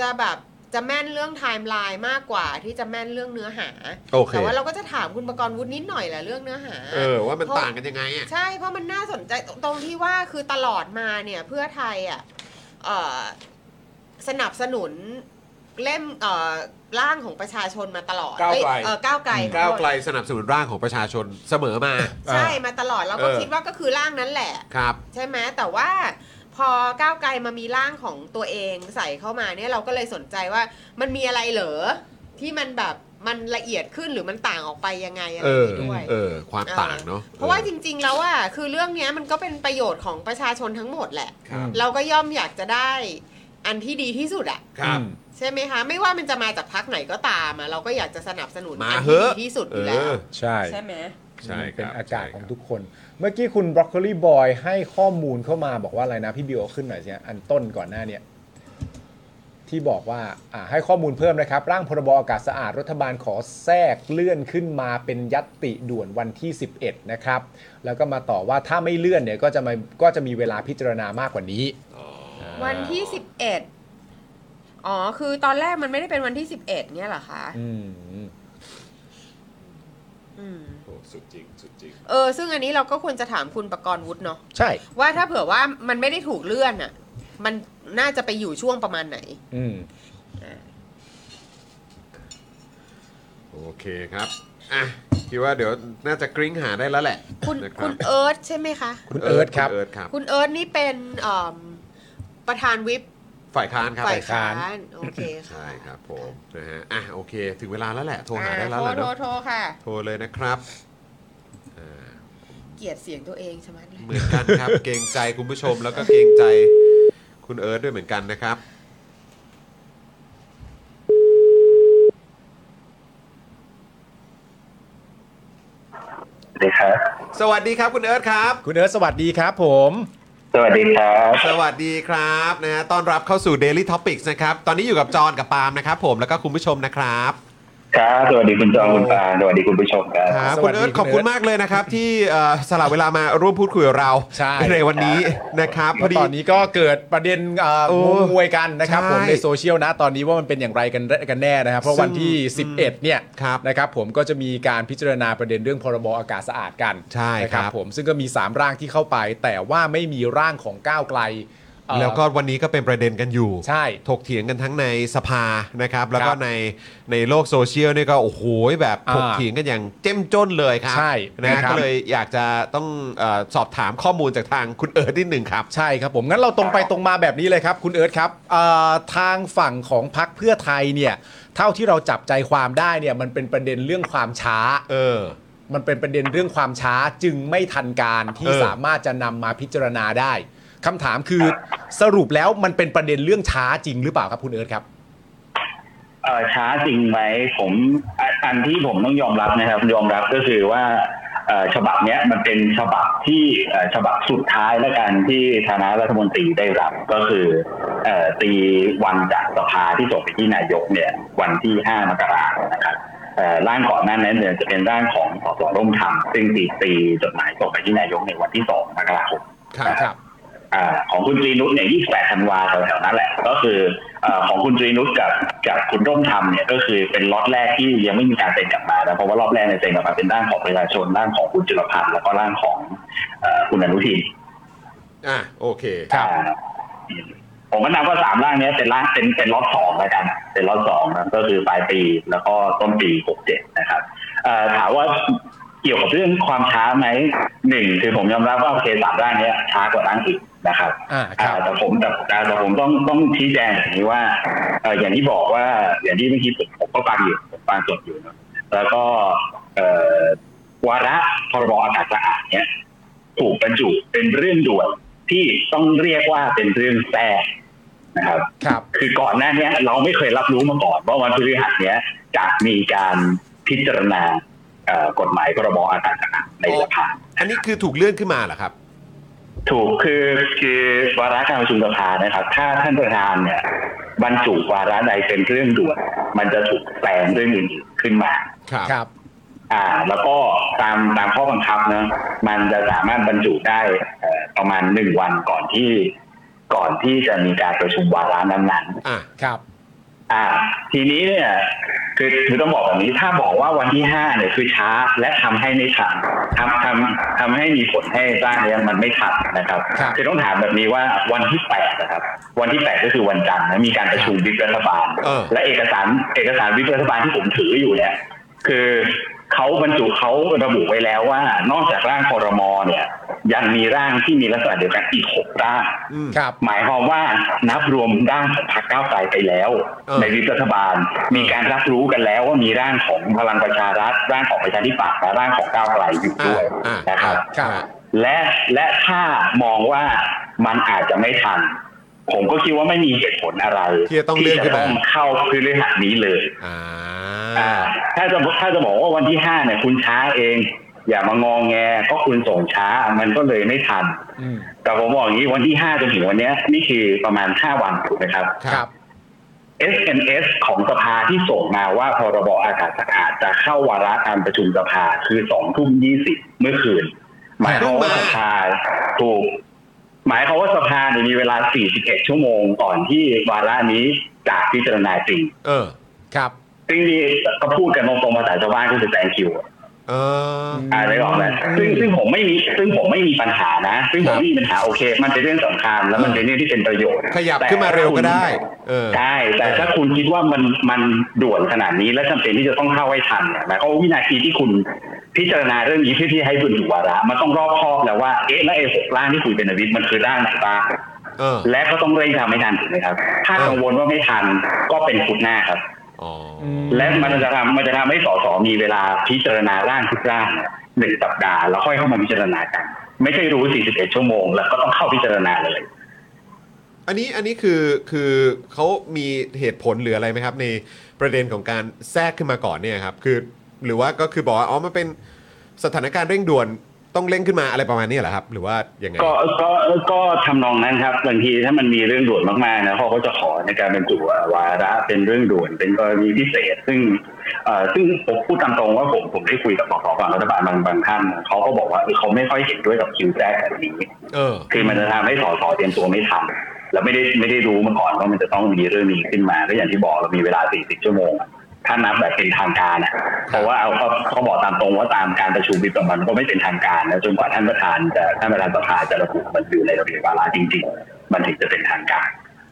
H: จะแบบจะแม่นเรื่องไทม์ไลน์มากกว่าที่จะแม่นเรื่องเนื้อหา
A: โอเค
H: แต่ว่าเราก็จะถามคุณประกรณ์วุฒินิดหน่อยแหละเรื่องเนื้อหา
A: เออว่ามันต่างกันยังไงอ่ะ
H: ใช่เพราะมันน่าสนใจตรงตรงที่ว่าคือตลอดมาเนี่ยเพื่อไทยอ่ะเอ่อสนับสนุนเล่มเอ่อร่างของประชาชนมาตลอด
A: ก้าวไกล
H: เอ้ยเอ่อก้าวไกล
A: ก้าวไกลสนับสนุนร่างของประชาชนเสมอมา
H: ใช่มาตลอดเราก็
A: เออ
H: คิดว่าก็คือร่างนั้นแหละ
A: ครับ
H: ใช่ไหมแต่ว่าพอก้าวไกลมามีร่างของตัวเองใส่เข้ามาเนี่ยเราก็เลยสนใจว่ามันมีอะไรเหรอที่มันแบบมันละเอียดขึ้นหรือมันต่างออกไปยังไงอะไร
A: เอ
H: อย่า
A: อ
H: งงี้ด้วย
A: เออ ความต่างเนาะ
H: เพราะว่าจริง ๆ แล้วอ่ะคือเรื่องเนี้ยมันก็เป็นประโยชน์ของประชาชนทั้งหมดแหละ
A: ครับ
H: เราก็ย่อมอยากจะได้อันที่ดีที่สุดอ่ะ
A: ครับ
H: ใช่ไหมคะ ไม่ว่ามันจะมาจากพักไหนก็ตามอ่ะเราก็อยากจะสนับสนุน
A: มา
H: อั
A: เห
H: ที่
A: อะ
H: ดีที่สุดอ
A: เอยู่
H: แล้ว
A: อ
C: ใช่
H: ใช่ไหม
A: ใช่ครับ
C: เป็นอากาศ
A: ใช่ครับ
C: ของทุกคน เมื่อกี้คุณ Broccoli Boy ให้ข้อมูลเข้ามาบอกว่าอะไรนะ พี่บิวเอาขึ้นหน่อยสิฮะอันต้นก่อนหน้าเนี่ย ที่บอกว่าอ่าให้ข้อมูลเพิ่มนะครับ ร่างพรบอากาศสะอาดรัฐบาลขอแทรกเลื่อนขึ้นมาเป็นยัตติด่วนวันที่ 11 นะครับ แล้วก็มาต่อว่าถ้าไม่เลื่อนเนี่ยก็จะมาก็จะมีเวลาพิจารณามากกว่านี้
H: วันที่สิบเอ็ดอ๋อ คือตอนแรกมันไม่ได้เป็นวันที่สิบเอ็ดเนี่ยเหรอคะ
C: อืม
H: อืม
A: โอ้สุดจริง สุดจริง
H: เออ ซึ่งอันนี้เราก็ควรจะถามคุณประกรณ์วุฒิเนาะ
C: ใช่
H: ว่าถ้าเผื่อว่ามันไม่ได้ถูกเลื่อนอะ่ะ มันน่าจะไปอยู่ช่วงประมาณไหน
C: อืม
A: โอเคครับ อ่ะ คิดว่าเดี๋ยวน่าจะกริ้งหาได้แล้วแหละ
H: คุณ
A: นะ
H: คุณเอิร์ธใช่ไหมคะ
C: คุณเอิร์ธครับ
A: เอิร์ธครับ
H: คุณเอิร์ธนี่เป็นเอิ่มประธานวิป
A: ฝ่ายค้านครับ
H: ฝ่ายค้าน
C: ฝ่ายค้าน
H: โอเคค่ะ
A: ใช่ครับผมนะฮะ อ่ะ โอเค ถึงเวลาแล้วแหละ โทรหา
H: อ่า
A: ได้แล้
H: โท
A: ว
H: ร
A: แหละ
H: โทร
A: เนาะ
H: โทรค่ะ
A: โทรเลยนะครับอ่า
H: เกลียดเสียงตัวเองใช่ไหมเลย
A: เหมือนกันครับ เกรงใจคุณผู้ชมแล้วก็เกรงใจคุณเอิร์ธด้วยเหมือนกันนะครับ
I: สวัสดีครับ
A: สวัสดีครับคุณเอิร์ธครับ
C: คุณเอิร์ธสวัสดีครับผม
I: สวัสดีครับ
A: สวัสดีครับนะฮะต้อนรับเข้าสู่ Daily Topics นะครับ ตอนนี้อยู่กับจอห์นกับปาล์มนะครับผมแล้วก็คุณผู้ชมนะครับ
I: ครับสวัสดีคุณจองคุณปาสวัสดีคุณผู้ชมครับ
A: ครับ
C: ส
A: คุ
C: วั
A: ณ
C: สดี
A: เอิร์ธ
C: คุณ
A: ขอบคุณ
C: เอิร์ธ
A: มากเลยนะครับ ที่เอ่อสละเวลามาร่วมพูดคุยกับเรา
C: ใช่
A: วันนี้นะครับพ
C: พ
A: อ
C: อ
A: ดี
C: ตอนนี้ก็เกิดประเด็นอ่า
A: โอ้
C: มวยกันนะครับ
A: ใช่
C: ผมในโซเชียลนะตอนนี้ว่ามันเป็นอย่างไรกันกันแน่นะครับ เพราะวันที่
A: ซึ่ง
C: 11 เนี่ย
A: ครับ
C: นะครับผมก็จะมีการพิจารณาประเด็นเรื่องพรบอากาศสะอาดกัน
A: ใช่
C: นะครับ ผมซึ่งก็มี 3 ร่างที่เข้าไป แต่ว่าไม่มีร่างของก้าวไกลเอ่อ
A: แล้วก็วันนี้ก็เป็นประเด็นกันอยู่
C: ใช่
A: ถกเถียงกันทั้งในสภานะครับ แล้วก็
C: ครับ
A: ในในโลกโซเชียลเนี่ยก็โอ้โหแบบ
C: อ่า
A: ถกเถียงกันอย่างเจ้มจ้นเลยครับ
C: ใช่
A: นะ
C: นะครับ
A: ก็เลยอยากจะต้องเออสอบถามข้อมูลจากทางคุณเอิร์ธนิดหนึ่งครับ
C: ใช่ครับผมงั้นเราตรงไปตรงมาแบบนี้เลยครับ คุณเอิร์ธครับเอ่อทางฝั่งของพักเพื่อไทยเนี่ยเท่าที่เราจับใจความได้เนี่ยมันเป็นประเด็นเรื่องความช้า
A: เออ
C: มันเป็นประเด็นเรื่องความช้าจึงไม่ทันการที่
A: เออ
C: สามารถจะนำมาพิจารณาได้คำถามคือสรุปแล้วมันเป็นประเด็นเรื่องช้าจริงหรือเปล่าครับคุณเอิร์ธครับ
I: เอ่อช้าจริงไหมผมอันอันที่ผมต้องยอมรับนะครับ ยอมรับก็คือว่าเอ่อฉบับเนี้ยมันเป็นฉบับที่เอ่อฉบับสุดท้ายและกันที่คณะรัฐมนตรีได้รับก็คือเอ่อตีวันจากสภาที่ส่งไปที่นายกเนี่ยวันที่ 5 มกราคมนะครับเอ่อร่างก่อนหน้านั้นเนี่ยจะเป็นร่างของสสร่วมธรรมซึ่งตีตีจดหมายส่งไปที่นายกในวันที่ 2 มกราคม
C: ครับครับ
I: อาของคุณตรีนุชเนี่ย 28 ธันวาแถวๆนั้นแหละ ก็คืออาของคุณตรีนุชกับกับคุณร่มธรรมเนี่ยก็คือเป็นล็อตแรกที่ยังไม่มีการเซ็นกลับมานะเพราะว่ารอบแรกเนี่ยเซ็นกลับมาเป็นร่างของประชาชนร่างของคุณจุลพันธ์แล้วก็ร่างของเอ่อคุณอนุทิน
A: อ่ะโอเค
I: ผมก็นับว่าสามร่างเนี้ยเป็นร่างเป็นเป็นล็อตสองแล้วกันเป็นล็อตสองนะก็คือปลายปีแล้วก็ต้นปีหกเจ็ดนะครับเอ่อถามว่าเกี่ยวกับเรื่องความช้าไหมหนึ่งคือผมยอมรับว่าโอเคสามร่างเนี้ยช้ากว่าร่างอื่นนะครับ
C: อ่าครับ
I: อ่าแต่ผมแต่แต่ผมต้องต้องชี้แจงอย่างนี้ว่าเอ่ออย่างที่บอกว่าอย่างที่เมื่อกี้ผมผมก็ฟังอยู่ผมฟังสดอยู่นะแล้วก็เอ่อวาระพรบอากาศสะอาดเนี้ย ถูกบรรจุเป็นเรื่องด่วนที่ต้องเรียกว่าเป็นเรื่องแทรกนะครับ
C: ครับ
I: คือก่อนหน้าเนี้ย เราไม่เคยรับรู้มาก่อนว่าวันพฤหัสเนี้ยจะมีการพิจารณาเอ่อกฎหมายพรบอากาศสะอาดในสภา
A: อันนี้คือถูกเลื่อนขึ้นมาเหรอครับ
I: ถูกคือคือวาระการประชุมสภานะครับ ถ้าท่านประธานเนี่ย บรรจุวาระใดเป็นเรื่องด่วน มันจะถูกแปลงเรื่องอื่นๆขึ้นมา
A: ครับ
C: ครับ
I: อ่า แล้วก็ตามตามข้อบังคับนะมันจะสามารถบรรจุได้เอ่อประมาณหนึ่งวันก่อนที่ก่อนที่จะมีการประชุมวาระนั้นๆ
A: อ่ะ
C: ครับ
I: อ่า ทีนี้เนี่ยคือคือต้องบอกแบบนี้ถ้าบอกว่าวันที่ห้าเนี่ยคือช้าและทำให้ไม่ทันทำทำทำให้มีผลให้ร่างเนี่ยมันไม่ทันนะครับ
C: ครับ
I: อต้องถามแบบนี้ว่าวันที่แปดนะครับ วันที่แปดก็คือวันจันทร์นะมีการประชุมวิปรัฐบาล
A: เออ
I: และเอกสารเอกสารวิปรัฐบาลที่ผมถืออยู่เนี่ยคือเขาบรรจุเขาระบุไว้แล้วว่านอกจากร่างคอรมอเนี่ย ยังมีร่างที่มีลักษณะเดียวกันอีกหกร่าง
C: ครับ
I: หมายความว่านับรวมร่างของพรรคก้าวไกลไปแล้ว
A: เออ
I: ในวิปรัฐบาลมีการรับรู้กันแล้วว่ามีร่างของพลังประชารัฐร่างของประชาธิปัตย์และร่างของก้าวไกลอยู่
A: อ่ะ
I: ด้วย
A: อ่ะ
I: นะครับ
C: ครับ
I: และและถ้ามองว่ามันอาจจะไม่ทัน ผมก็คิดว่าไม่มีเหตุผลอะไร
A: ที่จะต้องเลื่อนขึ้น
I: จะ
A: มา
I: ต้องเข้าพฤหัสนี้เลย
A: อ่า
I: อ่าถ้าจะถ้าจะบอกว่าวันที่ห้าเนี่ยคุณช้าเอง อย่ามางองแงก็คุณส่งช้ามันก็เลยไม่ทัน
C: อืม
I: แต่ผมบอกอย่างนี้วันที่ 5 จนถึงวันเนี้ยนี่คือประมาณ 5 วันถูกไหมครับ
C: ครับ
I: SNS ของสภาที่ส่งมาว่าพรบอากาศสะอาดจะเข้าวาระการประชุมสภาคือ2ทุ่ม20 เมื่อคืน หมายความว่าสภาถูก หมายความว่าสภาเนี่ยมีเวลา 41 ชั่วโมงก่อนที่วาระนี้จะพิจารณาจริง
A: เออ
C: ครับ
I: ซึ่งนี่ก็พูดกันตรงๆภาษาชาวบ้านก็คือแซงคิว
A: เออ
I: อ่าได้ออกแล้วซึ่งซึ่งผมไม่มีซึ่งผมไม่มีปัญหานะ ซึ่งผมไม่มีปัญหาโอเค มันเป็นเรื่องสำคัญแล้วมันเป็นเรื่องที่เป็นประโยชน์
A: ขยับ
I: แต่
A: ขึ้นมาเร็วก็ได้เออ
I: ใช่แต่ถ้าคุณคิดว่ามันมันด่วนขนาดนี้และจำเป็นที่จะต้องเข้าให้ทันเนี่ยหมายความว่าวินาทีที่คุณพิจารณาเรื่องนี้เพื่อที่ให้คุณถูกวาระ มันต้องรอบคอบแล้วว่าเอ๊ะและไอ้หกร่างที่คุยเป็นอวิทย์มันคือร่างไหนบ้าง
A: เออ
I: และก็ต้องเร่งทำให้ทันถูกไหมครับ ถ้า
A: เออ
I: กังวลว่าไม่ทันก็เป็นขุดหน้าครับ
A: อ๋ออ
I: และมันจะทำมันจะทำให้สสมีเวลาพิจารณาร่างทุกร่างเนี่ยหนึ่งสัปดาห์แล้วค่อยเข้ามาพิจารณากัน ไม่ใช่รู้ 41 ชั่วโมง แล้วก็ต้องเข้าพิจารณาเลย
A: อันนี้อันนี้คือคือเขามีเหตุผลหรืออะไรไหมครับ ในประเด็นของการแทรกขึ้นมาก่อนเนี่ยครับ คือหรือว่าก็คือบอกว่าอ๋อมันเป็นสถานการณ์เร่งด่วนต้องเร่งขึ้นมาอะไรประมาณนี้เหรอครับ หรือว่ายังไง
I: ก็ก็ก็ทำนองนั้นครับบางทีถ้ามันมีเรื่องด่วนมากๆนะเขาก็จะขอในการบรรจุวาระเป็นเรื่องด่วนเป็นกรณีพิเศษ ซึ่ง เอ่อซึ่งผมพูดตามตรงว่าผมผมได้คุยกับสสฝั่งรัฐบาลบางบางท่านเขาก็บอกว่าเขาไม่ค่อยเห็นด้วยกับคิวแรกแบบนี้
A: เออ
I: คือมันจะทำให้สสเตรียมตัวไม่ทันแล้วไม่ได้ไม่ได้รู้มาก่อนว่ามันจะต้องมีเรื่องนี้ขึ้นมาแล้วอย่างที่บอกเรามีเวลา 40 ชั่วโมงอะถ้านับแบบเป็นทางการอะเพราะว่าเอาเขาเขาบอกตามตรงว่าตามการประชุมวิปมันก็ไม่เป็นทางการนะจนกว่าท่านประธานจะท่านประธานสภาจะระบุมันอยู่ในระเบียบวาระจริง ๆ มันถึงจะเป็นทางการ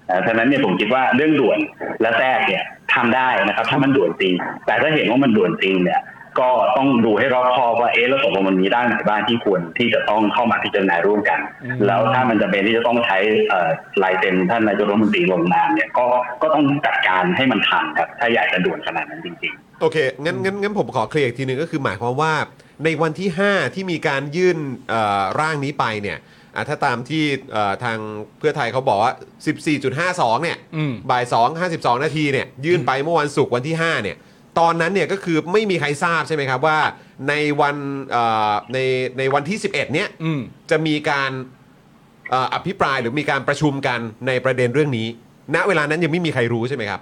I: นะฉะนั้นเนี่ยผมคิดว่าเรื่องด่วนและแทรกเนี่ยทำได้นะครับ ถ้ามันด่วนจริง แต่ถ้าเห็นว่ามันด่วนจริงเนี่ย ก็ต้องดูให้รอบคอบว่าเอ๊ะแล้วตกลงมันมีด้านไหนบ้างที่ควรที่จะต้องเข้ามาพิจารณาร่วมกัน แล้วถ้ามันจะเป็นที่จะต้องใช้เอ่อลายเซ็นท่านนายกรัฐมนตรีลงนามเนี่ยก็ก็ต้องจัดการให้มันทันครับถ้าอยากจะด่วนขนาดนั้นจริง ๆ
A: โอเคงั้นงั้นงั้นผมขอเคลียร์อีกทีหนึงก็คือหมายความว่าในวันที่ 5 ที่มีการยื่นเอ่อร่างนี้ไปเนี่ยอ่ะถ้าตามที่เอ่อทางเพื่อไทยเขาบอกว่า 14.52 เนี่ย
C: อืม
A: บ่าย 2 52 นาทีเนี่ยยื่นไปเมื่อวันศุกร์วันที่ 5 เนี่ย ตอนนั้นเนี่ยก็คือไม่มีใครทราบใช่ไหมครับว่าในวันเอ่อในในวันที่ 11 เนี่ย
C: อืม
A: จะมีการเอ่ออภิปรายหรือมีการประชุมกันในประเด็นเรื่องนี้ ณเวลานั้นยังไม่มีใครรู้ใช่ไหมครับ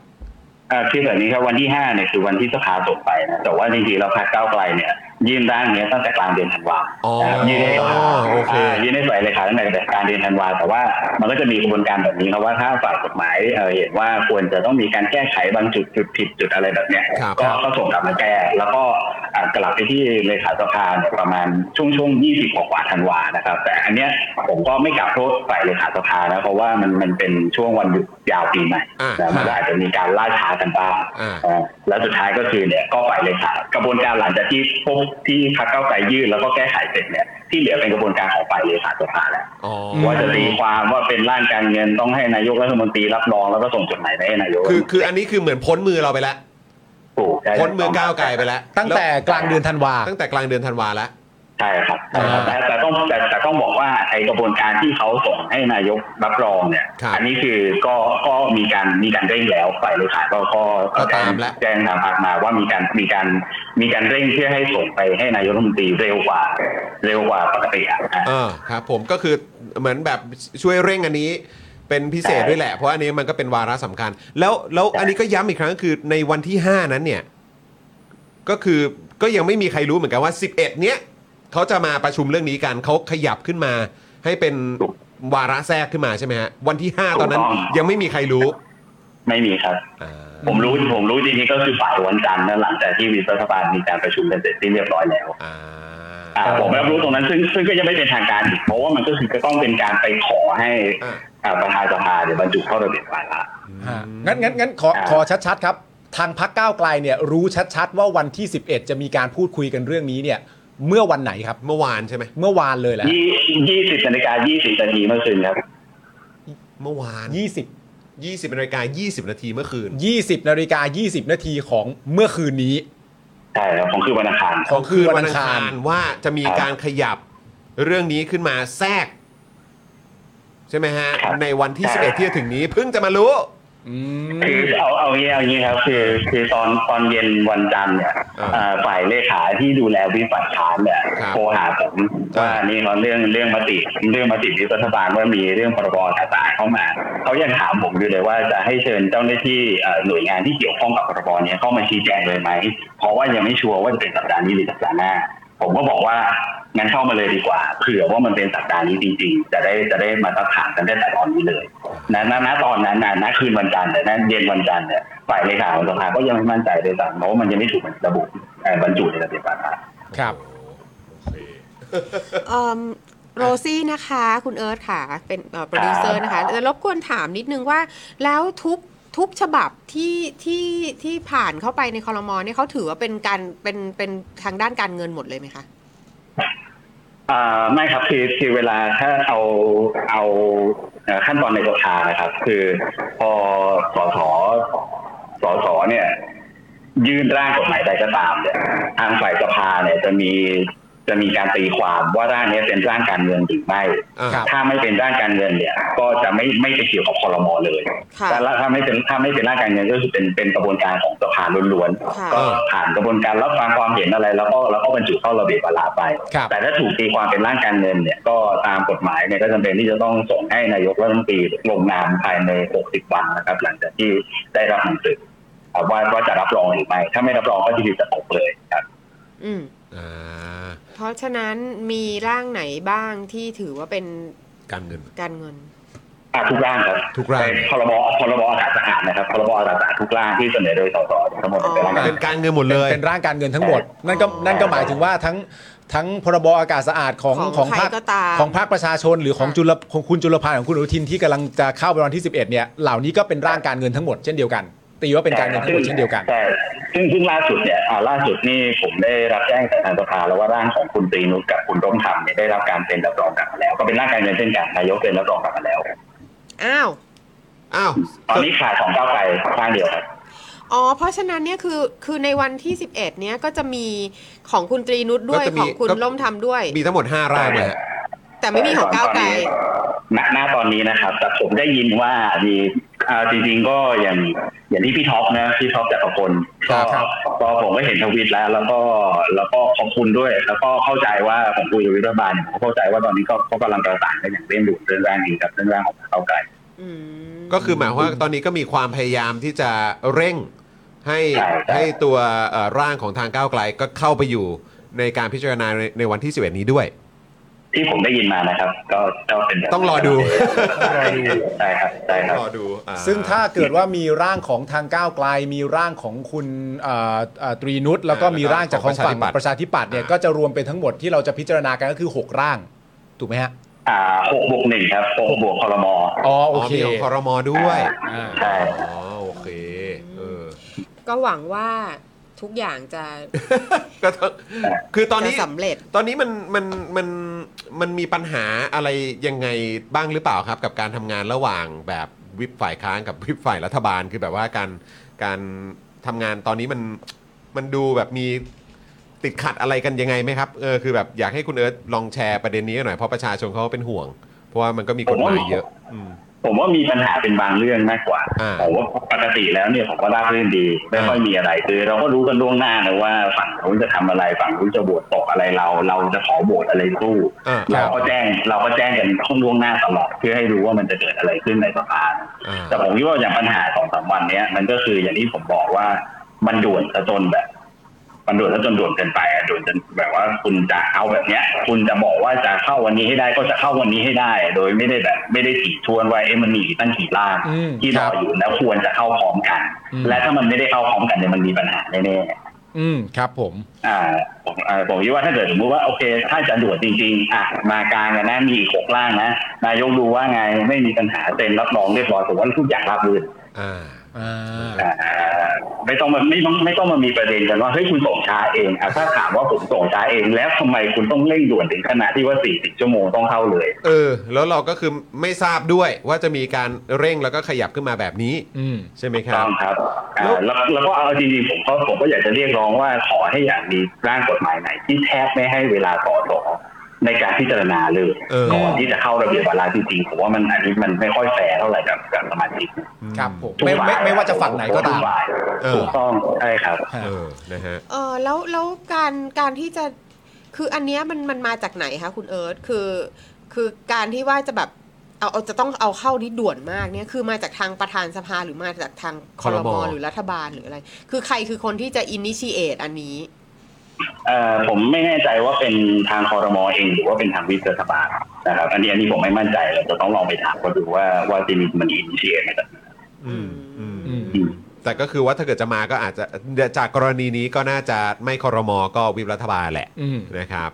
I: อ่าคือแบบนี้ครับวันที่ห้าเนี่ยคือวันที่สภาส่งไปนะแต่ว่าจริงๆเราพรรคก้าวไกลเนี่ยยื่นร่างเนี้ยตั้งแต่กลางเดือนธันวา
A: อ๋อ
I: นะครับยื่นให้สภา
A: โอเค
I: อ่ายื่นให้ฝ่ายเลขาตั้งแต่กลางเดือนธันวาแต่ว่ามันก็จะมีกระบวนการแบบนี้ครับว่าถ้าฝ่ายกฎหมายเอ่อเห็นว่าควรจะต้องมีการแก้ไขบางจุดจุดผิดจุดอะไรแบบเนี้ย
A: ครับ
I: ก็ก็ส่งกลับมาแก้แล้วก็อ่ากลับไปที่เลขาสภาเนี่ยประมาณช่วงช่วงยี่สิบกว่าๆธันวานะครับ แต่อันเนี้ยผมก็ไม่กลับโทษฝ่ายเลขาสภานะเพราะว่ามันมันเป็นช่วงวันหยุดยาวปีใหม่
A: อ่า
I: นะมันก็อาจจะมีการล่าช้ากันบ้าง
A: อ่า
I: เออแล้วสุดท้ายก็คือเนี่ยก็ไปเลยค่ะกระบวนการหลังจากที่พบที่พรรคเก้าวไกลยื่นแล้วก็แก้ไขเสร็จเนี่ยที่เหลือเป็นกระบวนการของฝ่ายเลขาสภาแล้ว
A: อ๋อ
I: ว่าจะตีความว่าเป็นร่างการเงินต้องให้นายกรัฐมนตรีรับรองแล้วก็ส่งจดหมายไปให้นายก
A: คือคืออันนี้คือเหมือนพ้นมือเราไปแล้ว
I: ถูกใช่
A: พ้นมือก้าวไกลไปแล้ว
C: ตั้งแต่กลางเดือนธันวา
A: แล้วตั้งแต่กลางเดือนธันวาแล้ว
I: ใช่ครับใช่ครับแต่แต่ต้องแต่แต่ต้องบอกว่าไอกระบวนการที่เขาส่งให้นายกรับรองเนี่ย
A: ครับ
I: อันี้คือก็ก็มีการมีการเร่งแล้วฝ่ายเลขาก็ก็
A: ก็ตามแล้ว
I: แจ้งทางพรรคมาว่ามีการมีการมีการเร่งเพื่อให้ส่งไปให้นายกรัฐมนตรีเร็วกว่า เร็วกว่าปกติอ่ะ
A: เออครับผมก็คือเหมือนแบบช่วยเร่งอันนี้ เป็นพิเศษด้วยแหละ เพราะอันนี้มันก็เป็นวาระสำคัญ แล้วแล้วอันนี้ก็ย้ำอีกครั้งก็คือในวันที่ 5 นั้นเนี่ย ก็คือก็ยังไม่มีใครรู้เหมือนกันว่า 11 เนี้ยเขาจะมาประชุมเรื่องนี้กันเขาขยับขึ้นมา ให้เป็นวาระแทรกขึ้นมาใช่ไหมฮะวันที่ 5 ตอนนั้นยังไม่มีใครรู้
I: ไม่มีครับ
A: อ่า
I: ผมรู้ผมรู้จริงๆก็คือฝ่ายวันจันทร์นะหลังจากที่วิปรัฐบาลมีการประชุมกันเสร็จสิ้นเรียบร้อยแล้ว
A: อ่า
I: อ่าผมรับรู้ตรงนั้นซึ่งซึ่งก็ยังไม่เป็นทางการอีกเพราะว่ามันก็คือจะต้องเป็นการไปขอให้
A: อ่า
I: อ่าประธานสภาเดี๋ยวบรรจุเข้าระเบียบวาระ
C: ฮะงั้นงั้นงั้นขอขอชัดๆครับ ทางพักก้าวไกลเนี่ยรู้ชัดๆ ว่าวันที่ 11 จะมีการพูดคุยกันเรื่องนี้เนี่ยเมื่อวันไหนครับ
A: เมื่อวานใช่ไหม
C: เมื่อวานเลยแหละ
I: ยี่ยี่สิบนาฬิกายี่สิบนาทีเมื่อคืนครับ
A: เมื่อวาน
C: 20
A: 20นาฬิกา20 นาทีเมื่อคืน
C: 20นาฬิกา20 นาทีของเมื่อคืนนี้
I: ใช่ครับของคืนวันอังคาร
C: ของคืนวันอังคาร
A: ว่าจะมีการขยับเรื่องนี้ขึ้นมาแทรก ใช่ไหมฮะ
I: ครับ
A: ในวันที่
I: ใช่
A: 11 ที่จะถึงนี้เพิ่งจะมารู้
C: อืม
I: คือเอาเอาอย่างงี้เอาอย่างงี้ครับคือคือตอนตอนเย็นวันจันทร์เนี่ย
A: อ่า
I: อ่าฝ่ายเลขาที่ดูแลวิปัสสนานเนี่ย
A: ครับ
I: โทรหาผม
A: อ่า
I: ว่านี่เขาเรื่องเรื่องมติเรื่องมติวิปรัฐบาลว่ามีเรื่องพรบต่างๆเข้ามาเขายังถามผมอยู่เลยว่าจะให้เชิญเจ้าหน้าที่เอ่อหน่วยงานที่เกี่ยวข้องกับพรบเนี้ยเข้ามาชี้แจงเลยไหมเพราะว่ายังไม่ชัวร์ว่าจะเป็นสัปดาห์นี้หรือสัปดาห์หน้า ผมก็บอกว่างั้นเข้ามาเลยดีกว่าเผื่อว่ามันเป็นสัปดาห์นี้จริงๆ จะได้จะได้มาตั้งถามกันได้แต่ตอนนี้เลย นะนะนะตอนนั้นนะนะคืนวันจันทร์แต่นะเย็นวันจันทร์เนี่ยฝ่ายเลขาของสภาก็ยังไม่มั่นใจเลยสั่งเพราะว่ามันยังไม่ถูกระบุเอ่อบรรจุในระเบียบวาระ
C: ครับ
H: เอิ่มโรซี่นะคะ คุณเอิร์ธค่ะ เป็นโปรดิวเซอร์นะคะเอ่อรบกวนถามนิดนึงว่า แล้วทุกทุกฉบับที่ที่ที่ผ่านเข้าไปในคอรมอเนี่ยเขาถือว่าเป็นการเป็นเป็นทางด้านการเงินหมดเลยไหมคะ
I: อ่าไม่ครับคือคือเวลาถ้าเอาเอาเอ่อขั้นตอนในสภานะครับ คือพอสสสสเนี่ย ยื่นร่างกฎหมายใดก็ตามเนี่ยทางฝ่ายสภาเนี่ยจะมีจะมีการตีความว่าร่างเนี้ยเป็นร่างการเงินหรือไม่
A: อ่า
I: ถ้าไม่เป็นร่างการเงินเนี่ย ก็จะไม่ไม่ไปเกี่ยวกับคอรมอเลย
H: ค่ะ
I: แต่ละถ้าไม่เป็นถ้าไม่เป็นร่างการเงินก็คือเป็นเป็นกระบวนการของสภาล้วนๆ
H: ค่ะ
I: ก็ผ่านกระบวนการรับฟังความเห็นอะไร แล้วก็แล้วก็บรรจุเข้าระเบียบวาระไป
C: ครับ
I: แต่ถ้าถูกตีความเป็นร่างการเงินเนี่ยก็ตามกฎหมายเนี่ยก็จำเป็นที่จะต้องส่งให้นายกรัฐมนตรีลงนามภายใน 60 วันนะครับ หลังจากที่ได้รับหนังสือ ครับว่าว่าจะรับรองหรือไม่ถ้าไม่รับรองก็จะถูกตัดออกเลยครับ
H: อืม
A: อ่า
H: เพราะฉะนั้นมีร่างไหนบ้างที่ถือว่าเป็น
A: การเงิน
H: การเงิน
I: อ่ะทุกร่างครับ
A: ทุกร่าง
I: เป็นพรบพรบอากาศสะอาดนะครับพรบอากาศสะอาดทุกร่างที่เสนอโดยสสทั้งหมดเป็นร่าง
A: มันเป็นการเงินหมดเลย
C: เป็นร่างการเงินทั้งหมด นั่นก็นั่นก็หมายถึงว่าทั้งทั้งพรบอากาศสะอาดของ
H: ของ
C: ของ
H: ใคร
C: ภาค
H: ก็ตาม
C: ของภาคประชาชนหรือของจุลของคุณจุลพันธ์ของคุณอนุทินที่กำลังจะเข้าไปวันที่ 11เนี่ยเหล่านี้ก็เป็นร่างการเงินทั้งหมดเช่นเดียวกัน ตีว่าเป็นการเงินทั้งหมดเช่นเดียวกัน
I: ใช่ซึ่งซึ่งล่าสุดเนี่ยอ่าล่าสุดนี่ผมได้รับแจ้งจากทางสภาแล้วว่าร่างของคุณตรีนุชกับคุณร่มธรรมเนี่ยได้รับการเซ็นรับรองกลับมาแล้ว ก็เป็นร่างการเงินเช่นกันนายกเซ็นรับรองกลับมาแล้ว
H: อ้าว
A: อ้าว
I: ตอนนี้ขาดของก้าวไกลข้างเดียวครับ
H: อ๋อ เพราะฉะนั้นเนี่ยคือคือในวันที่ 11 เนี้ยก็จะมีของคุณตรีนุชด้วย
A: ก็จะมี
H: ของคุณ
A: ก็
H: ล่มทำด้วย
A: มีทั้งหมด 5 ร่างเลยฮะ
H: แต่ไม่มีของก้าวไกล
I: หนักหน้าตอนนี้นะครับ แต่ผมได้ยินว่ามีอ่าจริงๆก็อย่างอย่างที่พี่ท็อปนะพี่ท็อปจักรพลก็ก็ผมก็เห็นทวิตแล้ว แล้วก็แล้วก็ขอบคุณด้วย แล้วก็เข้าใจว่าผมคุยกับวิทยาบาลเนี่ยผมเข้าใจว่าตอนนี้ก็ก็กำลังประสานกันอย่างเร่งด่วนเรื่องร่างนี้กับเรื่องร่างของเขาวไกล
H: อืม
A: ก็คือหมายความว่าตอนนี้ก็มีความพยายามที่จะเร่งให้
I: ใช่ใช่
A: ให้ตัวเอ่อร่างของทางก้าวไกลก็เข้าไปอยู่ในการพิจารณาในในวันที่ 11 นี้ด้วย
I: ที่ผมได้ยินมานะครับ ก็ก็เป็นแบบนั้น
A: ต้องรอดู
I: ใช่ใช่ครับใช่ครับ
A: รอดูอ่า
C: ซึ่งถ้าเกิดว่ามีร่างของทางก้าวไกล มีร่างของคุณเอ่อเอ่อตรีนุชแล้วก็
A: อ่ามี
C: มีร่างจากของฝั่ง
A: แล้วก็ของ
C: ป
A: ประ ระ
C: ชา
A: ชาธิ
C: ธิ
A: ปั
C: ปัต
A: ตย์
C: ย์เนี่ยก็จะรวมเป็นทั้งหมดที่เราจะพิจารณากันก็คือ 6 ร่าง ถูกไหมฮะ
I: อ่าหกบวกหนึ่งครับหกบวกคอรมอ
C: อ๋อ
A: อ๋
C: โอ
A: อ
C: เค
A: มีของคอรมอด้วย
C: อ่า
I: ใช่
A: อ๋อโอเคเออ
H: ก็หวังว่าทุกอย่างจะ
A: ก็ต้องคือตอน
H: จะ
A: นี้
H: สำเร็จ
A: ตอนนี้มันมันมันมันมีปัญหาอะไรยังไงบ้างหรือเปล่าครับ กับการทำงานระหว่างแบบวิปฝ่ายค้านกับวิ ปฝ่ายรัฐบาลคือแบบว่าการการทำงานตอนนี้มันมันดูแบบมีติดขัดอะไรกันยังไงไหมครับเออคือแบบอยากให้คุณเอิร์ธลองแชร์ประเด็นนี้หน่อยเพราะประชาชนเขาเป็นห่วง เพราะว่ามันก็มีกฎหมายเยอะอืม
I: ผมว่ามีปัญหาเป็นบางเรื่องมากกว่า
A: อ่า
I: ผมว่าปกติแล้วเนี่ยผมก็ราบรื่นดี ไม่ค่อยมีอะไรคือเราก็รู้กันล่วงหน้านะว่าฝั่งนู้นจะทำอะไรฝั่งนู้นจะโหวตตกอะไรเรา เราจะขอโหวตอะไรสู้
A: อ่าค
I: เรา
A: รับ
I: ก็แจ้งเราก็แจ้งกันข้องล่วงหน้าตลอดเพื่อให้รู้ว่ามันจะเกิดอะไรขึ้นในสภา
A: อ่า
I: แต่ผมคิดว่าอย่างปัญหาสองสามวันเนี้ยมันก็คืออย่างที่ผมบอกว่ามันด่วนซะจนแบบ มันด่วนซะจนด่วนเกินไปอะด่วนจนแบบว่าคุณจะเอาแบบเนี้ย คุณจะบอกว่าจะเข้าวันนี้ให้ได้ก็จะเข้าวันนี้ให้ได้ โดยไม่ได้แบบ ไม่ได้ถี่ชวนว่าเอ๊ะมันมีอีกตั้งกี่ล่าง
C: อืม
I: ที่
C: ค
I: ร
C: รั
I: อบ อยู่แล้วควรจะเข้าพร้อมกัน
C: อืม
I: และถ้ามันไม่ได้เข้าพร้อมกันเนี่ยมันมีปัญหาแน่
C: อืมครับผม
I: ๆอ่าผมอ่าผมคิดว่าถ้าเกิดสมมติว่าโอเค ถ้าจะด่วนจริงๆ อ่ะมากลางกันนะมีอีกหกล่างนะนายกดูว่าไงไม่มีปัญหาเซ็นรับรองเรียบร้อยผมว่าทุกอย่างราบรื่น
A: อ่า
C: อ่า
I: อ่าไม่ต้องมาไม่ต้องไม่ต้องมามีประเด็นกันว่าเฮ้ยคุณส่งช้าเองอ่ะถ้าถามว่าผมส่งช้าเอง แล้วทำไมคุณต้องเร่งด่วนถึงขนาดที่ว่า 40 ชั่วโมงต้องเข้าเลย
A: เออ แล้วเราก็คือไม่ทราบด้วยว่าจะมีการเร่งแล้วก็ขยับขึ้นมาแบบนี้
C: อืม
A: ใช่ไหมค
I: ต้
A: รั
I: อบ งครับอ่าแล้วแล้วก็เอาจริงๆผมก็ผมก็อยากจะเรียกร้องว่าขอให้อย่างมีร่างกฎหมายไหน ที่แทบไม่ให้เวลาต่อต่อในการพิจารณาเลย
A: เออ
I: ก่อนที่จะเข้าระเบียบเวลาจริงๆผมว่ามันอันนี้มันไม่ค่อยแฟร์เท่าไหร่กับกับสมาชิก
C: ครับผม
I: ทุก
C: ไม่
I: ฝ่ย
C: ไม่ไม่ว่าจะฝั่งไหนก็ตาม
I: ทุฝ่ย
A: เออ
I: ถูกต้องใช่ครับ
A: เออนะฮะ
H: เออแล้วแล้วการการที่จะคืออันเนี้ยมันมันมาจากไหนคะคุณเอิร์ธคือ คือการที่ว่าจะแบบเอาเอาจะต้องเอาเข้านี่ด่วนมากเนี่ยคือมาจากทางประธานสภาหรือมาจากทางคอร
A: ค
H: ม
A: ร
H: อ
A: ม
H: หรือรัฐบาลหรืออะไร คือใครคือคนที่จะอินิชิเอตอันนี้
I: เอ่อผมไม่แน่ใจว่าเป็นทางคอรมอเองหรือว่าเป็นทางวิทยาศาสตร์นะครับอันนี้อันนี้ผมไม่มั่นใจเราจะต้องลองไปถามก็ดูว่าว่าจริงๆมันอินเชียไหมครับ
A: อืมอืม
C: อืม
A: อืมแต่ก็คือว่าถ้าเกิดจะมาก็อาจจะจากกรณีนี้ก็น่าจะไม่คอรมอก็วิปรัฐบาลแหละ
C: อืม
A: นะครับ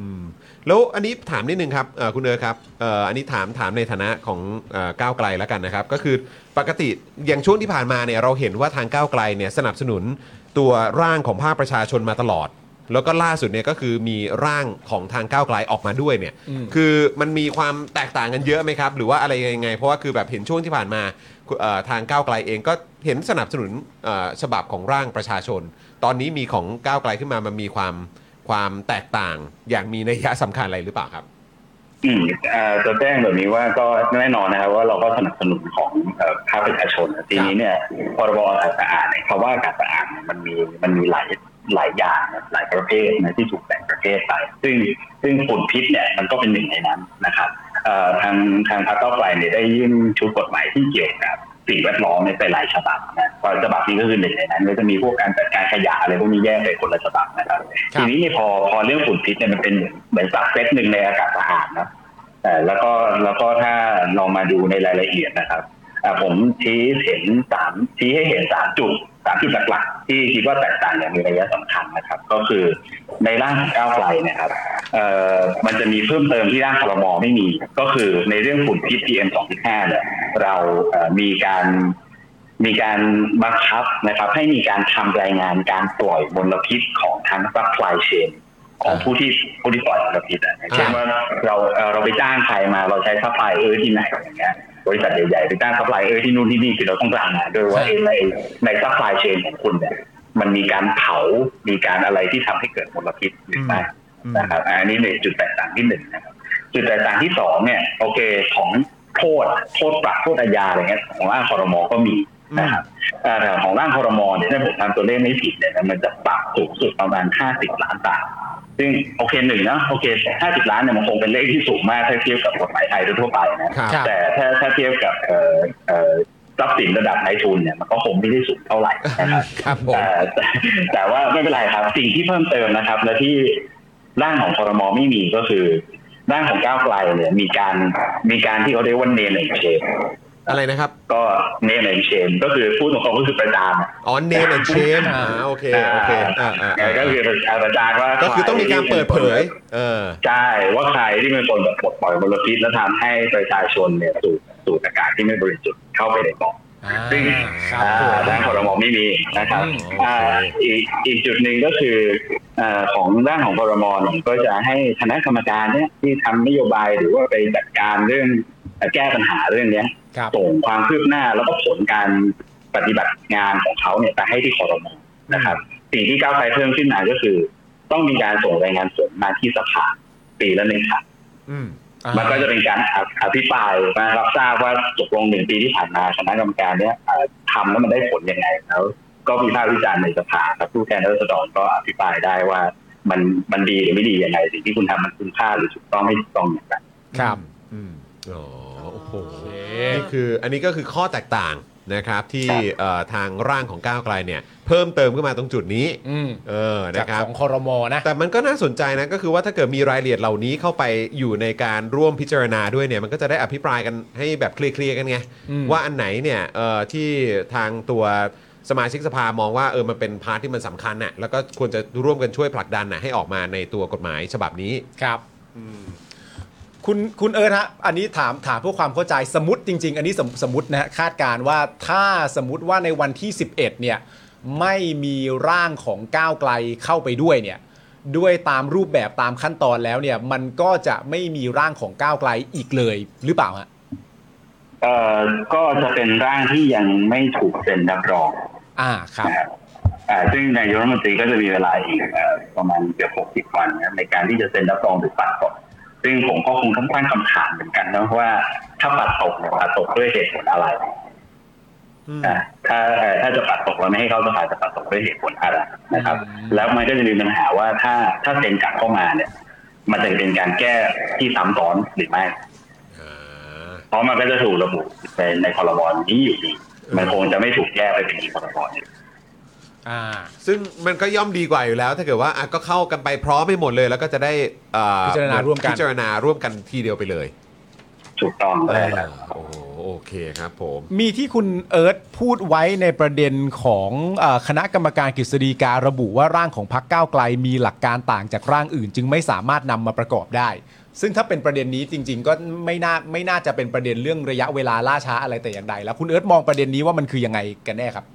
A: อืมแล้วอันนี้ถามนิดนึงครับเอ่อคุณเออครับเอ่ออันนี้ถามถามในฐานะของเอ่อก้าวไกลแล้วกันนะครับ ก็คือปกติอย่างช่วงที่ผ่านมาเนี่ยเราเห็นว่าทางก้าวไกลเนี่ยสนับสนุนตัวร่างของภาคประชาชนมาตลอด แล้วก็ล่าสุดเนี่ยก็คือมีร่างของทางก้าวไกลออกมาด้วยเนี่ย
C: อืม
A: คือมันมีความแตกต่างกันเยอะไหมครับ หรือว่าอะไรยังไง เพราะว่าคือแบบเห็นช่วงที่ผ่านมาเอ่อทางก้าวไกลเองก็เห็นสนับสนุนเอ่อฉบับของร่างประชาชน ตอนนี้มีของก้าวไกลขึ้นมามันมีความความแตกต่างอย่างมีนัยยะสำคัญอะไรหรือเปล่าครับ
I: อืมเอ่อจะแจ้งแบบนี้ว่าก็แน่นอนนะครับว่าเราก็สนับสนุนของเอ่อภาคประชาชนทีนี้เนี่ยพรบอากาศสะอาดเนี่ยคำว่าอากาศสะอาดเนี่ยมันมีมันมีหลายหลายอย่างนะหลายประเภทนะที่ถูกแบ่งประเภทไป ซึ่งซึ่งฝุ่นพิษเนี่ยมันก็เป็นหนึ่งในนั้นนะครับเอ่อทางทางพรรคเก้าวไกลเนี่ยได้ยื่นชุดกฎหมายที่เกี่ยวกับ สิ่งแวดล้อมเนี่ยไปหลายฉบับนะก็ฉบับนี้ก็คือหนึ่งในนั้นก็จะมีพวกการจัดการขยะอะไรพวกนี้แยกไปคนละฉบับนะครับ
C: ครับ
I: ทีนี้เนี่ยพอพอเรื่องฝุ่นพิษเนี่ยมันเป็นเหมือนเหมือนสับเซตหนึ่งในอากาศอาหารนะเอ่อแล้วก็แล้วก็ถ้าลองมาดูในรายละเอียดนะครับอ่าผมชี้เห็นสามชี้ให้เห็นสามจุดสามจุดหลักๆที่คิดว่าแตกต่างอย่างมีนัยสำคัญนะครับ ก็คือในร่างของก้าวไกลเนะครับเอ่อมันจะมีเพิ่มเติมที่ร่างครมไม่มี ก็คือในเรื่องฝุ่นพิษ PM 2.5เนี่ยเราเอ่อมีการ มีการบังคับนะครับ ให้มีการทำรายงานการปล่อยมลพิษของทั้งซัพพลายเชนของผู้ที่ผู้ที่ปล่อยมลพิษอะเช่นว่าเราเอ่อเราไปจ้างใครมาเราใช้ซัพพลายเออร์ที่ไหนอย่างเงี้ยบริษัทใหญ่ๆไปจ้างซัพพลายเออร์ที่นู่นที่นี่คือเราต้องรายงานด้วยว่าเอ้ยในในซัพพลายเชนของคุณเนี่ยมันมีการเผามีการอะไรที่ทำให้เกิดมลพิษหรือไม่นะครับอ่าอันนี้ในจุดแตกต่างที่หนึ่งนะครับ จุดแตกต่างที่สองเนี่ยโอเคของโทษโทษปรับโทษอาญาอะไรเงี้ยของร่างคอรมอก็มีนะครับเอ่อแต่ของร่างคอรมอเนี่ยถ้าผมทำตัวเลขไม่ผิดเนี่ยนะมันจะปรับสูงสุดประมาณ 50 ล้านบาทซึ่งโอเคหนึ่งนะโอเค 50 ล้านเนี่ยมันคงเป็นเลขที่สูงมากถ้าเทียบกับกฎหมายไทยทั่วๆไปนะ
C: ครับ
I: แต่ถ้าถ้าเทียบกับเอ่อเอ่อทรัพย์สินระดับนายทุนเนี่ยมันก็คงไม่ได้สูงเท่าไหร่นะครับ
C: ครับผม
I: แต่แต่ แต่ว่าไม่เป็นไรครับ สิ่งที่เพิ่มเติมนะครับ และที่ร่างของคอรมอไม่มีก็คือร่างของก้าวไกลเนี่ยมีการมีการที่เขาเรียกว่าเนมเองเชม
A: อะไรนะครับ
I: ก็เนมเองเชมก็คือพูดตรงๆก็คือประจานอะ
A: อ๋อเนมแอนเชมอ่าโอเคโอเคอ่าอ่า
I: เออก็คือประจานว่า
A: ก็คือต้องมีการเปิดเผย เออ
I: ใช่ว่าใครที่เป็นคนแบบปลดปล่อยมลพิษและทำให้ประชาชนเนี่ยสูดสูดอากาศที่ไม่บริสุทธิ์เข้าไปในปอด ซึ่งอ่าทางคอรมอไม่มีนะครับ
C: อืม
I: อ่าอีกอีกจุดหนึ่งก็คืออาของด้านของคอรมอเนี่ยก็จะให้คณะกรรมการเนี่ยที่ทำนโยบายหรือว่าไปจัดการเรื่องแก้ปัญหาเรื่องเนี้ย
C: ครับ
I: ส่งความคืบหน้าแล้วก็ผลการปฏิบัติงานของเขาเนี่ยไปให้ที่คอรมอนะครับสิ่งที่ก้าวไกลเพิ่มขึ้นมาก็คือ ต้องมีการส่งรายงานผลมาที่สภาปีละหนึ่งครั้ง
C: อืม
I: มันก็จะเป็นการออภิปรายมารับทราบว่าตกลงหนึ่งปีที่ผ่านมาคณะกรรมการเนี้ยเอ่อทำแล้วมันได้ผลยังไงแล้ว ก็มีภาควิจารณ์ในสภาครับผู้แทนรัษฎรก็อภิปรายได้ว่ามันมันดีหรือไม่ดียังไงสิ่งที่คุณทำมันคุ้มค่าหรือถูกต้องไม่ถูกต้องอย่างไร
C: ครับ
A: อ๋อโอ้โหนี่คืออันนี้ก็คือข้อแตกต่างนะครับที่
I: ครับ
A: เอ่อทางร่างของก้าวไกลเนี่ย เพิ่มเติมขึ้นมาตรงจุดนี้
C: อืม
A: เออ
C: จา
A: นะ
C: ก
A: ครับ
C: ของคอรมอนะ
A: แต่มันก็น่าสนใจนะก็คือว่าถ้าเกิดมีรายละเอียดเหล่านี้เข้าไปอยู่ในการร่วมพิจารณาด้วยเนี่ยมันก็จะได้อภิปรายกันให้แบบเคลียร์ๆกันไง
C: อืม
A: ว่าอันไหนเนี่ยเอ่อที่ทางตัวสมาชิกสภามองว่าเออมันเป็นพาร์ทที่มันสำคัญน่ะแล้วก็ควรจะร่วมกันช่วยผลักดันน่ะให้ออกมาในตัวกฎหมายฉบับนี้
C: ครับคุณคุณเอิร์ธฮะอันนี้ถามถามเพื่อความเข้าใจสมมติจริง ๆ อันนี้สมสมมตินะฮะคาดการณ์ว่าถ้าสมมติว่าในวันที่ 11 เนี่ย ไม่มีร่างของก้าวไกลเข้าไปด้วยเนี่ย ด้วยตามรูปแบบตามขั้นตอนแล้วเนี่ย มันก็จะไม่มีร่างของก้าวไกลอีกเลยหรือเปล่าฮะ
I: เอ่อก็จะเป็นร่างที่ยังไม่ถูกเซ็นรับรอง
C: อ่าครับ
I: อ่าซึ่งนายกรัฐมนตรีก็จะมีเวลาอีกเอ่อประมาณเกือบ 60 วันนะครับในการที่จะเซ็นรับรองหรือปัดตกซึ่งผมก็คงทั้งตั้งคำถามเหมือนกันนะว่าถ้าปัดตกเนี่ยปัดตกด้วยเหตุผลอะไรอ่าถ้าเอ่อถ้าจะปัดตกแล้วไม่ให้เข้าสภาจะปัดตกด้วยเหตุผลอะไรนะครับ แล้วมันก็จะมีปัญหาว่าถ้าถ้าเซ็นกลับเข้ามาเนี่ย มันจะเป็นการแก้ที่ซ้ำซ้อนหรือไม่ เพราะมันก็จะถูกระบุในในคอรมอนี้อยู่ดีมันคงจะไม่ถูกแยก้ไปเป็นอีกคอรมอหนึ่ง
C: อ่า
A: ซึ่งมันก็ย่อมดีกว่าอยู่แล้ว ถ้าเกิดว่าอ่ะก็เข้ากันไปพร้อมไม่หมดเลย แล้วก็จะได้เอ่อ
C: พิจารณาร่วมกัน
A: พิจารณาร่วมกันทีเดียวไปเลย
I: ถูกต้องเลยครับ
A: โอ้โหโอเคครับผม
C: มีที่คุณเอิร์ธพูดไว้ในประเด็นของเออคณะกรรมการกฤษฎีการะบุว่าร่างของพรรคก้าวไกลมีหลักการต่างจากร่างอื่น จึงไม่สามารถนำมาประกอบได้ ซึ่งถ้าเป็นประเด็นนี้จริง ๆ ก็ไม่น่าไม่น่าจะเป็นประเด็นเรื่องระยะเวลาล่าช้าอะไรแต่อย่างใดแล้วคุณเอิร์ธมองประเด็นนี้ว่ามันคือยังไงกันแน่ครับ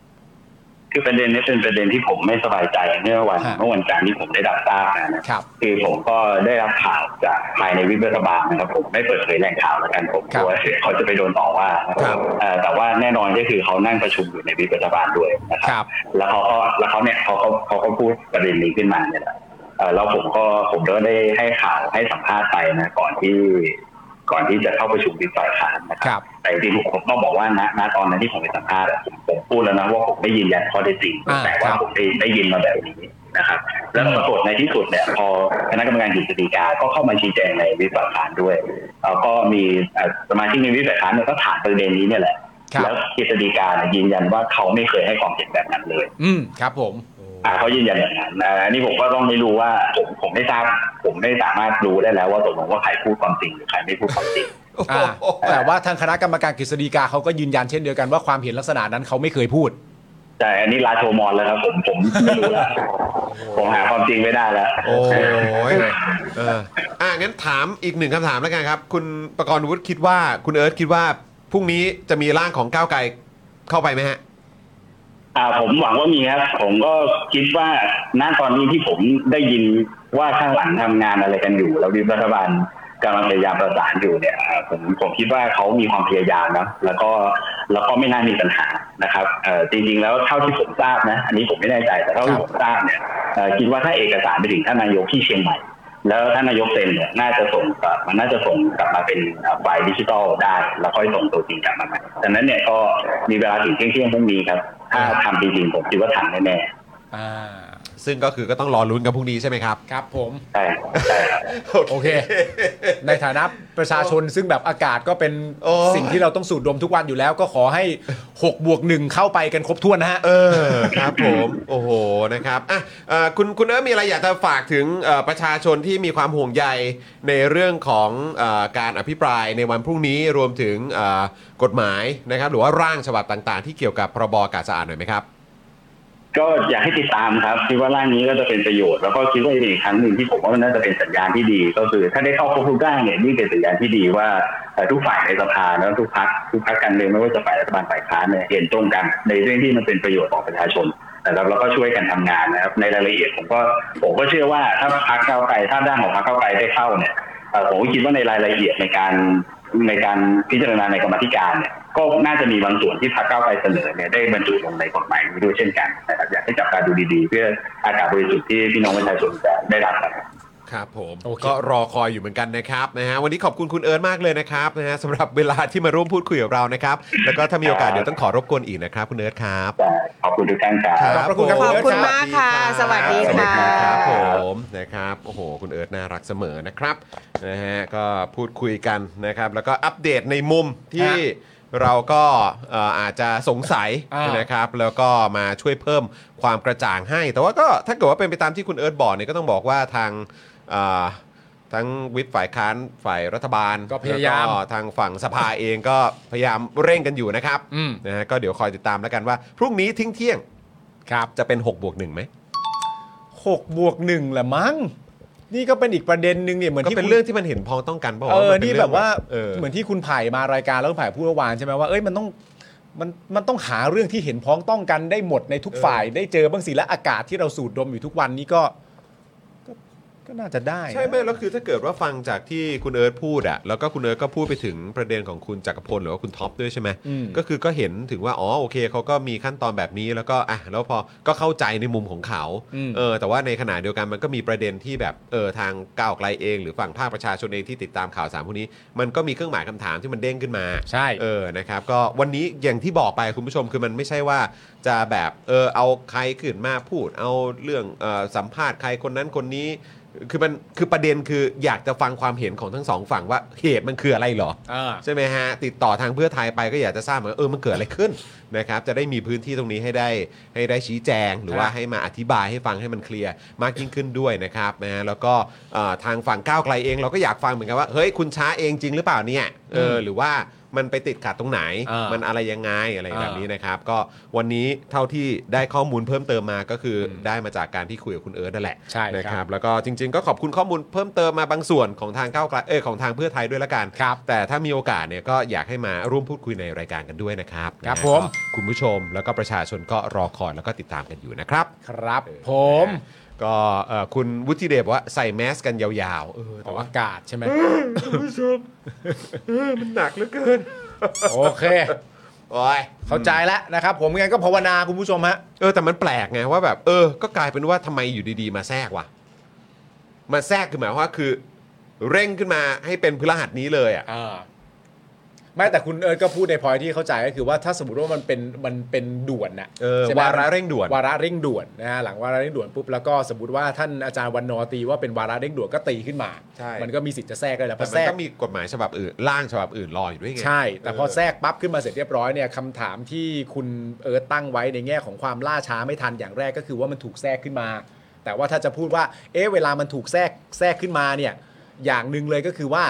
I: คือประเด็นนี้เป็นประเด็นที่ผมไม่สบายใจเมื่อวัน
C: ฮะ
I: เมื่อวันจันทร์ที่ผมได้รับทราบมานะครับ คือผมก็ได้รับข่าวจากภายในวิบรัฐบาลนะครับ ผมไม่เปิดเผยแหล่งข่าวแล้วกันผม
C: ค
I: ก
C: รับ
I: ลัวเขาจะไปโดนต่อว่านะครับ
A: ครับ
I: เอ่อแต่ว่าแน่นอนก็คือเขานั่งประชุมอยู่ในวิบรัฐบาลด้วยนะค
C: ครับ รับ
I: แล้วเขาก็แล้วเขาเนี่ยเขาก็เขาก็พูดประเด็นนี้ขึ้นมาเนี่ยแหละเอ่อแล้วผมก็ผมก็ได้ให้ข่าวให้สัมภาษณ์ไปนะก่อนที่ก่อนที่จะเข้าประชุมวิปฝ่ายค้านนะค
C: ครั
I: รับ แต่จริงๆผมก็บอกว่าณณตอนนั้นที่ผมไปสัมภาษณ์อะผมผมพูดแล้วนะว่าผมไม่ยืนยันข้อเท็จจริง
C: อ่า
I: แต่
C: ค
I: ว่า
C: รับ
I: ผมได้ได้ยินมาแบบนี้นะครับ แล้วปรากฏในที่สุดเนี่ยพอคณะกรรมการกฤษฎีกาก็เข้ามาชี้แจงในวิปฝ่ายค้านด้วยแล้วก็มีเอ่อสมาชิกในวิปฝ่ายค้านเนี่ยก็ถามประเด็นนี้เนี่ยแหละ
C: ครับ
I: แล้วกฤษฎีกาเนี่ยยืนยันว่าเขาไม่เคยให้ความเห็นแบบนั้นเลย
C: อืมครับผม
I: อ่าเขายืนยันอย่างนั้นอ่าอันนี้ผมก็ต้องไม่รู้ว่าผมผมไม่ทราบ ผมไม่สามารถรู้ได้แล้วว่าตกลงว่าใครพูดความจริงหรือใครไม่พูดความจริง
C: อ่าแต่ว่าทางคณะกรรมการกฤษฎีกาเขาก็ยืนยันเช่นเดียวกันว่าความเห็นลักษณะนั้นเขาไม่เคยพูด
I: แต่อันนี้ลาโชมอนแล้วครับผมผมไม่รู้แล้วผมหาความจริงไม่ได้แล้ว
A: โอ้ยเอออ่ะงั้นถามอีกหนึ่งคำถามแล้วกันครับ คุณประกรณ์วุฒิคิดว่า คุณเอิร์ธคิดว่าพรุ่งนี้จะมีร่างของก้าวไกลเข้าไปไหมฮะ
I: อ่าผมหวังว่ามีครับ ผมก็คิดว่าณตอนนี้ที่ผมได้ยินว่าข้างหลังทำงานอะไรกันอยู่ แล้ววิปรัฐบาลกำลังพยายามประสานอยู่เนี่ยอ่าผมผมคิดว่าเขามีความพยายามนะแล้วก็แล้วก็ไม่น่ามีปัญหานะครับเอ่อจริงๆแล้วเท่าที่ผมทราบนะ อันนี้ผมไม่แน่ใจแต่เท่าที่ผมทราบเนี่ยเอ่อคิดว่าถ้าเอกสารไปถึงท่านนายกที่เชียงใหม่ แล้วท่านนายกเซ็นเนี่ยน่าจะส่งกลับมันน่าจะส่งกลับมาเป็นไฟล์ดิจิทัลได้ แล้วค่อยส่งตัวจริงกลับมาใหม่ดังนั้นเนี่ยก็มีเวลาถึงเที่ยงเที่ยงๆพรุ่งนี้ครับ ถ้าทำจริงๆผมคิดว่าทำแน่
C: อ่า
A: ซึ่งก็คือก็ต้องรอลุ้นกันพรุ่งนี้ใช่ไหมครับ
C: ครับผม
I: ๆใช่ใช่ครับ
C: โอ เค ในฐานะประชาชนซึ่งแบบอากาศก็เป็น
A: โอ้
C: สิ่งที่เราต้องสูดดมทุกวันอยู่แล้วก็ขอ ให้6บวกหนึ่งเข้าไปกันครบถ้วนนะฮะ
A: เออครับผมโอ้โหนะครับอ่ะเอ่อคุณคุณเอิร์ธมีอะไรอยากจะฝากถึงเอ่อประชาชนที่มีความห่วงใยในเรื่องของเออการอภิปรายในวันพรุ่งนี้รวมถึงเอ่อกฎหมายนะครับ หรือว่าร่างฉบับต่างๆ ที่เกี่ยวกับพรบอากาศสะอาดหน่อยไหมครับ
I: ก็อยากให้ติดตามครับคิดว่าร่างนี้ก็จะเป็นประโยชน์แล้วก็คิดว่าอีกครั้งหนึ่งที่ผมว่ามันน่าจะเป็นสัญญาณที่ดี ก็คือถ้าได้เข้าควบคุมร่างเนี่ยนี่เป็นสัญญาณที่ดีว่าเอ่อทุกฝ่ายในสภาแล้วทุกพักทุกพักการเมืองไม่ว่าจะฝ่ายรัฐบาลฝ่ายค้านเนี่ยเห็นตรงกัน ในเรื่องที่มันเป็นประโยชน์ต่อประชาชนนะครับแล้วก็ช่วยกันทำงานนะครับในรายละเอียดผมก็ผมก็เชื่อว่าถ้าพักเก้าวไกลถ้าร่างของพักเก้าวไกลได้เข้าเนี่ยเอ่อผมก็คิดว่าในรายละเอียดในการในการพิจารณาในกรรมาธิการเนี่ย ก็น่าจะมีบางส่วนที่พรรคก้าวไกลเสนอเนี่ยได้บรรจุลงในกฎหมายนี้ด้วยเช่นกันนะครับอยากให้จับตาดูดีๆ เพื่ออากาศบริสุทธิ์ที่พี่น้องประชาชนจะได้รับนะครับ
A: ครับผมก็รอคอยอยู่เหมือนกันนะครับนะฮะวันนี้ขอบคุณคุณเอิร์ธมากเลยนะครับนะฮะสำหรับเวลาที่มาร่วมพูดคุยกับเรานะครับ แล้วก็ถ้ามีโอกาส
I: ครับ
A: เดี๋ยวต้องขอรบกวนอีกนะครับ คุณเอิร์ธครับ
I: แต่ขอบคุณทุกท่านครับ
C: ขอบพระคุณครับ
H: ขอบคุณ
C: เร์ธ
H: มากค่ะ สวัสดี
A: สวัส
H: ค่ะ
A: ดีครับผมนะครับโอ้โห คุณเอิร์ธน่ารักเสมอนะครับนะฮะก็พูดคุยกันนะครับ แล้วก็อัปเดตในมุมที่เราก็เอ่ออาจจะสงสัย
C: อ่าน
A: นะครับ แล้วก็มาช่วยเพิ่มความกระจ่างให้ แต่ว่าก็ถ้าเกิดว่าเป็นไปตามที่คุณเอิร์ธบอกเนี่ยก็ต้องบอกว่าทางเอ่อทั้งวิทย์ฝ่ายค้านฝ่ายรัฐบาล
C: ก็พยายาม
A: แล้วก็ทางฝั่งสภาเองก็พยายามเร่งกันอยู่นะครับ
C: อืม
A: นะฮะก็เดี๋ยวคอยติดตามแล้วกันว่าพรุ่งนี้ทิ้งเที่ยง
C: ครับ
A: จะเป็น6บวกหนึ่งไหม
C: หกบวกหนึ่งแหละมั้งนี่ก็เป็นอีกประเด็นหนึ่งเนี่ยเหมือน
A: ก็
C: ที่
A: เป็น
C: คุณ
A: เรื่องที่มันเห็นพ้องต้องกันเปล่าวะ
C: เออ
A: มัป็
C: นี่แบบว่า
A: เรื่อง
C: เห
A: เห
C: มื
A: มื
C: อ
A: อน
C: นที่คุณไผ่มารายการแล้วคุณไผ่พูดเมื่อวานใช่ไหมว่าเอ้ยมันต้องมันมันต้องหาเรื่องที่เห็นพ้องต้องกันได้หมดในทุกฝ่ายได้เจอบ้างสิและอากาศที่เราสูดดมอยู่ทุกวันนี้ก็ก็ก็น่าจะได้นะ
A: ใช่ไหมแล้วคือถ้าเกิดว่าฟังจากที่คุณเอิร์ธพูดอะแล้วก็คุณเอิร์ธก็พูดไปถึงประเด็นของคุณจักรพลหรือว่าคุณท็อปด้วยใช่ไหม
C: อืม
A: ก็คือก็เห็นถึงว่าอ๋อโอเคเขาก็มีขั้นตอนแบบนี้แล้วก็อ่ะแล้วพอก็เข้าใจในมุมของเขาเออแต่ว่าในขณะเดียวกันมันก็มีประเด็นที่แบบเออทางก้าวไกลเอง หรือฝั่งภาคประชาชนเองที่ติดตามข่าวสารพวกนี้ มันก็มีเครื่องหมายคำถามที่มันเด้งขึ้นมา
C: ใช่
A: เออ นะครับ ก็วันนี้อย่างที่บอกไปคุณผู้ชมคือมันไม่ใช่ว่าจะแบบเออเอาใครขึ้นมาพูด เอาเรื่องเออสัมภาษณ์ใครคนนั้นคนนี้ คือมันคือประเด็นคืออยากจะฟังความเห็นของทั้งสองฝั่งว่าเหตุมันคืออะไรเหรอ ใช่ไหมฮะ ติดต่อทางเพื่อไทยไปก็อยากจะทราบเหมือนเออมันเกิดอะไรขึ้นนะครับจะได้มีพื้นที่ตรงนี้ให้ได้ให้ได้ชี้แจง หรือว่าให้มาอธิบายให้ฟังให้มันเคลียร์มากยิ่งขึ้นด้วยนะครับนะฮะแล้วก็เอ่อทางฝั่งก้าวไกลเองเราก็อยากฟังเหมือนกันว่าเฮ้ยคุณช้าเองจริงหรือเปล่าเนี่ยเออหรือว่ามันไปติดขัดตรงไหน
C: อ่ามั
A: มันอะไรยังไงอะไรแบบ
C: อ่านี้
A: นี้นะครับ ก็วันนี้เท่าที่ได้ข้อมูลเพิ่มเติมมาก็คืออได้มาจากการที่คุยกับคุณเอิร์ธนั่นแหละ
C: ใช่ครับ
A: นะครับ แล้วก็จริง ๆ ก็ขอบคุณข้อมูลเพิ่มเติมมาบางส่วนของทางก้าวไกลเออของทางเพื่อไทยด้วยละกัน
C: ครับ
A: แต่ถ้ามีโอกาสเนี่ยก็อยากให้มาร่วมพูดคุยในรายการกันด้วยนะครับ
C: ครับ
A: นะฮะ
C: ผม
A: ก็คุณผู้ชมแล้วก็ประชาชนก็รอคอยแล้วก็ติดตามกันอยู่นะครับ
C: ครับผม
A: นะฮะก็เอ่อคุณวุฒิเดชบอกว่าใส่แมสกันยาวๆเออ
C: แต่ว่าอากาศใช่ไหม
A: คุณผู้ชมเออมันหนักเหลือเกิน
C: โอเค
A: โอ้ย
C: เข้าใจแล้วนะครับ ผมงั้นก็ภาวนาคุณผู้ชมฮะ
A: เออแต่มันแปลกไงว่าแบบ เออ ก็กลายเป็นว่าทำไมอยู่ดีๆ มาแทรกวะมาแทรกคือหมายความว่าคือ เร่งขึ้นมาให้เป็นพฤหัสนี้เลยอ่ะ
C: ไม่แต่คุณเอิร์ธก็พูดในพอยที่เข้าใจก็คือว่าถ้าสมมติว่ามันเป็นมันเป็นด่วนน่ะ
A: เออ
C: ใช่ไหม
A: วาระเร่งด่วน
C: วาระเร่งด่วนนะฮะหลังวาระเร่งด่วนปุ๊บแล้วก็สมมติว่าท่านอาจารย์วันนอตีว่าเป็นวาระเร่งด่วนก็ตีขึ้นมา
A: ใช่
C: มันก็มีสิทธิ์จะแทรกได้แหล้วพ
A: แต่
C: อ
A: มั
C: แท
A: น
C: รก
A: ก็มีกฎหมายฉบับอื่นร่างฉบับอื่นรออยู่ด้วยไง
C: ใช่ แต่พอแทรกปั๊บขึ้นมาเสร็จเรียบร้อยเนี่ยคำถามที่คุณเอิร์ธตั้งไว้ในแง่ของความล่าช้าไม่ทันอย่างแรกก็คือว่ามันถูกแทรกขึ้นมา แต่ว่าถ้าจะพูดว่า เอ๊ะเวลามันถูกแทรกแทรกขึ้นมาเนี่ยอย่างหนึ่งเลยก็คือว่า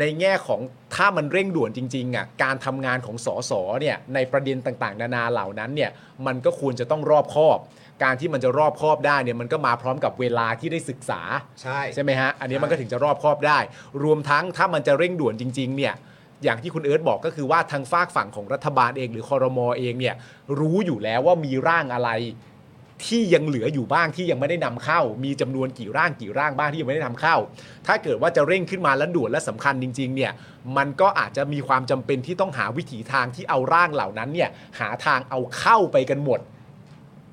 C: ในแง่ของถ้ามันเร่งด่วนจริงๆอ่ะการทำงานของสสเนี่ยในประเด็นต่างๆ นานาเหล่านั้นเนี่ยมันก็ควรจะต้องรอบคอบ การที่มันจะรอบคอบได้เนี่ยมันก็มาพร้อมกับเวลาที่ได้ศึกษา
A: ใช่
C: ใช่ไหมฮะอันนี้มันก็ถึงจะรอบคอบได้ รวมทั้งถ้ามันจะเร่งด่วนจริงๆเนี่ยอย่างที่คุณเอิร์ธบอกก็คือว่าทางฝากฝั่งของรัฐบาลเองหรือคอรมอเองเนี่ยรู้อยู่แล้วว่ามีร่างอะไร ที่ยังเหลืออยู่บ้างที่ยังไม่ได้นำเข้า มีจำนวนกี่ร่างกี่ร่างบ้างที่ยังไม่ได้นำเข้า ถ้าเกิดว่าจะเร่งขึ้นมาและด่วนและสำคัญจริง ๆ เนี่ย มันก็อาจจะมีความจำเป็นที่ต้องหาวิถีทางที่เอาร่างเหล่านั้นเนี่ย หาทางเอาเข้าไปกันหมด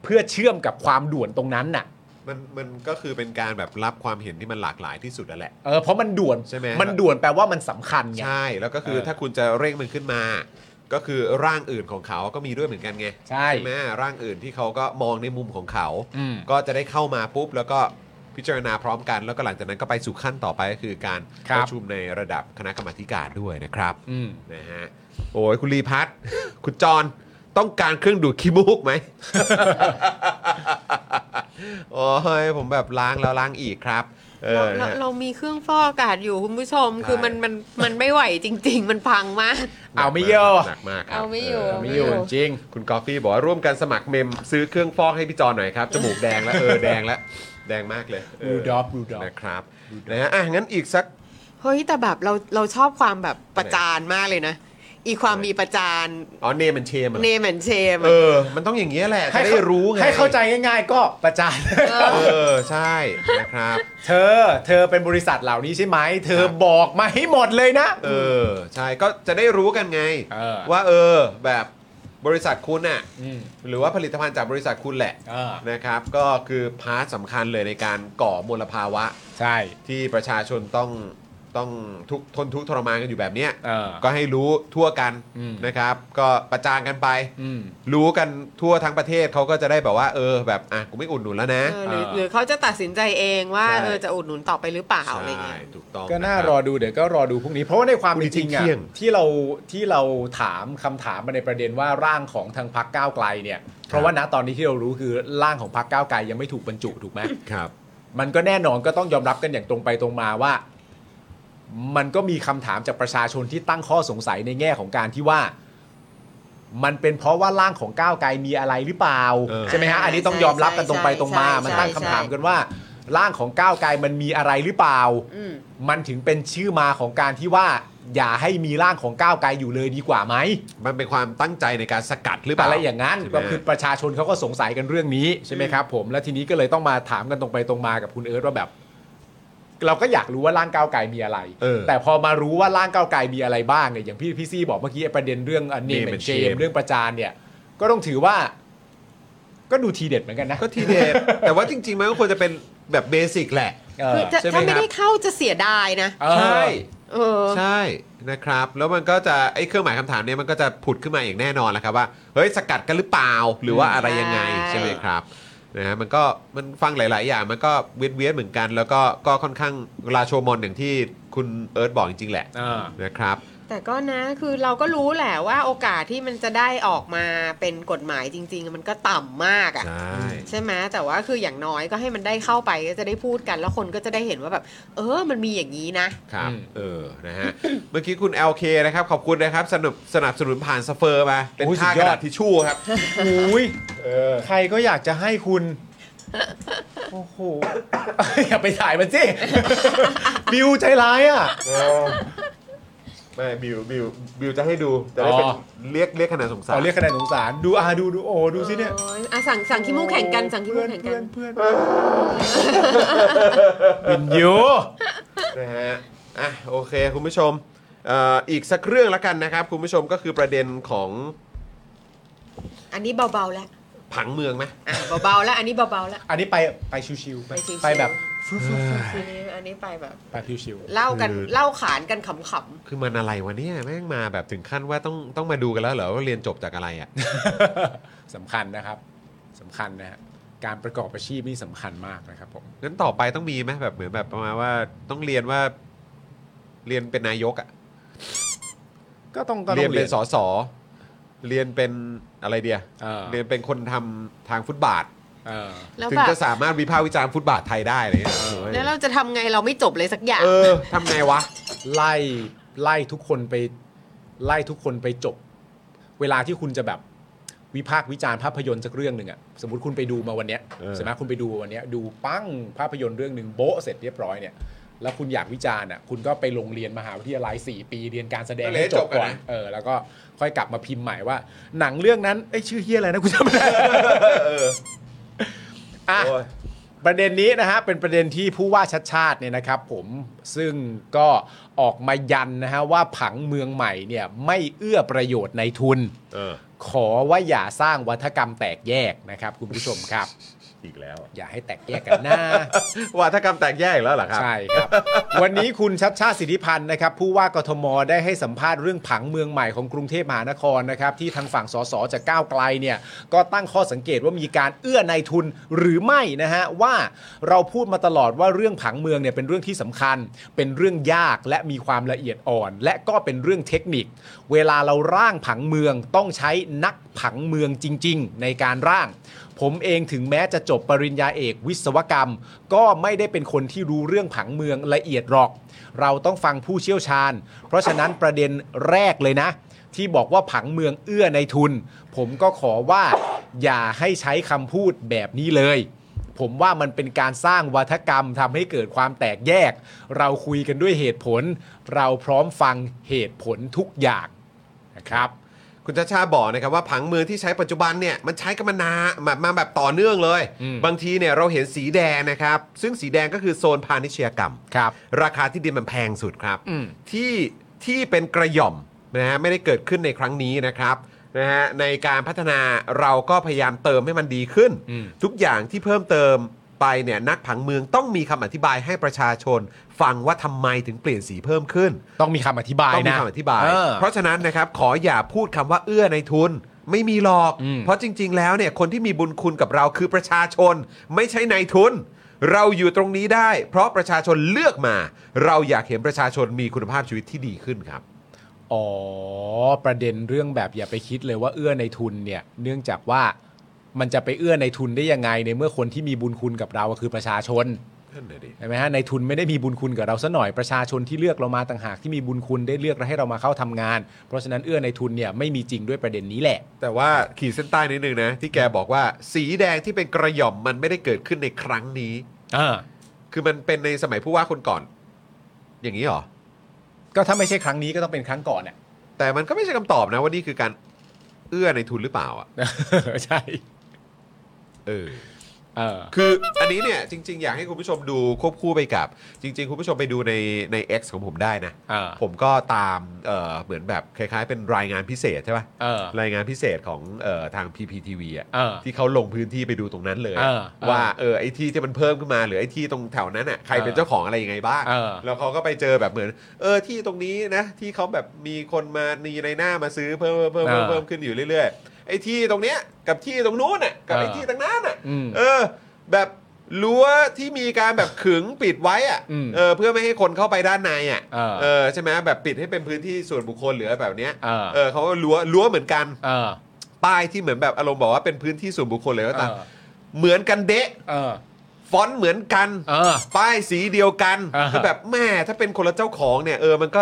C: เพื่อเชื่อมกับความด่วนตรงนั้นน่ะ
A: มันมันก็คือเป็นการแบบรับความเห็นที่มันหลากหลายที่สุดนั่นแหละ
C: เออเพราะมันด่วน
A: ใช่ไหม
C: นด่วนแปลว่ามันสำคัญไง
A: ใช่ แล้วก็คือ
C: เออ
A: ถ้าคุณจะเร่งมันขึ้นมา ก็คือร่างอื่นของเขาก็มีด้วยเหมือนกันไง
C: ใช่
A: ไหมร่างอื่นที่เขาก็มองในมุมของเขา
C: อืม
A: ก็จะได้เข้ามาปุ๊บ แล้วก็พิจารณาพร้อมกัน แล้วก็หลังจากนั้นก็ไปสู่ขั้นต่อไปก็คือการประชุมในระดับคณะกรรมาธิการด้วยนะครับ
C: อืม
A: นะฮะโอ้ยคุณรีพัฒน์ คุณจอนต้องการเครื่องดูดขี้มูก ไหม โอ้ยผมแบบล้างแล้วล้างอีกครับเอ
H: เรา
A: อนะ
H: เรา
A: ฮะ
H: เรามีเครื่องฟอกอากาศอยู่คุณผู้ชม คือ
A: ใช่
H: มันมันมันไม่ไหวจริง ๆ มันพังมาก
C: เอาไม่อยู่
A: หนักมากครับ
H: เอาไม่อยู่
C: ไม่อยู่จริง
A: คุณกอฟฟี่บอกว่าร่วมกันสมัครเมมซื้อเครื่องฟอกให้พี่จอหน่อยครับ จมูกแดงแล้ว เออ แดงแล้ว แดงมากเลยเ
C: Rudolph Rudolph
A: นะครับนะฮะอ่ะ งั้นอีกสัก
H: เฮ้ยแต่แบบเราเราชอบความแบบประจานมากเลยนะ อีความมีประจาน
A: อ๋อเนมันเชม
H: เนมันเชม
A: เออ มันต้องอย่างนี้ยแหละจะได้รู้ไง
C: ให้เข้าใจง่าย ๆ ก็ประจาน
A: เออ ใช่ นะครับ
C: เธอ เธอเป็นบริษัทเหล่านี้ใช่ไหม เธอบอกมาให้หมดเลยนะ
A: เออ ใช่ ก็จะได้รู้กันไง
C: เออ
A: ว่าเออ แบบบริษัทคุณน่ะ
C: ม
A: หรือว่าผลิตภัณฑ์จากบริษัทคุณแหละ
C: เออ
A: นะครับ ก็คือพาร์ทสำคัญเลยในการก่อมลภาวะ
C: ใช่
A: ที่ประชาชนต้องต้องทุกข์ทนทุกข์ทรมานกันอยู่แบบเนี้ย
C: เออ
A: ก็ให้รู้ทั่วกัน
C: อืม
A: นะครับ ก็ประจานกันไป
C: อืม
A: รู้กันทั่วทั้งประเทศเขาก็จะได้แบบว่า เออ แบบอ่ะกูไม่อุดหนุนแล้วนะ
H: เออหรือ
C: เออ
H: หรือเขาจะตัดสินใจเองว่า
A: ใช่
H: เออจะอุดหนุนต่อไปหรือเปล่าอะไรเงี้
A: ใช่
H: ย
A: ถูกต้อง
C: ก็น่า
A: ะคบ
C: รอดูเดี๋ยวก็รอดูพรุ่งนี้ เพราะว่าในความเป็นจริง
A: พรุ่ง
C: อะ
A: นี้เที่ยง
C: ที่เราที่เราถามคำถามมาในประเด็นว่าร่างของทางพักก้าวไกลเนี่ย เพราะว่าณตอนนี้ที่เรารู้คือร่างของพักก้าวไกลยังไม่ถูกบรรจุถูกไหม
A: ครับ
C: มันก็แน่นอนก็ต้องยอมรับกันอย่างตรงไปตรงมาว่า มันก็มีคำถามจากประชาชนที่ตั้งข้อสงสัยในแง่ของการที่ว่า มันเป็นเพราะว่าร่างของก้าวไกลมีอะไรหรือเปล่า
A: เออ
C: ใช่ไหมฮะอันนี้ต้อง
H: ใช่
C: ยอมรับกันตรงไป
H: ใช่
C: ตรงมา
H: ใช่
C: มันตั้ง
H: ใช่
C: คำถาม
H: ใช่
C: กันว่า ร่างของก้าวไกลมันมีอะไรหรือเปล่า
H: อืม
C: มันถึงเป็นชื่อมาของการที่ว่า อย่าให้มีร่างของก้าวไกลอยู่เลยดีกว่าไหม
A: มันเป็นความตั้งใจในการสกัดหรือเปล่า
C: อะไรอย่างนั้น
A: ใช่ไหม
C: ก็คือประชาชนเขาก็สงสัยกันเรื่องนี้ใช่ไหมครับผมและทีนี้ก็เลยต้องมาถามกันตรงไปตรงมากับคุณเอิร์ธว่าแบบ เราก็อยากรู้ว่าร่างก้าวไกลมีอะไร
A: เออ
C: แต่พอมารู้ว่าร่างก้าวไกลมีอะไรบ้างเนี่ยอย่างพี่พี่ซี่บอกเมื่อกี้ไอ้ประเด็นเรื่องเน
A: Name
C: ม
A: and
C: เชม
A: Shame
C: เรื่องประจานเนี่ย ก็ต้องถือว่า ก็ดูทีเด็ดเหมือนกันนะ
A: ก็ทีเด็ดแต่ว่าจริง ๆ มันก็ควรจะเป็นแบบเบสิกแหละ
C: เออ
H: คือจะ
A: ใช่ไหมค
H: ถ้าไม่
A: รับ
H: ได้เข้าจะเสียดายนะ
C: เออ
A: ใช่
H: เออ
A: ใช่นะครับ แล้วมันก็จะไอ้เครื่องหมายคำถามเนี้ยมันก็จะผุดขึ้นมาอย่างแน่นอนแหละครับว่าเฮ้ยสกัดกันหรือเปล่าหรือว่าอะไรยังไง
H: ใช่
A: ใช่ไหมครับนะฮะมันก็มันฟังหลาย ๆ อย่างมันก็เวียนเวียนๆเหมือนกัน แล้วก็ก็ค่อนข้างราโชมอนอย่างที่คุณเอิร์ธบอกจริง ๆ แหละ
C: เออ
A: นะครับ
H: แต่ก็นะคือเราก็รู้แหละว่าโอกาสที่มันจะได้ออกมาเป็นกฎหมายจริง ๆ มันก็ต่ำมากอ่ะ
A: ใช่
H: ใช่ไหมแต่ว่าคืออย่างน้อยก็ให้มันได้เข้าไปก็จะได้พูดกันแล้วคนก็จะได้เห็นว่าแบบ เออ มันมีอย่างนี้นะ
A: ครับ
C: อืม
A: เออ นะฮะ เมื่อกี้คุณ LK นะครับ ขอบคุณนะครับ สนับสนับสนุนผ่านสเฟอร์มา เป็นผ้ากระดาษทิชชู่ครับ
C: อุ้ยใครก็อยากจะให้คุณ โอ้โห อย่าไปถ่ายมันสิ บิวใจร้ายอ่ะ
A: ไม่บิวบิวบิวจะให้ดู จะได้เป็น
C: อ๋อ
A: เรียกเรียกคะแนนสงสาร
C: เอาเรียกคะแนนสงสาร ดูอาดูดูโอดูสิเนี่ย
H: โอ้ยอ่ะสั่งสั่งขี้มูกแข่งกันสั่งขี้มูกแข่งกั
C: เพื่อน นเพื่อนเพื่อนวินยู
A: นะฮะ อ่ะ โอเค คุณผู้ชมเอ่ออีกสักเรื่องละกันนะครับ คุณผู้ชมก็คือประเด็นของ
H: อันนี้เบาๆแล้ว
A: ผังเมืองไหม
H: อ่ะเบาๆแล้ว อันนี้เบาๆแล้ว
C: อันนี้ไปไปชิวๆไป
H: ไปชิวๆ
C: ไปแบบ
H: ฟื้ฟืนี้อันนี้ไปแบบ
C: แปดชิว
H: เล่ากัน
A: คือ
H: เล่าขานกันขำ
A: คือมันอะไรวะเนี่ยแม่งมาแบบถึงขั้นว่าต้องต้องมาดูกันแล้วเหรอว่าเรียนจบจากอะไรอ่ะ
C: ๆสำคัญนะครับสำคัญนะฮะการประกอบอาชีพนี่สำคัญมากนะครับผม
A: งั้นต่อไปต้องมีไหมแบบเหมือนแบบประมาณว่าต้องเรียนว่าเรียนเป็นนายกอ่ะ
C: ก็ต้องก็
A: เรี
C: ต้
A: ย
C: อน ง
A: เป็
C: เรี
A: น
C: ยน
A: สสเรียนเป็นอะไรเดีย
C: เออ
A: เรียนเป็นคนทำทางฟุตบาท
C: เออ
H: ๆ แล้ว
A: ถึ
H: แบ
A: ง
H: บ
A: จะสามารถวิพากษ์วิจารณ์ฟุตบาทไทยได้อะไรเงี้ย
H: แล้วเราจะทำไงเราไม่จบเลยสักอย่าง
A: เออทำไงวะ
C: ไล่ไล่ทุกคนไปไล่ทุกคนไปจบ เวลาที่คุณจะแบบวิพากษ์วิจารณ์ภาพยนตร์สักเรื่องหนึ่งอะสมมติคุณไปดูมาวันเนี้ย
A: เออ
C: ใช่ไหมคุณไปดูวันเนี้ยดูปั้งภาพยนตร์เรื่องหนึ่งโบ๊ะเสร็จเรียบร้อยเนี่ย แล้วคุณอยากวิจารณ์อะคุณก็ไปลงเรียนมหาวิทยาลัย4ปีเรียนการแสดงให้จบก่อนเออแล้วก็ค่อยกลับมาพิมพ์ใหม่ว่า หนังเรื่องนั้นไอ้ยชื่อเฮียอะไรนะคุณจำไม่ได้ อ่ะ
A: โอ้ย
C: ประเด็นนี้นะฮะเป็นประเด็นที่ผู้ว่าชัดชาติเนี่ยนะครับผมซึ่งก็ออกมายันนะฮะว่าผังเมืองใหม่เนี่ยไม่เอื้อประโยชน์ในทุน
A: เออ
C: ขอว่าอย่าสร้างวัฒกรรมแตกแยกนะครับคุณผู้ชมครับ
A: อีกแล้ว
C: อย่าให้แตกแยกกันนะ
A: วัฒกรรมแตกแยกอีกแล้วเหรอครับ
C: ใช่ครับ วันนี้คุณชัดชาติสิทธิพันธ์นะครับผู้ว่ากทมได้ให้สัมภาษณ์เรื่องผังเมืองใหม่ของกรุงเทพมหานครนะครับที่ทางฝั่งสสจากก้าวไกลเนี่ยก็ตั้งข้อสังเกตว่ามีการเอื้อในทุนหรือไม่นะฮะว่าเราพูดมาตลอดว่าเรื่องผังเมืองเนี่ยเป็นเรื่องที่สำคัญ เป็นเรื่องยากและมีความละเอียดอ่อน และก็เป็นเรื่องเทคนิค เวลาเราร่างผังเมืองต้องใช้นักผังเมืองจริง ๆ ในการร่าง ผมเองถึงแม้จะจบปริญญาเอกวิศวกรรม ก็ไม่ได้เป็นคนที่รู้เรื่องผังเมืองละเอียดหรอก เราต้องฟังผู้เชี่ยวชาญ เพราะฉะนั้นประเด็นแรกเลยนะ ที่บอกว่าผังเมืองเอื้อในทุน ผมก็ขอว่าอย่าให้ใช้คำพูดแบบนี้เลย ผมว่ามันเป็นการสร้างวัฒกรรมทำให้เกิดความแตกแยก เราคุยกันด้วยเหตุผล เราพร้อมฟังเหตุผลทุกอย่างนะครับ
A: คุณชาชาบอกนะครับว่าผังเมืองที่ใช้ปัจจุบันเนี่ยมันใช้กันมานานมามาแบบต่อเนื่องเลย
C: อืม
A: บางทีเนี่ยเราเห็นสีแดงนะครับ ซึ่งสีแดงก็คือโซนพาณิชยกรรม
C: ครับ
A: ราคาที่ดินมันแพงสุดครับ
C: อืม
A: ที่ที่เป็นกระหย่อมนะฮะไม่ได้เกิดขึ้นในครั้งนี้นะครับนะฮะในการพัฒนาเราก็พยายามเติมให้มันดีขึ้น ทุกอย่างที่เพิ่มเติมไปเนี่ยนักผังเมืองต้องมีคำอธิบายให้ประชาชน ฟังว่าทำไมถึงเปลี่ยนสีเพิ่มขึ้น
C: ต้องมีคำอธิบาย
A: ต้องมี
C: นะ
A: คำอธิบาย
C: เ
A: เพราะฉะนั้นนะครับขออย่าพูดคำว่าเอื้อในทุน ไม่มีหรอก
C: อืม
A: เพราะจริง ๆ แล้วเนี่ยคนที่มีบุญคุณกับเราคือประชาชน ไม่ใช่ในายทุน เราอยู่ตรงนี้ได้ เพราะประชาชนเลือกมา เราอยากเห็นประชาชนมีคุณภาพชีวิตที่ดีขึ้นครับ
C: อ๋อ ประเด็นเรื่องแบบอย่าไปคิดเลยว่าเอื้อในทุนเนี่ย เนื่องจากว่ามันจะไปเอื้อในทุนได้ยังไง ในเมื่อคนที่มีบุญคุณกับเราก็คือประชาชนใช่ไหมฮะในทุนไม่ได้มีบุญคุณกับเราซะหน่อยประชาชนที่เลือกเรามาต่างหากที่มีบุญคุณได้เลือกเราให้เรามาเข้าทำงาน เพราะฉะนั้นเอื้อในทุนเนี่ยไม่มีจริงด้วยประเด็นนี้แหละ
A: แต่ว่าขีดเส้นใต้นิดนึงนะ ที่แกบอกว่าสีแดงที่เป็นกระหย่อมมันไม่ได้เกิดขึ้นในครั้งนี้
C: อ่า
A: คือมันเป็นในสมัยผู้ว่าคนก่อน อย่างนี้เหรอ
C: ก็ถ้าไม่ใช่ครั้งนี้ก็ต้องเป็นครั้งก่อนเนี่ย
A: แต่มันก็ไม่ใช่คำตอบนะว่านี่คือการเอื้อในทุนหรือเปล่าอ่ะ
C: ใช่
A: เออ
C: เออ
A: คืออันนี้เนี่ยจริง ๆ อยากให้คุณผู้ชมดูควบคู่ไปกับ จริง ๆ คุณผู้ชมไปดูในใน X ของผมได้นะ
C: อ่า
A: ผมก็ตามเอ่อเหมือนแบบคล้าย ๆ เป็นรายงานพิเศษใช่ปะ
C: เออ
A: รายงานพิเศษของเอ่อทาง PPTV อ่ะ
C: เออ
A: ที่เขาลงพื้นที่ไปดูตรงนั้นเลย
C: เออเออ
A: ว่าเออไอ้ที่ที่มันเพิ่มขึ้นมาหรือไอ้ที่ตรงแถวนั้นอ่ะใครเป็นเจ้าของอะไรยังไงบ้าง
C: เออ
A: แล้วเขาก็ไปเจอแบบเหมือน เออที่ตรงนี้นะที่เขาแบบมีคนมานีในหน้ามาซื้อเพิ่มเพิ่มเพิ่มเพิ่มขึ้นอยู่เรื่อยๆไอ้ที่ตรงเนี้ยกับที่ตรงนู้นอ่ะกับไอ้ที่ตรงนั้นอ่ะ
C: อืม
A: เออแบบรั้วที่มีการแบบขึงปิดไว้อะ
C: อืม
A: เออเพื่อไม่ให้คนเข้าไปด้านในอ่ะ
C: เออ
A: เออใช่ไหมแบบปิดให้เป็นพื้นที่ส่วนบุคคลหรืออะไรแบบเนี้ย
C: เออ
A: เออเขาก็รั้วรั้วเหมือนกัน
C: เออ
A: ป้ายที่เหมือนแบบอารมณ์บอกว่าเป็นพื้นที่ส่วนบุคคลเลยก็ตาม
C: เออ
A: เหมือนกันเดะ
C: เออ
A: ฟอนต์เหมือนกัน
C: เออ
A: ป้ายสีเดียวกัน
C: เออ
A: คือแบบแม่ถ้าเป็นคนละเจ้าของเนี่ยเออมันก็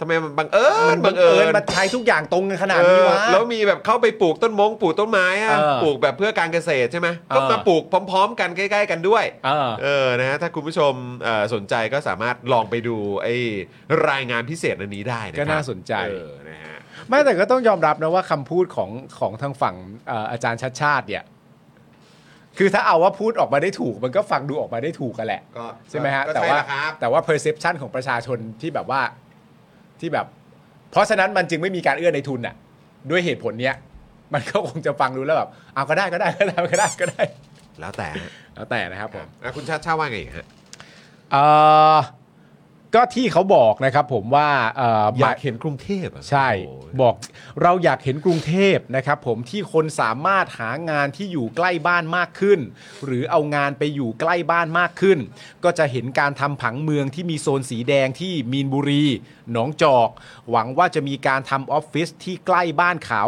A: ทำไมมันบังเอิญ
C: มันบังเอิญมาใช้ทุกอย่างตรงกันขนาดนี้วะ
A: เออแล้วมีแบบเข้าไปปลูกต้นมงปลูกต้นไม้อะ
C: เออ
A: ปลูกแบบเพื่อการเกษตรใช่ไหมก็
C: เออ
A: มาปลูกพร้อม ๆ กันใกล้ ๆ กันด้วย
C: เออ
A: เออ นะฮะถ้าคุณผู้ชมเอ่อสนใจก็สามารถลองไปดูไอ้รายงานพิเศษอันนี้ได้นะครับ
C: ก็น่าสนใจ
A: เออนะฮะ
C: ไม่แต่ก็ต้องยอมรับนะว่าคำพูดของของทางฝั่งเอ่ออาจารย์ชัดชาติเนี่ย คือถ้าเอาว่าพูดออกมาได้ถูก มันก็ฟังดูออกมาได้ถูกกันแหละ
A: ก็
C: ใช่ไหมฮะ
A: ก็
C: แต่
A: ใช่
C: ว่า
A: ละครับ
C: แต่ว่า perception ของประชาชนที่แบบว่าที่แบบ เพราะฉะนั้นมันจึงไม่มีการเอื้อในทุนอ่ะ ด้วยเหตุผลเนี้ย มันก็คงจะฟังดูแล้วแบบเอาก็ได้ก็ได้ก็ได้ก็ได้ก็ได้
A: แล้วแต่ฮะ
C: แล้วแต่นะครับผม
A: อ่ะคุณชาติชาติว่าไงอีกฮะ
C: เอ่อก็ที่เขาบอกนะครับผมว่าเอ่อ
A: อ
C: หมาย
A: ากเห็นกรุงเทพอะ
C: ใช่
A: โอ้ย
C: บอกเราอยากเห็นกรุงเทพนะครับผมที่คนสามารถหางานที่อยู่ใกล้บ้านมากขึ้น หรือเอางานไปอยู่ใกล้บ้านมากขึ้น ก็จะเห็นการทำผังเมืองที่มีโซนสีแดงที่มีนบุรีหนองจอก หวังว่าจะมีการทำออฟฟิศที่ใกล้บ้านเขา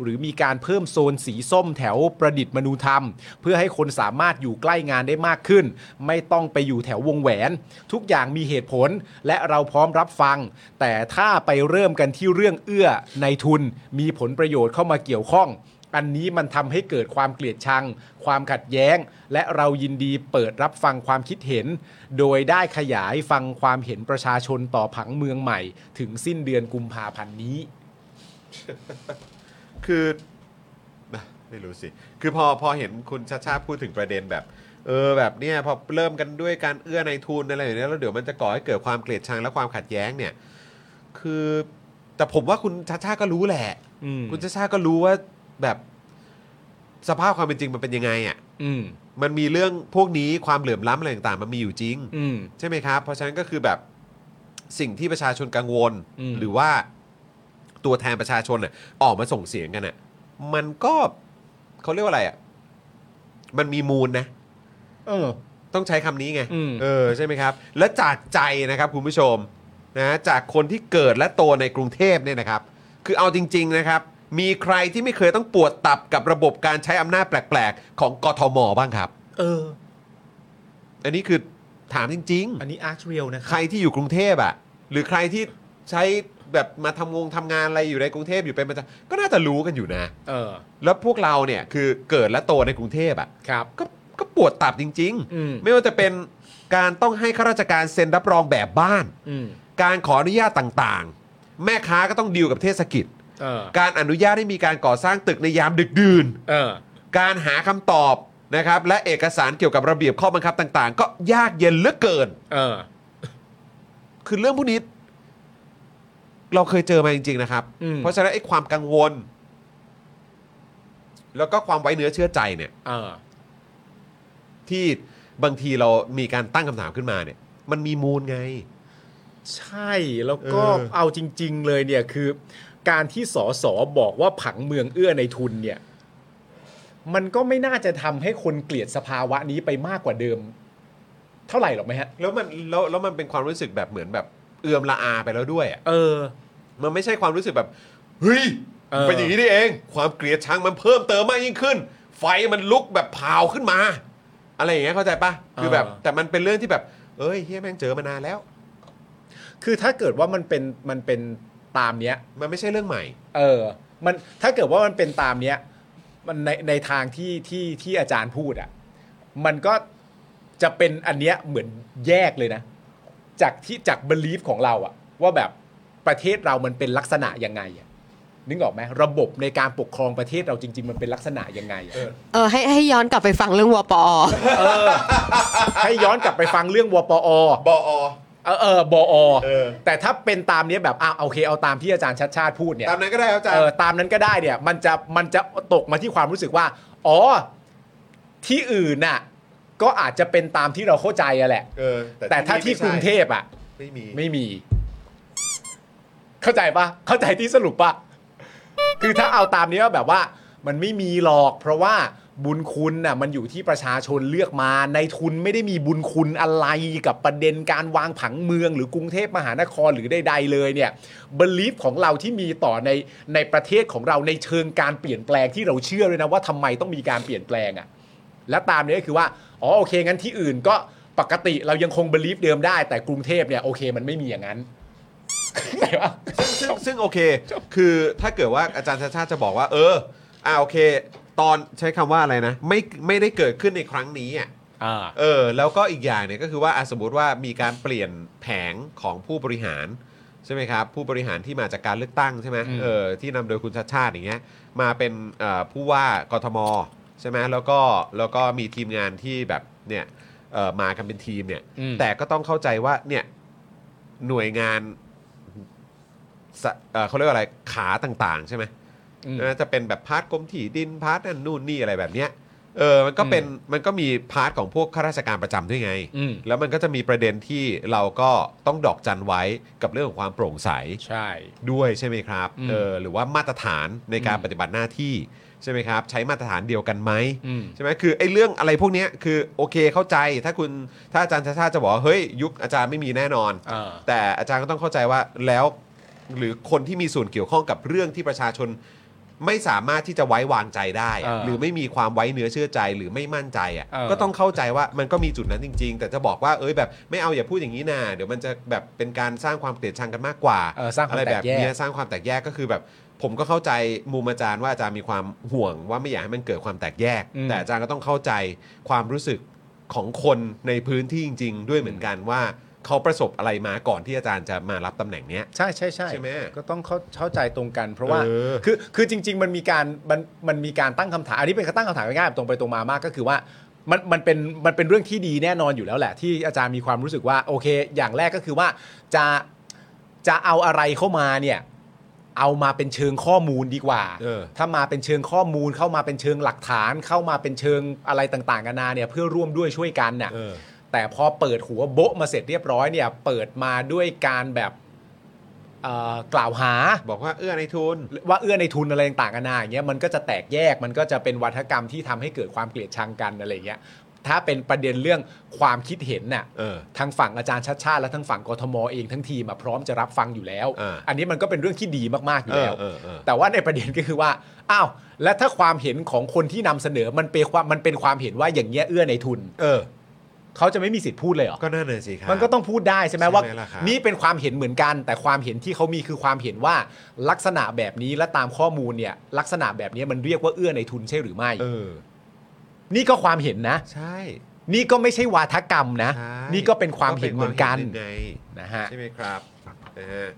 C: หรือมีการเพิ่มโซนสีส้มแถวประดิษฐ์มนูธรรม เพื่อให้คนสามารถอยู่ใกล้งานได้มากขึ้น ไม่ต้องไปอยู่แถววงแหวน ทุกอย่างมีเหตุผลและเราพร้อมรับฟัง แต่ถ้าไปเริ่มกันที่เรื่องเอื้อในทุนมีผลประโยชน์เข้ามาเกี่ยวข้อง อันนี้มันทำให้เกิดความเกลียดชัง ความขัดแย้ง และเรายินดีเปิดรับฟังความคิดเห็น โดยได้ขยายฟังความเห็นประชาชนต่อผังเมืองใหม่ ถึงสิ้นเดือนกุมภาพันธ์นี้
A: คือนะไม่รู้สิ คือพอพอเห็นคุณชาติชาติพูดถึงประเด็นแบบ เออแบบเนี้ยพอเริ่มกันด้วยการเอื้อในทุนอะไรอย่างเงี้ยแล้วเดี๋ยวมันจะก่อให้เกิดความเกลียดชังและความขัดแย้งเนี่ย คือแต่ผมว่าคุณชาติชาติก็รู้แหละ
C: อืม
A: คุณชาติชาติก็รู้ว่าแบบสภาพความเป็นจริงมันเป็นยังไงอ่ะ
C: อืม
A: มันมีเรื่องพวกนี้ความเหลื่อมล้ำอะไรต่างๆ มันมีอยู่จริง
C: อืม
A: ใช่ไหมครับ เพราะฉะนั้นก็คือแบบสิ่งที่ประชาชนกังวล
C: อืม
A: หรือว่าตัวแทนประชาชนน่ะออกมาส่งเสียงกันน่ะมันก็เขาเรียกว่าอะไรอ่ะมันมีมูลนะ
C: เออ
A: ต้องใช้คำนี้ไง
C: อืม
A: เออใช่ไหมครับ และจากใจนะครับคุณผู้ชมนะจากคนที่เกิดและโตในกรุงเทพเนี่ยนะครับ คือเอาจริง ๆนะครับ มีใครที่ไม่เคยต้องปวดตับกับระบบการใช้อำนาจแปลกๆ ของกทมบ้างครับ
C: เออ
A: อันนี้คือถามจริง ๆ
C: อันนี้อาร์คเรียลนะค
A: ใค
C: รั
A: ร
C: บ
A: ที่อยู่กรุงเทพอะหรือใครที่ใช้แบบมาทำงงทำงานอะไรอยู่ในกรุงเทพอยู่เป็นประจำก็น่าจะรู้กันอยู่นะ
C: เออ
A: แล้วพวกเราเนี่ยคือเกิดและโตในกรุงเทพอะ
C: ครับ
A: ก็ก็ปวดตับจริง
C: อืม
A: ๆ ไม่ว่าจะเป็นการต้องให้ข้าราชการเซ็นรับรองแบบบ้าน
C: อืม
A: การขออนุญาตต่างๆ แม่ค้าก็ต้องดีลกับเทศกิจ
C: เออ
A: การอนุญาตให้มีการก่อสร้างตึกในยามดึกดื่น
C: เออ
A: การหาคำตอบนะครับและเอกสารเกี่ยวกับระเบียบข้อบังคับต่าง ๆ ก็ยากเย็นเหลือเกิน
C: เออ
A: คือเรื่องพวกนี้เราเคยเจอมาจริง ๆ นะครับ
C: อืม
A: เพราะฉะนั้นไอ้ความกังวล แล้วก็ความไว้เนื้อเชื่อใจเนี่ย
C: เออ
A: ที่บางทีเรามีการตั้งคำถามขึ้นมาเนี่ย มันมีมูลไง
C: ใช่แล้วก็
A: เออ
C: เอาจริง ๆ เลยเนี่ยคือ การที่สสบอกว่าผังเมืองเอื้อในทุนเนี่ย มันก็ไม่น่าจะทำให้คนเกลียดสภาวะนี้ไปมากกว่าเดิม เท่าไหร่หรอกไหมฮะ
A: แล้วมันแล้วแล้วมันเป็นความรู้สึกแบบเหมือนแบบเอือมละอาไปแล้วด้วยอะ
C: เออ
A: มันไม่ใช่ความรู้สึกแบบเฮ้ย
C: เออ
A: เป็นอย่างนี้นี่เอง ความเกลียดชังมันเพิ่มเติมมากยิ่งขึ้น ไฟมันลุกแบบเผาขึ้นมา อะไรอย่างเงี้ยเข้าใจปะคือแบบ แต่มันเป็นเรื่องที่แบบ เอ้ยเฮียแม่งเจอมานานแล้ว
C: คือถ้าเกิดว่ามันเป็นมันเป็นตามเนี้ย
A: มันไม่ใช่เรื่องใหม่
C: เออ มันถ้าเกิดว่ามันเป็นตามเนี้ย มันในในทางที่ที่ที่อาจารย์พูดอะ่ะ มันก็จะเป็นอันเนี้ยเหมือนแยกเลยนะ จากที่จากบลีฟของเราอะ่ะ ว่าแบบประเทศเรามันเป็นลักษณะยังไงอะ่ะนึกออกไหมระบบในการปกครองประเทศเราจริง ๆ มันเป็นลักษณะยังไงอะ
H: เออให้ให้ย้อนกลับไปฟังเรื่องวปอ
C: เออให้ย้อนกลับไปฟังเรื่องวปอบ
A: ออ
C: เออเออบอ
A: เออ
C: แต่ถ้าเป็นตามเนี้ยแบบอ่ะโอเคเอาตามที่อาจารย์ชัดชาติพูดเนี่ย
A: ตามนั้นก็ได้ครับอาจาร
C: เอ
A: ย์
C: อตามนั้นก็ได้เนี่ยมันจะมันจะตกมาที่ความรู้สึกว่า อ๋อ ที่อื่นน่ะ ก็อาจจะเป็นตามที่เราเข้าใจอะแหละ
A: เออ
C: แต่ถ้าที่
A: นี่
C: กรุง
A: ไม่ใช่
C: เทพอ่ะ
A: ไม่มี
C: ไม่มี เข้าใจปะเข้าใจที่สรุปปะคือถ้าเอาตามนี้ว่าแบบว่า มันไม่มีหรอก เพราะว่าบุญคุณน่ะ มันอยู่ที่ประชาชนเลือกมาในทุนไม่ได้มีบุญคุณอะไรกับประเด็นการวางผังเมือง หรือกรุงเทพมหานครหรือใดๆเลยเนี่ยบลีฟของเราที่มีต่อในในประเทศของเราในเชิงการเปลี่ยนแปลงที่เราเชื่อเลยนะว่าทำไมต้องมีการเปลี่ยนแปลงอ่ะ และตามนี้ก็คือว่า อ๋อโอเค งั้นที่อื่นก็ปกติเรายังคงบลีฟเดิมได้ แต่กรุงเทพเนี่ยโอเคมันไม่มีอย่างนั้นไหนวะ
A: ซึ่งซึ่งโอเค คือถ้าเกิดว่าอาจารย์ชาติชาติจะบอกว่า เออ อ่าโอเค ตอนใช้คำว่าอะไรนะ ไม่ไม่ได้เกิดขึ้นในครั้งนี้อ่ะ
C: อ่า
A: เออ แล้วก็อีกอย่างเนี่ยก็คือว่าอ่ะสมมติว่ามีการเปลี่ยนแผงของผู้บริหารใช่ไหมครับ ผู้บริหารที่มาจากการเลือกตั้งใช่ไหม
C: อืม
A: เออที่นำโดยคุณชาติชาติอย่างเงี้ยมาเป็นเอ่อผู้ว่ากทมใช่ไหมแล้วก็แล้วก็มีทีมงานที่แบบเนี่ยเอ่อมากันเป็นทีมเนี่ย แต่ก็ต้องเข้าใจว่าเนี่ยหน่วยงานสะเอ่อเขาเรียกว่าอะไรขาต่างๆ ใช่ไหม
C: อืม
A: เออจะเป็นแบบพาร์ทกรมที่ดินพาร์ทนั่นนู่นนี่อะไรแบบเนี้ย เออมันก็เป็นมันก็มีพาร์ทของพวกข้าราชการประจำด้วยไง
C: อืม
A: แล้วมันก็จะมีประเด็นที่เราก็ต้องดอกจันไว้กับเรื่องของความโปร่งใส
C: ใช่
A: ด้วยใช่ไหมครับ
C: อืม
A: เออหรือว่ามาตรฐานในการ
C: อืม
A: ปฏิบัติหน้าที่ใช่ไหมครับ ใช้มาตรฐานเดียวกันไหม
C: อืม
A: ใช่ไหมคือไอ้เรื่องอะไรพวกเนี้ยคือโอเคเข้าใจถ้าคุณถ้าอาจารย์ชาชาติจะบอกว่าเฮ้ยยุคอาจารย์ไม่มีแน่นอน
C: อ่า
A: แต่อาจารย์ก็ต้องเข้าใจว่าแล้วหรือคนที่มีส่วนเกี่ยวข้องกับเรื่องที่ประชาชนไม่สามารถที่จะไว้วางใจได้อะ
C: เออ
A: หรือไม่มีความไว้เนื้อเชื่อใจหรือไม่มั่นใจอ่ะ
C: เออ
A: ก็ต้องเข้าใจว่ามันก็มีจุดนั้นจริง ๆ แต่จะบอกว่าเอ้ยแบบไม่เอาอย่าพูดอย่างนี้นะเดี๋ยวมันจะแบบเป็นการสร้างความเกลียดชังกันมากกว่า
C: เออสร้างควา
A: อะ
C: ม
A: ไร
C: แต
A: แบบ
C: กแยก
A: เนี้ยสร้างความแตกแยกก็คือแบบผมก็เข้าใจมุมอาจารย์ว่าอาจารย์มีความห่วงว่าไม่อยากให้มันเกิดความแตกแยก
C: อืม
A: แต่อาจารย์ก็ต้องเข้าใจความรู้สึกของคนในพื้นที่จริง ๆ ด้วยเหมือนกันว่าเขาประสบอะไรมาก่อนที่อาจารย์จะมารับตำแหน่งเนี้ย
C: ใช่ใช่ใช่
A: ใช่ไหม
C: ก็ต้องเข้าเข้าใจตรงกัน เพราะว่า
A: เออ
C: คือคือจริง ๆ มันมีการมันมันมีการตั้งคำถามอันนี้เป็นการตั้งคำถามง่ายๆตรงไปตรงมามากก็คือว่ามันมันเป็นมันเป็นเรื่องที่ดีแน่นอนอยู่แล้วแหละ ที่อาจารย์มีความรู้สึกว่าโอเค อย่างแรกก็คือว่าจะจะเอาอะไรเข้ามาเนี่ย เอามาเป็นเชิงข้อมูลดีกว่า
A: เออ
C: ถ้ามาเป็นเชิงข้อมูลเข้ามาเป็นเชิงหลักฐาน เข้ามาเป็นเชิงอะไรต่างๆกันานาเนี่ยเพื่อร่วมด้วยช่วยกันน่ะ แต่พอเปิดหัวโบ๊ะมาเสร็จเรียบร้อยเนี่ย เปิดมาด้วยการแบบเอ่อกล่าวหา
A: บอกว่าเอื้อในทุน
C: ว่าเอื้อในทุนอะไรต่างๆกันานาอย่างเงี้ยมันก็จะแตกแยกมันก็จะเป็นวัฒกรรมที่ทำให้เกิดความเกลียดชังกันอะไรเงี้ยถ้าเป็นประเด็นเรื่องความคิดเห็นน่ะ
A: เออ
C: ทางฝั่งอาจารย์ชัดชาติและทางฝั่งกทมเองทั้งทีมมาพร้อมจะรับฟังอยู่แล้ว
A: อ่า
C: อันนี้มันก็เป็นเรื่องที่ดีมากๆอยู่แล้ว
A: เออเออเออ
C: แต่ว่าในประเด็นก็คือว่า อ้าว และถ้าความเห็นของคนที่นำเสนอมันเป็นความมันเป็นความเห็นว่าอย่างเงี้ยเอื้อในทุน
A: เออ
C: เขาจะไม่มีสิทธิ์พูดเลยเหรอ
A: ก็น่าเนยสิครับ
C: มันก็ต้องพูดได้ใช่ไหม
A: ใช่ไหม
C: ว่า
A: ล่ะครับ
C: นี่เป็นความเห็นเหมือนกัน แต่ความเห็นที่เขามีคือความเห็นว่าลักษณะแบบนี้และตามข้อมูลเนี่ย ลักษณะแบบนี้มันเรียกว่าเอื้อในทุนใช่หรือไม่
A: เออ
C: นี่ก็ความเห็นนะ
A: ใช่
C: นี่ก็ไม่ใช่วาทกรรมนะ
A: ใช่
C: นี่ก็เป็นความเห็นเหมือนกัน
A: ป็ความเห็ไง
C: นะฮะ
A: ใช่ไหมครับนะฮะ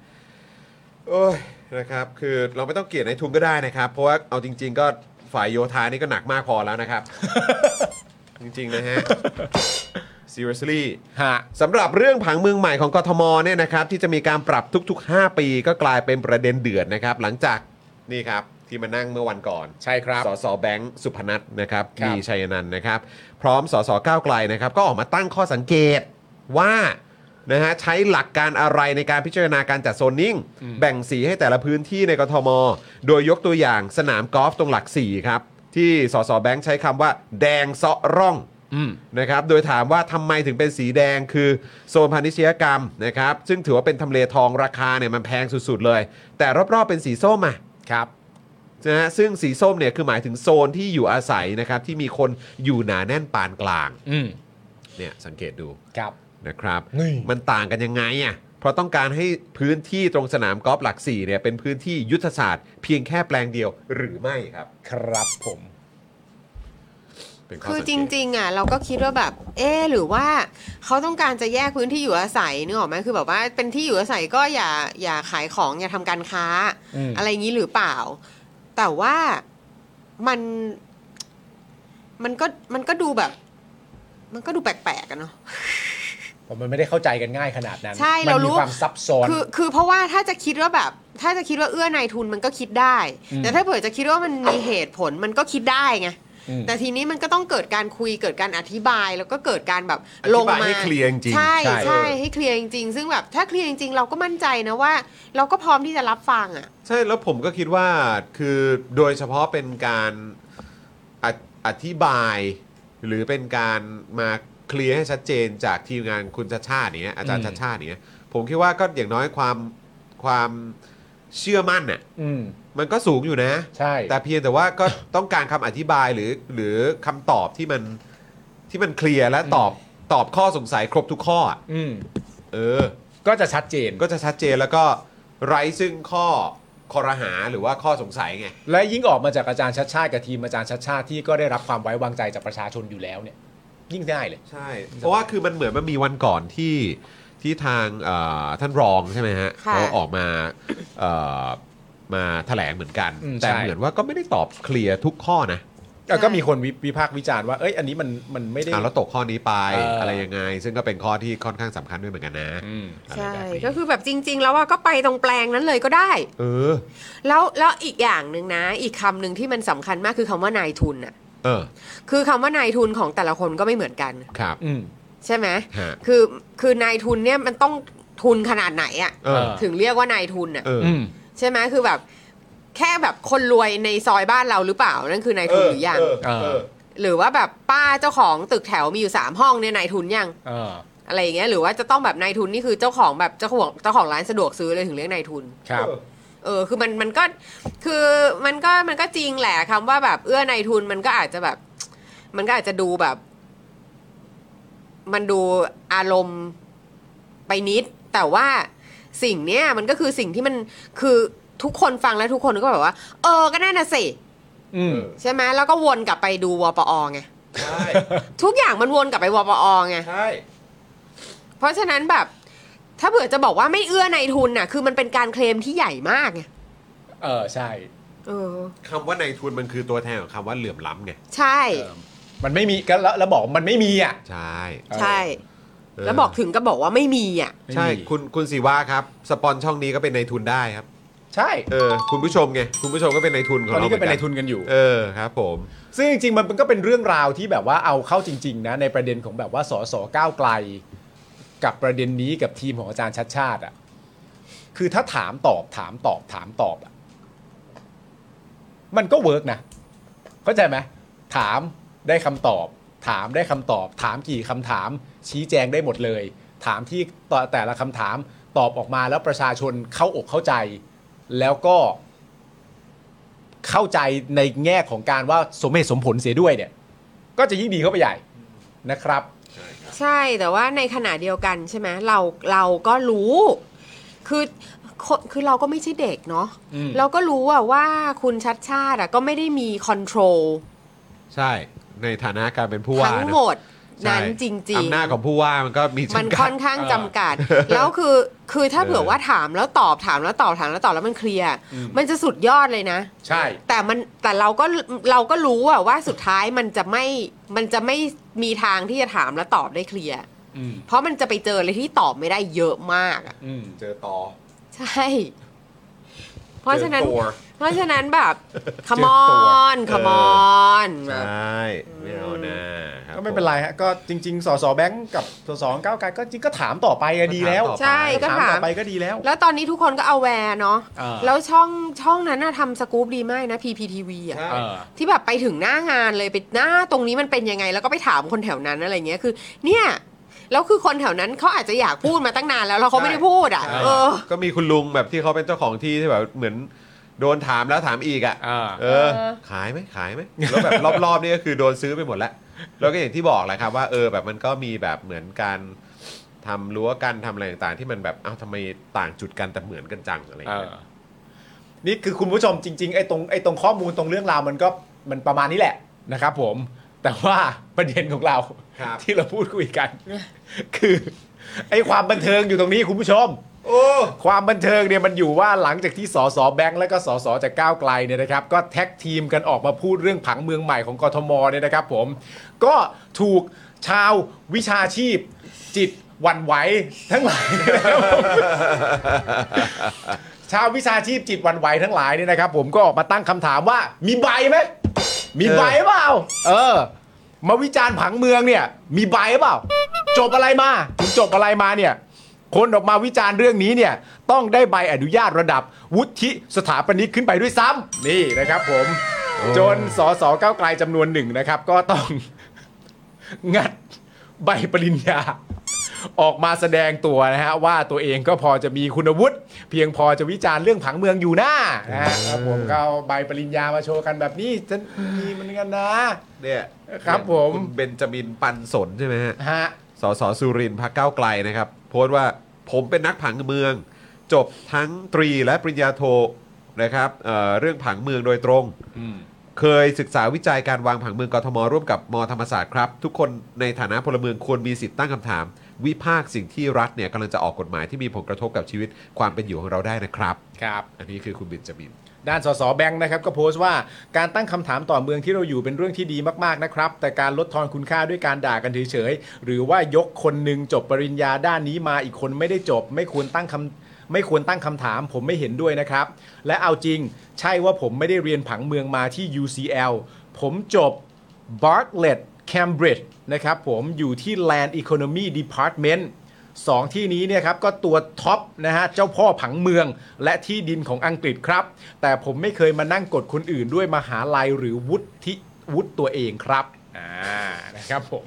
A: โอ้ยนะครับ คือเราไม่ต้องเกลียดในทุนก็ได้นะครับ เพราะว่าเอาจริง ๆ ก็ฝ่ายโยธานี่ก็หนักมากพอแล้ว นะครับ จริง ๆ นะฮะ seriously
C: ฮะ
A: สำหรับเรื่องผังเมืองใหม่ของกทมเนี่ยนะครับ ที่จะมีการปรับทุก ๆ 5 ปีก็กลายเป็นประเด็นเดือดนะครับ หลังจากนี่ครับ ที่มานั่งเมื่อวันก่อน
C: ใช่ครับ
A: สสแบงค์สุพนัทนะครับ
C: ครับ
A: มีชัยนันท์นะครับ พร้อมสสก้าวไกลนะครับ ก็ออกมาตั้งข้อสังเกตว่านะฮะใช้หลักการอะไรในการพิจารณาการจัดโซนนิ่ง แบ่งสีให้แต่ละพื้นที่ในกทม โดยยกตัวอย่างสนามกอล์ฟตรงหลักสี่ครับ ที่สสแบงค์ใช้คำว่า แดงเซาะร่อง
C: อืม
A: นะครับ โดยถามว่าทำไมถึงเป็นสีแดงคือโซนพาณิชยกรรมนะครับ ซึ่งถือว่าเป็นทำเลทองราคาเนี่ยมันแพงสุดๆเลย แต่รอบๆเป็นสีส้มอ่ะครับนะฮะซึ่งสีส้มเนี่ยคือหมายถึงโซนที่อยู่อาศัยนะครับที่มีคนอยู่หนาแน่นปานกลาง
C: อืม
A: เนี่ยสังเกตดู
C: ครับ
A: นะครับ
C: นี่
A: มันต่างกันยังไงอ่ะเพราะต้องการให้พื้นที่ตรงสนามกอล์ฟหลักสี่เนี่ยเป็นพื้นที่ยุทธศาสตร์เพียงแค่แปลงเดียวหรือไม่ครับ
C: ครับผม
A: เป็นข้อ
H: คือ
A: สัง
H: จ
A: เกต
H: ริงๆอ่ะเราก็คิดว่าแบบ เอ๊ะหรือว่าเขาต้องการจะแยกพื้นที่อยู่อาศัยนึกออกไหมคือแบบว่าเป็นที่อยู่อาศัยก็อย่าอย่าขายของอย่าทำการค้า
C: อืม
H: อะไรอย่างนี้หรือเปล่า แต่ว่ามันมันก็มันก็ดูแบบ มันก็ดูแปลกๆกันเนาะ
C: ผมมันไม่ได้เข้าใจกันง่ายขนาดนั้น
H: ใช่
C: มั
H: เรารู้
C: มีความซับซ้อน
H: คือคือเพราะว่าถ้าจะคิดว่าแบบ ถ้าจะคิดว่าเอื้อนายทุนมันก็คิดได้
C: อืม
H: แต่ถ้าเผื่อจะคิดว่ามันมีเหตุผลมันก็คิดได้ไง
C: ม
H: แต่ทีนี้มันก็ต้องเกิดการคุยเกิดการอธิบายแล้วก็เกิดการแบบ
A: อธิ
H: ลง
A: บาย
H: มา
A: ให้เคลียร์จริงๆ
H: ใช่
A: ใช่
H: ใช่ให้เคลียร์จริงๆ ซึ่งแบบถ้าเคลียร์จริงๆ เราก็มั่นใจนะว่า เราก็พร้อมที่จะรับฟังอ่ะ
A: ใช่แล้วผมก็คิดว่าคือโดยเฉพาะเป็นการออธิบาย หรือเป็นการมาเคลียร์ให้ชัดเจนจากทีมงานคุณชาชาติเนี้ยอาจารย์
C: อืม
A: ชาชาติเนี้ยผมคิดว่าก็อย่างน้อยความความเชื่อมั่นน่ะ
C: อืม
A: มันก็สูงอยู่นะ
C: ใช่
A: แต่เพียงแต่ว่าก็ ต้องการคำอธิบายหรือหรือคำตอบที่มันที่มันเคลียร์และตอบตอบข้อสงสัยครบทุกข้ออะ
C: อืม
A: เออ
C: ก็จะชัดเจน
A: ก็จะชัดเจนแล้วก็ไร้ซึ่งข้อคอรหาหรือว่าข้อสงสัยไง
C: และยิ่งออกมาจากอาจารย์ชัดชาติกับทีมอาจารย์ชัดชาติที่ก็ได้รับความไว้วางใจจากประชาชนอยู่แล้วเนี่ย ยิ่งได้เลย
A: ใช่ เพราะว่าคือมันเหมือนมันมีวันก่อนที่ที่ทางเอ่อท่านรองใช่ไหมฮะ
H: ค่ะ
A: เขาออกมาเอ่อมาแถลงเหมือนกัน
C: อืม
A: แต่
C: ใช่
A: เหมือนว่าก็ไม่ได้ตอบเคลียร์ทุกข้อนะ
C: แต่ก็มีคนวิวิพากษ์วิจารณ์ว่าเอ้ยอันนี้มันมันไม่ได้
A: อ่าแล้วตกข้อนี้ไป
C: เอออ
A: อะไรยังไง ซึ่งก็เป็นข้อที่ค่อนข้างสำคัญด้วยเหมือนกันนะ
C: อืม
A: อะไร
H: ใช่
A: แบบนี้
H: ก็คือแบบจริง ๆ แล้วว่าก็ไปตรงแปลงนั้นเลยก็ได้
A: เออ
H: แล้วแล้วอีกอย่างหนึ่งนะ อีกคำหนึ่งที่มันสำคัญมากคือคำว่านายทุนอ่ะ
A: เออ
H: คือคำว่านายทุนของแต่ละคนก็ไม่เหมือนกัน
A: ครับ
C: อืม
H: ใช่ไหม
A: ฮะ
H: คือคือนายทุนเนี่ยมันต้องทุนขนาดไหนอะ
A: เออ
H: ถึงเรียกว่านายทุนอะ
A: เออ
C: อืม
H: ใช่ไหมคือแบบแค่แบบคนรวยในซอยบ้านเราหรือเปล่านั่นคือนายทุนหรือยัง
A: เออ
C: เออ
A: เออ
H: หรือว่าแบบป้าเจ้าของตึกแถวมีอยู่สามห้องเนี่ยนายทุนยัง
C: เออ
H: อะไรอย่างเงี้ยหรือว่าจะต้องแบบนายทุนนี่คือเจ้าของแบบเจ้าของเจ้าของร้านสะดวกซื้อเลยถึงเรียกนายทุน
C: ครับ
H: เออคือมันมันก็คือมันก็มันก็จริงแหละคำว่าแบบเอื้อนายทุนมันก็อาจจะแบบ มันก็อาจจะดูแบบ มันดูอารมณ์ไปนิด แต่ว่าสิ่งเนี้ยมันก็คือสิ่งที่มันคือทุกคนฟังแล้วทุกคนก็แบบว่า เออก็น่าน่ะสิ
C: อืม
H: ใช่ไหมแล้วก็วนกลับไปดูวปอไง
A: ใช่
H: ทุกอย่างมันวนกลับไปวปอไง
A: ใช่
H: เพราะฉะนั้นแบบ ถ้าเผื่อจะบอกว่าไม่เอื้อในายทุนน่ะ คือมันเป็นการเคลมที่ใหญ่มากไง
C: เออ ใช่
H: เออ
A: คำว่าในทุนมันคือตัวแทนของคำว่าเหลื่อมล้ำไง
H: ใช่
C: มันไม่มีก็แล้วแล้วบอกมันไม่มีอ่ะ
A: ใช่
H: ใช่
A: เ
H: แล้วบอกถึงก็บอกว่าไม่มีอ่ะ
C: ไม่มี
A: ใช่คุณคุณสีวาครับ สปอนช่องนี้ก็เป็นในทุนได้ครับ
C: ใช่
A: เออคุณผู้ชมไงคุณผู้ชมก็เป็นในทุนของ
C: ตอน
A: เรา
C: นี้ก็เป็น
A: ห
C: ใน
A: มื
C: ทุนกันอยู่
A: เออครับผม
C: ซึ่งจริงๆ มันก็เป็นเรื่องราวที่แบบว่าเอาเข้าจริง ๆ นะ ในประเด็นของแบบว่าสสก้าวไกล กับประเด็นนี้กับทีมของอาจารย์ชัดชาติอ่ะคือถ้าถามตอบถามตอบถามตอบอ่ะมันก็เวิร์กนะเข้าใจไหมถามได้คำตอบ ถามได้คำตอบ ถามกี่คำถาม ชี้แจงได้หมดเลย ถามที่ต่อแต่ละคำถามตอบออกมาแล้วประชาชนเข้าอกเข้าใจ แล้วก็ เข้าใจในแง่ของการว่าสมเหตุสมผลเสียด้วยเนี่ย ก็จะยิ่งดีเข้าไปใหญ่นะครับ
H: ใช่แต่ว่าในขณะเดียวกันใช่ไหมเราเราก็รู้ คือคนคือเราก็ไม่ใช่เด็กเนาะ
C: อืม
H: เราก็รู้อะว่าคุณชัดชาติอะก็ไม่ได้มีคอนโทรล
A: ใช่ในฐานะการเป็นผู้ว่า
H: ทั้ง
A: นะ
H: หมด
A: ใช่
H: นั้นจริง
A: อำนาจของผู้ว่ามันก็มี
H: มัน
A: จำกั
H: ค่
A: ด
H: อนข้าง
C: เออ
H: จำกัด แล้วคือคือถ้า
A: เออ
H: เผื่อว่าถามแล้วตอบถามแล้วตอบถามแล้วตอบแล้วมันเคลียร์มันจะสุดยอดเลยนะ
C: ใช่
H: แต่มันแต่เราก็เราก็รู้อะว่าสุดท้ายมันจะไม่มันจะไม่มีทางที่จะถามและตอบได้เคลียร์
C: อืม
H: เพราะมันจะไปเจออะไรที่ตอบไม่ได้เยอะมากอะ
C: อืมเจอต่อ
H: ใช่ เพราะฉะนั้น
A: เจอตัว
H: เพราะฉะนั้นแบบขมอ
C: เจอตัว
H: นขมอน
A: ใช่ไม่เอานะคบ
C: ก็ไม่เป็นไรฮะก็จริง ๆสสแบงก์กับสสก้าวไกลก็จริงก็ถามต่อไปอะดีแล้ว
H: ใช่ก็ถาม
C: ถามต่อไปก็ดีแล้ว
H: แล้วตอนนี้ทุกคนก็เอาแวร์เนาะ
C: เออ
H: แล้วช่องช่องนั้นน่ะทำสกู๊ปดีมากนะ PPTV อ่ะ
A: ใช่
C: เออ
H: ที่แบบไปถึงหน้างานเลยไปหน้าตรงนี้มันเป็นยังไง แล้วก็ไปถามคนแถวนั้นอะไรเงี้ยคือ เนี่ยแล้วคือคนแถวนั้นเขาอาจจะอยากพูดมาตั้งนานแล้วแล้วเขาไม่ได้พูดอ่ะ
C: ใช่
H: เออ
A: ก็มีคุณลุงแบบที่เขาเป็นเจ้าของที่ที่แบบเหมือนโดนถามแล้วถามอีกอ่ะ
C: อ่า
A: เออ ขายไหมขายไหมแล้วแบบ รอบๆนี่ก็คือโดนซื้อไปหมดแล้ว แล้วก็อย่างที่บอกแหละครับว่าเออแบบมันก็มีแบบเหมือนการทำรั้วกันทำอะไรต่างๆ ที่มันแบบเอ้าทำไมต่างจุดกันแต่เหมือนกันจังอะไรอย่างเงี้ย
C: นี่คือคุณผู้ชมจริงๆไอ้ตรงไอ้ตรงข้อมูลตรงเรื่องราวมันก็มันประมาณนี้แหละนะครับผม แต่ว่าประเด็นของเรา
A: ครับ
C: ที่เราพูดคุยกัน คือ ไอ้ความบันเทิงอยู่ตรงนี้คุณผู้ชม
A: โอ้
C: ความบันเทิงเนี่ยมันอยู่ว่าหลังจากที่สสแบงค์และก็สสจากก้าวไกลเนี่ยนะครับ ก็แท็กทีมกันออกมาพูดเรื่องผังเมืองใหม่ของกทมเนี่ยนะครับผม ก็ถูกชาววิชาชีพ จิตหวันไหวทั้งหลายนะครับผม ชาววิชาชีพจิตหวันไหวทั้งหลายเนี่ยนะครับ ผมก็ออกมาตั้งคำถามว่ามีใบไหมมีใบเปล่า เออ มาวิจารณ์ผังเมืองเนี่ย มีใบเปล่า จบอะไรมาถึงจบอะไรมาเนี่ย คนออกมาวิจารณ์เรื่องนี้เนี่ย ต้องได้ใบอนุญาตระดับ วุฒิสถาปนิกขึ้นไปด้วยซ้ำนี่นะครับ ผม จนสสก้าวไกลจำนวนหนึ่งนะครับ ก็ต้อง งัดใบปริญญา ออกมาแสดงตัวนะฮะ ว่าตัวเองก็พอจะมีคุณวุฒิเพียงพอจะวิจารณ์เรื่องผังเมืองอยู่หน้านะฮะครับผมก็เอาใบปริญญามาโชว์กันแบบนี้ฉันมีเหมือนกันนะ
A: เนี่ย
C: ครับผม
A: คุณเบนจามินปันสนใช่ไหมฮะ
C: ฮะ
A: สสสุรินทร์พักก้าวไกลนะครับ โพสต์ว่าผมเป็นนักผังเมือง จบทั้งตรีและปริญญาโทนะครับเอ่อเรื่องผังเมืองโดยตรง เคยศึกษาวิจัยการวางผังเมืองกทมร่วมกับมธรรมศาสตร์ครับ ทุกคนในฐานะพลเมืองควรมีสิทธิ์ตั้งคำถาม วิพากษ์สิ่งที่รัฐเนี่ยกำลังจะออกกฎหมายที่มีผลกระทบกับชีวิตความเป็นอยู่ของเราได้นะครับ
C: ครับ
A: อันนี้คือคุณเบนจามิน
C: ด้านสสแบงค์นะครับก็โพสต์ว่าการตั้งคำถามต่อเมืองที่เราอยู่เป็นเรื่องที่ดีมากๆนะครับ แต่การลดทอนคุณค่าด้วยการด่ากันเฉยๆหรือว่ายกคนหนึ่งจบปริญญาด้านนี้มาอีกคนไม่ได้จบ ไม่ควรตั้งคำไม่ควรตั้งคำถาม ผมไม่เห็นด้วยนะครับ และเอาจริง ใช่ว่าผมไม่ได้เรียนผังเมืองมาที่ UCL ผมจบ Bartlett Cambridge นะครับผมอยู่ที่ Land Economy Department สองที่นี้เนี่ยครับก็ตัวท็อปนะฮะเจ้าพ่อผังเมืองและที่ดินของอังกฤษครับ แต่ผมไม่เคยมานั่งกดคนอื่นด้วยมหาลัยหรือวุฒิวุฒิตัวเองครับอ่านะครับผม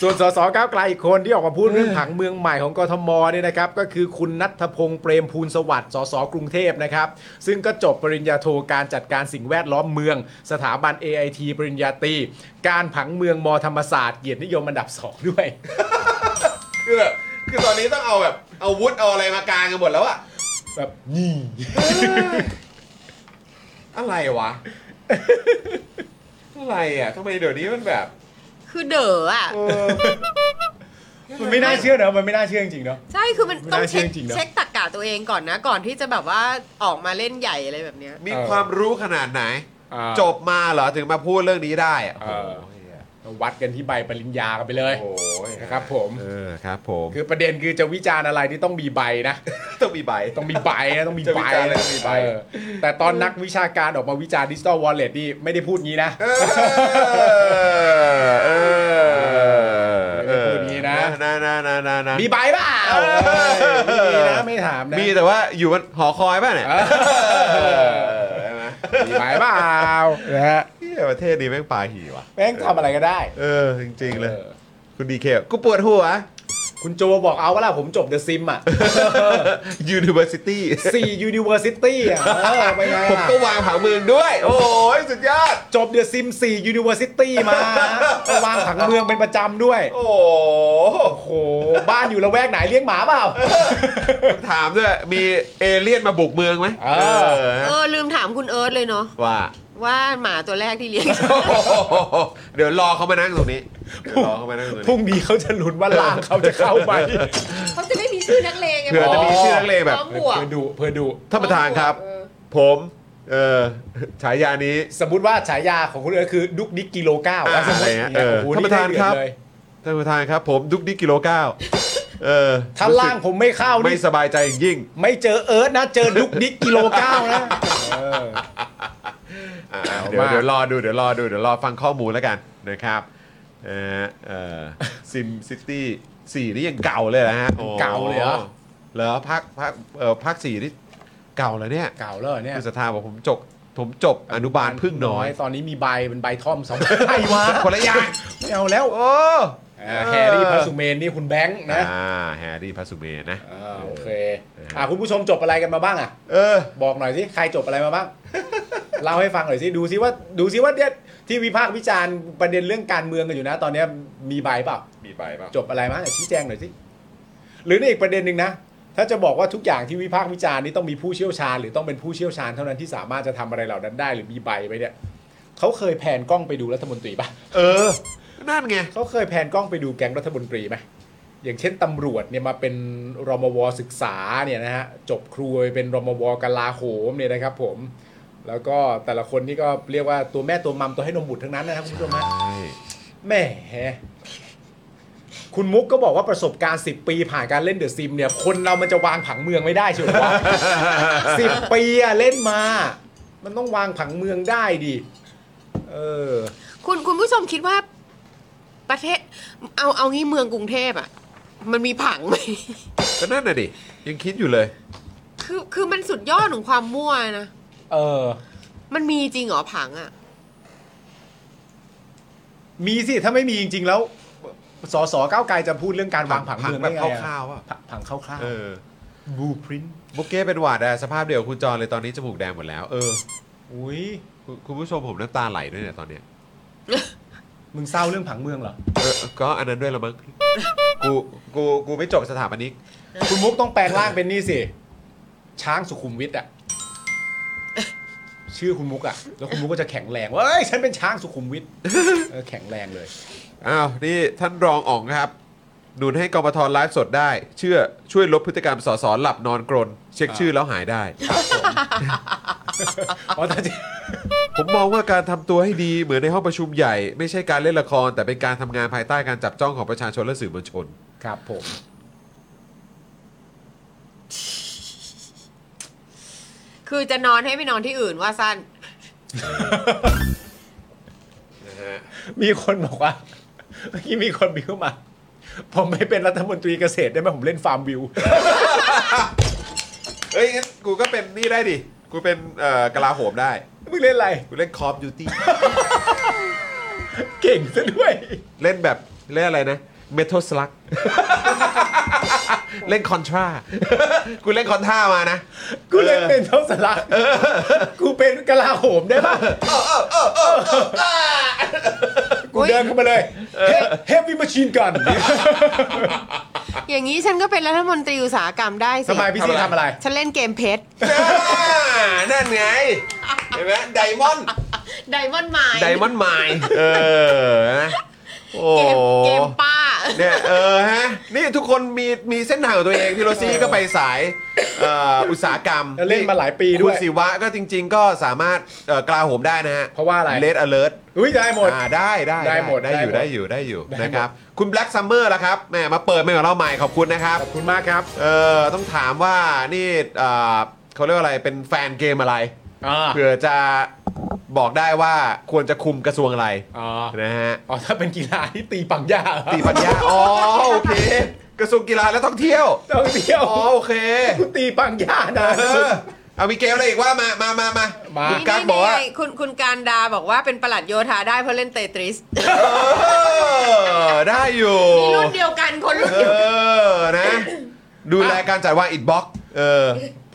C: ส่วนสสก้าวไกลอีกคนที่ออกมาพูดเรื่องผังเมืองใหม่ของกทมเนี่ยนะครับก็คือคุณนัทพงษ์เปรมภูลสวัสดิ์สสกรุงเทพนะครับซึ่งก็จบปริญญาโทการจัดการสิ่งแวดล้อมเมือง สถาบัน AIT ปริญญาตรีการผังเมืองมธรรมศาสตร์เกียรตินิยมอันดับสองด้วย
A: คือแบบคือตอนนี้ต้องเอาแบบเอาวุธเอาอะไรมากางกันหมดแล้วอะ
C: แบบนี่
A: อะไรวะ อะไรอะทำไมเดี๋ยวนี้มันแบบ
H: คือเด๋ออ่ะ
C: มันไม่น่าเชื่อเนอะมันไม่น่าเชื่อจริงๆเนอะ
H: ใช่คือมันต้องเช็ค
C: ไม่น่าเชื่อจริงๆนะ
H: เช็คตักกะตัวเองก่อนนะ ก่อนที่จะแบบว่าออกมาเล่นใหญ่อะไรแบบเนี้ย
A: มี
C: เออ
A: ความรู้ขนาดไหน
C: อ่า
A: จบมาเหรอถึงมาพูดเรื่องนี้ได้อะ
C: เออวัดกันที่ใบปริญญากันไปเลย
A: โอ้ย
C: นะครับผม
A: เออครับผม
C: คือประเด็นคือจะวิจารณ์อะไรที่ต้องมีใบนะ
A: ต้องมีใบ
C: ต้องมีใบนะต้องมี
A: จะ
C: ใบ
A: วิจารณ์อะไร
C: นะ
A: ต้องมีใบ
C: เออแต่ตอนนักวิชาการออกมาวิจารณ์ดิจิตอลวอลเล็ตนี่ไม่ได้พูดงี้นะ
A: เออเออเออ
C: ไม่ได้พูดอย่างนี้นะ
A: นะนะนะนะนะ
C: มีใบเปล่า
A: เออ
C: ไม่มีนะไม่ถามนะ
A: มีแต่ว่าอยู่บนหอคอยป่ะเนี่ยเออใช่ไหม
C: มีใบเปล่านะฮะ
A: เหี้ยประเทศนี้แม่งปลาหี่ว่ะ
C: แม่งทำอะไรก็ได้
A: เออ จริงๆเลย
C: ออ
A: คุณดีเคกูปวดหั ว
C: คุณโจบอกเอาว่าล่ะผมจบเดอะซิมอ่ะ
A: University
C: สี่ยูนิเวอร์ซิตี้อ่ะเออไปไง
A: ผม
C: ล่ะ
A: ก็วางผังเมืองด้วย โอ้ยสุดยอด
C: จบเดอะซิมสี่ยูนิเวอร์ซิตี้มาก็วางผังเมืองเป็นประจำด้วย
A: โอ้
C: โอ้โห บ้านอยู่ละแวกไหนเลี้ยงหมาเปล่า
A: ถามด้วย มีเอเลี่ยนมาบุกเมืองไหม
C: เออ
H: เออ ลืมถามคุณเอิร์ธเลยเนาะ
A: ว่า
H: ว่าหมาตัวแรกที่เลี้ยง
A: เดี๋ยวรอเขามานั่งตรงนี้ เดี๋ยวรอเขามานั่งตรง
C: พ
A: นี้
C: รุ่งนี้เขาจะลุ้นว่าล่างเขาจะเข้าไป
E: เขาจะไม่มีชื่อนักเลงไง
A: เผื่อจะมีชื่อนักเลงแบบ
H: พร้อมบ
C: เพื่
H: วก
C: อดูเพื่อดู
A: ท่านประธานครับ
H: เออ
A: ผม เออฉายานี้
C: สมมติว่าฉายาของคุณเอ๋คือดุกดิกกิโลเก้า
A: อ่า
C: สมมติ
A: อะไรเงี้ย
C: นี่ย
A: เออ
C: โโห
A: ท่านประธานครับ
C: ได้เดือดเลย
A: ท่านประธานครับ ผมดุกดิกกิโลเก้าเออ
C: ถ้าล่างผมไม่เข้า
A: ไม่
C: นี่
A: สบายใจอย่างยิ่ง
C: ไม่เจอเอิร์ธนะ เจอดุกดิกกิโลเก้านะ
A: อ่ะ
C: เอา
A: เดี๋ยว
C: มาก
A: เดี๋ยวรอดูเดี๋ยวรอดูเดี๋ยวรอฟังข้อมูลแล้วกันนะครับเออเออซิมซิตี้สี่นี่ยังเก่าเลยนะฮะโอ้
C: เก่าเลยเหรอ
A: เหรอภาคภาคเออภาคสี่นี่เก่าแล้วเนี่ย
C: เก่าแล้วเหรอเนี่ย
A: คุณสทธาบอกผมจบ ผมจบอนุบาลพึ่งน้อย
C: ตอนนี้มีใบเป็นใบท่อมสองใบวะ
A: คนละอย่าง
C: ไม่เอาแล้ว
A: โอ้
C: เออแฮร์รี่พาสุเมนนี่คุณแบงค์นะ
A: อ่าแฮร์รี่พาสุเมนนะ
C: อ่าโอเคอ่ะคุณผู้ชมจบอะไรกันมาบ้างอ่ะ
A: เออ
C: บอกหน่อยสิใครจบอะไรมาบ้าง เล่าให้ฟังหน่อยสิดูซิว่าดูซิว่าเนี่ยที่วิพากษ์วิจารณ์ประเด็นเรื่องการเมืองกันอยู่นะ ตอนเนี้ยมีใบเปล่า
A: มีใบป่ะ
C: จบอะไรมาชี้แจงหน่อยสิ หรือในอีกประเด็นหนึ่งนะ ถ้าจะบอกว่าทุกอย่างที่วิพากษ์วิจารณ์นี่ต้องมีผู้เชี่ยวชาญ หรือต้องเป็นผู้เชี่ยวชาญเท่านั้นที่สามารถจะทำอะไรเหล่านั้นได้ หรือมีใบไปเนี่ยเขาเคยแผนกล้องไปดูรัฐมนตรีปะ
A: เออ นั่นไง
C: เขาเคยแผนกล้องไปดูแก๊งรัฐมนตรีไหมอย่างเช่นตำรวจเนี่ยมาเป็นรมวศึกษาเนี่ยนะฮะจบครูไปเป็นรมวกลาโหมเนี่ยนะครับ ผม แล้วก็แต่ละคนนี่ก็เรียกว่าตัวแม่ตัวมัมตัวให้นมบุตรทั้งนั้นนะครับคุณผู้ชมฮะ แหมคุณมุกก็บอกว่าประสบการณ์ 10 ปีผ่านการเล่นเดอะซิมเนี่ย คนเรามันจะวางผังเมืองไม่ได้ใช่ไหมวะ สิบปีอะเล่นมา มันต้องวางผังเมืองได้ดิ เออ
H: คุณคุณผู้ชมคิดว่า ประเทศ เอาเอางี้เมืองกรุงเทพอ่ะ มันมีผังไหม
A: ก็ นั่นน่ะดิ ยังคิดอยู่เลย
H: คือคือมันสุดยอดของความมั่วนะ
C: เออ
H: มันมีจริงเหรอผังอ่ะ
C: มีสิ ถ้าไม่มีจริง ๆ แล้วสสก้าวไกลจะพูดเรื่องการวางผังเมือง
A: แบ
C: ได้
A: บค
C: ไงอะ
A: ร่าวๆอ่ะ
C: ผังผังคร่าว
A: เออ
C: ๆบูพรินต์
A: บุกเก้เป็นหวัดอะสภาพเดียวกับคุณจรเลยตอนนี้จมูกแดงหมดแล้ว เออ
C: อุ้ย
A: คุณคุณผู้ชมผมน้ำตาไหลด้วยเนี่ยตอนเนี้ย
C: มึงเศร้าเรื่องผังเมืองเหรอ
A: เออก็อันนั้นด้วยละมั้งกูกูกูไม่จบสถาปนิก
C: คุณมุกต้องแปลงร่างเป็นนี่สิ ช้างสุขุมวิทอะชื่อคุณมุกอะแล้วคุณมุกก็จะแข็งแรงว่าเอ้ยฉันเป็นช้างสุขุมวิทเออแข็งแรงเลย
A: อ้าวนี่ท่านรองอ๋องครับหนุนให้กรปทไลฟ์สดได้ เชื่อช่วยลบพฤติกรรมสอสอหลับนอนกรน เช็คชื่อแล้วหายได้
C: อ๋อแต่จริง
A: ผมมองว่าการทำตัวให้ดีเหมือนในห้องประชุมใหญ่ ไม่ใช่การเล่นละคร แต่เป็นการทำงานภายใต้การจับจ้องของประชาชนและสื่อมวลชน
C: ครับผม
H: คือจะนอนให้ไปนอนที่อื่นว่าสั้น
A: น
C: มีคนบอกว่า เมื่อกี้มีคนบิวมา ผมไม่เป็นรัฐมนตรีเกษตรได้ไหมผมเล่นฟาร์มวิว
A: เอ้ยงั้นกูก็เป็นนี่ได้ดิ กูเป็นเอ่อกลาโหมได้
C: มึงเล่นอะไร
A: กูเล่นคอฟดิวตี้
C: เก่งซะด้วย
A: เล่นแบบเล่นอะไรนะเมทัลสลัก เล่นคอนทรา กูเล่นคอนท่ามานะ
C: กูเล่นเป็นเท่าสลักกูเป็นกลาโหมได้ปะกูเดินเข้ามาเลยเฮฟวี่มาชีนกัน
H: อย่างนี้ฉันก็เป็นรัฐมนตรีอุตสาหกรรมได้
C: ส
H: สิ
C: มัยพี่ซีทำอะไร
H: ฉันเล่นเกมเพ ชร
A: อ่านั่นไง เห็นไหมไดมอน ด์
H: ไดมอนด์ไม
A: ไดมอนด์ไมล์เออนะโอ้
H: เกมเกมป้า
A: เนี่ยเออฮะ นี่ทุกคนมีมีเส้นทางของตัวเองพี่โรซี่ก็ไปสายเอ่ออุตสาหกรรม
C: แล้วเล่นมาหลายปีด้วย
A: คุณศิวะก็จริง ๆ ก็สามารถเอ่อกลาโหมได้นะฮะ
C: เพราะว่าอะไร
A: เลดอเลิร์
C: อุ้ยได้หมด
A: อ่าได้ได้
C: ได้หมด
A: ได้อยู่
C: ได้
A: ได้
C: หมด
A: อยู่ได้อยู่
C: ได้หมด
A: นะครับ คุณ Black Summer ล่ะครับแหมมาเปิดไม่กับเราใหม่ขอบคุณนะครับ
C: ขอบคุณมากครับ
A: เออต้องถามว่านี่เอ่อเขาเรียกว่าอะไรเป็นแฟนเกมอะไร
C: อ่า
A: เผื่อจะบอกได้ว่าควรจะคุมกระทรวงอะไร
C: อ๋อ
A: นะฮะ
C: อ๋อถ้าเป็นกีฬาที่ตีปังย่าเหรอ
A: ตีปัญญาอ๋อโอเค กระทรวงกีฬาและท่องเที่ยว
C: ต้องเที่ยว
A: อ๋อโอเค
C: กูตีปังย่านะ
A: เออเอามีเกมอะไรอีกว่ามามามามา
C: มา
A: คุณ
H: นี่
A: กั๊ก
H: นี่
A: บอกว่า
H: ไงคุณคุณการดาบอกว่าเป็นประหลัดโยธาได้เพราะเล่นเตตริส
A: เออได้อยู่
H: นี่รุ่นเดียวกันคนรุ่น
A: เอ
H: เดียวกัน
A: อ นะ ดูแลการจัดวางอิดบ็อกเออ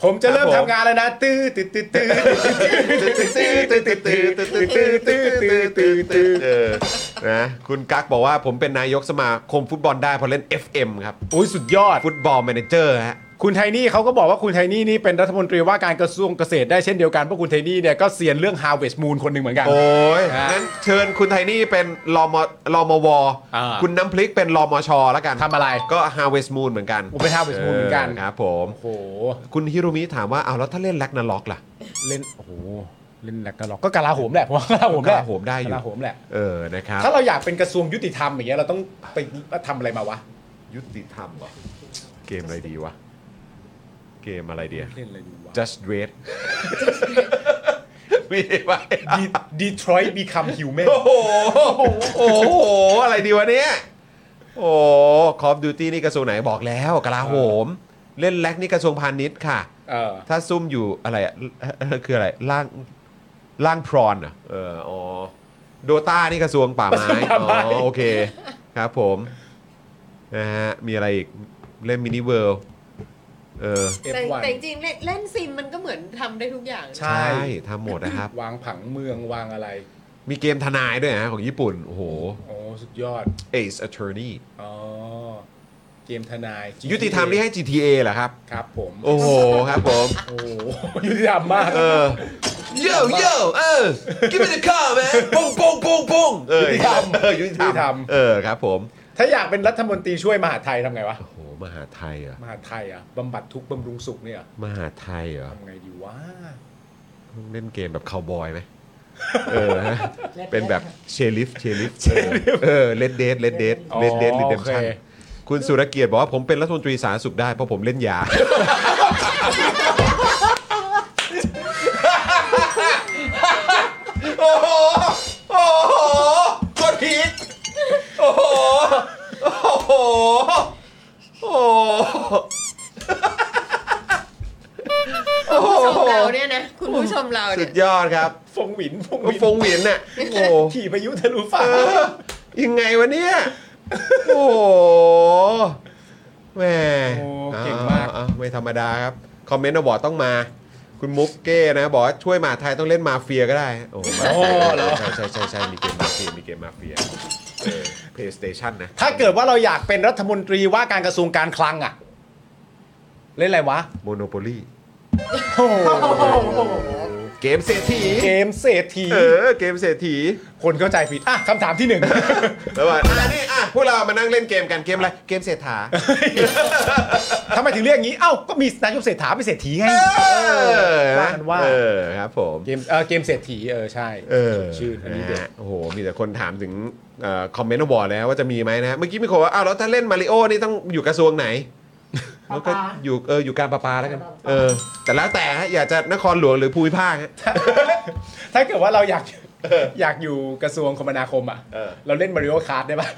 C: ผมจะเริ่ม
A: ครับผม
C: ทำงานแล้วนะ ตื้อตื้อตื้อตื้อ
A: เออนะคุณกั๊กบอกว่าผมเป็นนายกสมาคมฟุตบอลได้เพราะเล่น FM ครับ
C: อุ้ยสุดยอด
A: ฟุตบอลแมเนเจอร์ฮะ
C: คุณไทนี่เขาก็บอกว่าคุณไทนี่นี่เป็นรัฐมนตรีว่าการกระทรวงเกษตรได้เช่นเดียวกันเพราะคุณไทนี่เนี่ยก็เซียนเรื่อง Harvest Moon คนหนึ่งเหมือนกัน
A: โอ้ย
C: ฮะ
A: งั้นเชิญคุณไทนี่เป็นรอมรอมว
C: อ่า
A: คุณน้ำพริกเป็นรอมชแล้วกัน
C: ทำอะไร
A: ก็ Harvest Moon เหมือนกัน
C: ผมไป Harvest Moon เหมือนกัน
A: ครับผม
C: โอ้โห
A: คุณฮิโรมิถามว่าเอาแล้วถ้าเล่นแล็กนาล็อกล่ะ
C: เล่นโอ้โหเล่นแหลกกระหลอกก็กะลาโหมแหละผมว่ากะลาโหมแหละ
A: กะลาโหมได้อยู่
C: กะลาโหมแหละ
A: เออนะครับ
C: ถ้าเราอยากเป็นกระทรวงยุติธรรมอย่างเงี้ยเราต้องไปทำอะไรมาวะ
A: ยุติธรรมเหรอเกมอะไรดีวะ เกมอะไรดีอะ
C: เล่นอะไรดีวะ
A: Just Red มีไหม
C: Detroit Become Human
A: โอ้โห โอ้โห อะไรดีวะเนี่ย โอ้คอฟดิวตี้นี่กระทรวงไหนบอกแล้วกลาโหม เล่นแล็กนี่กระทรวงพาณิชย์ค่ะ
C: เออ
A: ถ้าซุ่มอยู่อะไรอะ เอ่อคืออะไรล่างล่างพรอนเหรอ่ะเอออ๋อโดต้านี่กระทรวงป่าไม้อ๋อโอเคครับผมนะฮะมีอะไรอีกเล่นมินิเวิลด์เออ
C: เอฟ
H: แต่
C: วัน
H: แต่จริงๆเล่นเล่นซิมมันก็เหมือนทำได้ทุกอย่างนะ
C: ใช่
A: ทำหมดนะครับ
C: วางผังเมืองวางอะไร
A: มีเกมทนายด้วยนะของญี่ปุ่น โอ้โห
C: โอ้สุดยอด
A: Ace Attorney
C: อ๋อเกมทนาย
A: ยุติธรรมนี่ให้ GTA เหรอครับ
C: ครับผม
A: โอ้โห ครับผม
C: โอ้โหยุติธรรมมาก
A: เออ yo yo เออ give me the car man ปุ้งปุ้งปุ้งปุ้งเออ
C: ยุติธรรม
A: เออยุติธรรมเออครับผม
C: ถ้าอยากเป็นรัฐมนตรีช่วยมหาดไทยทำไงวะ
A: โอ้โหมหาไทยเหรอ่ะ
C: มหาดไทยอ่ะบำบัดทุกข์บำรุงสุขเนี่ย
A: มหาไทยเหรอ
C: ทำไงดีวะ
A: ต้องเล่นเกมแบบคาวบอยไหมเออฮะเป็นแบบเชลิฟเชลิฟเออเลดเดทเลดเดทเลดเดทรีเดมชั่นคุณสุรเกียรติบอกว่าผมเป็นรัฐมนตรีสาธารณสุขได้เพราะผมเล่นยา โอ้โห โอ้โหกดพีคโอ้โห โอ้โห โอ้โห
H: คุณผู้ชมเราเนี่ยนะคุณผู้ชมเรา
A: สุ
H: เนี่ย
A: ดยอดครับ
C: ฟงหวินฟงห
A: ก็
C: วิน
A: ฟงเหวียนน่ะ โอ้โห
C: ขี่พายุทะลุฟ้า
A: เออยังไงวะเนี่ย โอ้โหแหม
C: โอ้เก่งมาก
A: อ่ะไม่ธรรมดาครับ คอมเมนต์อวอร์ดต้องมา คุณมุกเก้นะ บอกว่าช่วยมหาไทยต้องเล่นมาเฟียก็ได้ โอ้โห
C: โอ้เหรอ
A: ใช่ใช่ใช่ใช่มีเกมมาเฟียมีเกมมาเฟียเออ PlayStation นะ
C: ถ้าเกิดว่าเราอยากเป็นรัฐมนตรีว่าการกระทรวงการคลังอ่ะ เล่นอะไรวะ
A: Monopoly
J: เกมเศรษฐี
C: เกมเศรษฐี
A: เออ เกมเศรษฐี
C: คนเข้าใจผิดอ่ะคำถามที่หนึ่ง
A: แล้วว่าอ่ะนี่อ่ะพวกเรามานั่งเล่นเกมกันเกมอะไร เกมเศรษฐา
C: ทำไมถึงเรียกอย่างนี้ เอ้าก็มีนายกเศรษฐาเป็นเศรษฐีไง
A: เออ
C: ว่ากันว่า
A: เออครับผม
C: เกมเออเกมเศรษฐีเออใช่
A: เออ
C: ชื่ออันนี้เด็
A: นะ
C: ด
A: ฮะโอ้โห มีแต่คนถามถึงคอมเมนต์อวอร์ดแล้วว่าจะมีไหมนะฮะเมื่อกี้มีคนว่า อ้าว แล้วถ้าเล่นมาริโอนี่ต้องอยู่กระทรวงไหน แล้วก็อยู่เอออยู่การประปาแล้วกัน เออ แต่แล้วแต่ฮะอยากจะนครหลวงหรือภูมิภาคฮะ
C: ถ้าเกิดว่าเราอยาก อยากอยู่กระทรวงคมนาคมอ่ะ
A: เออ
C: เราเล่นมาริโอคาร์ดได้ปะ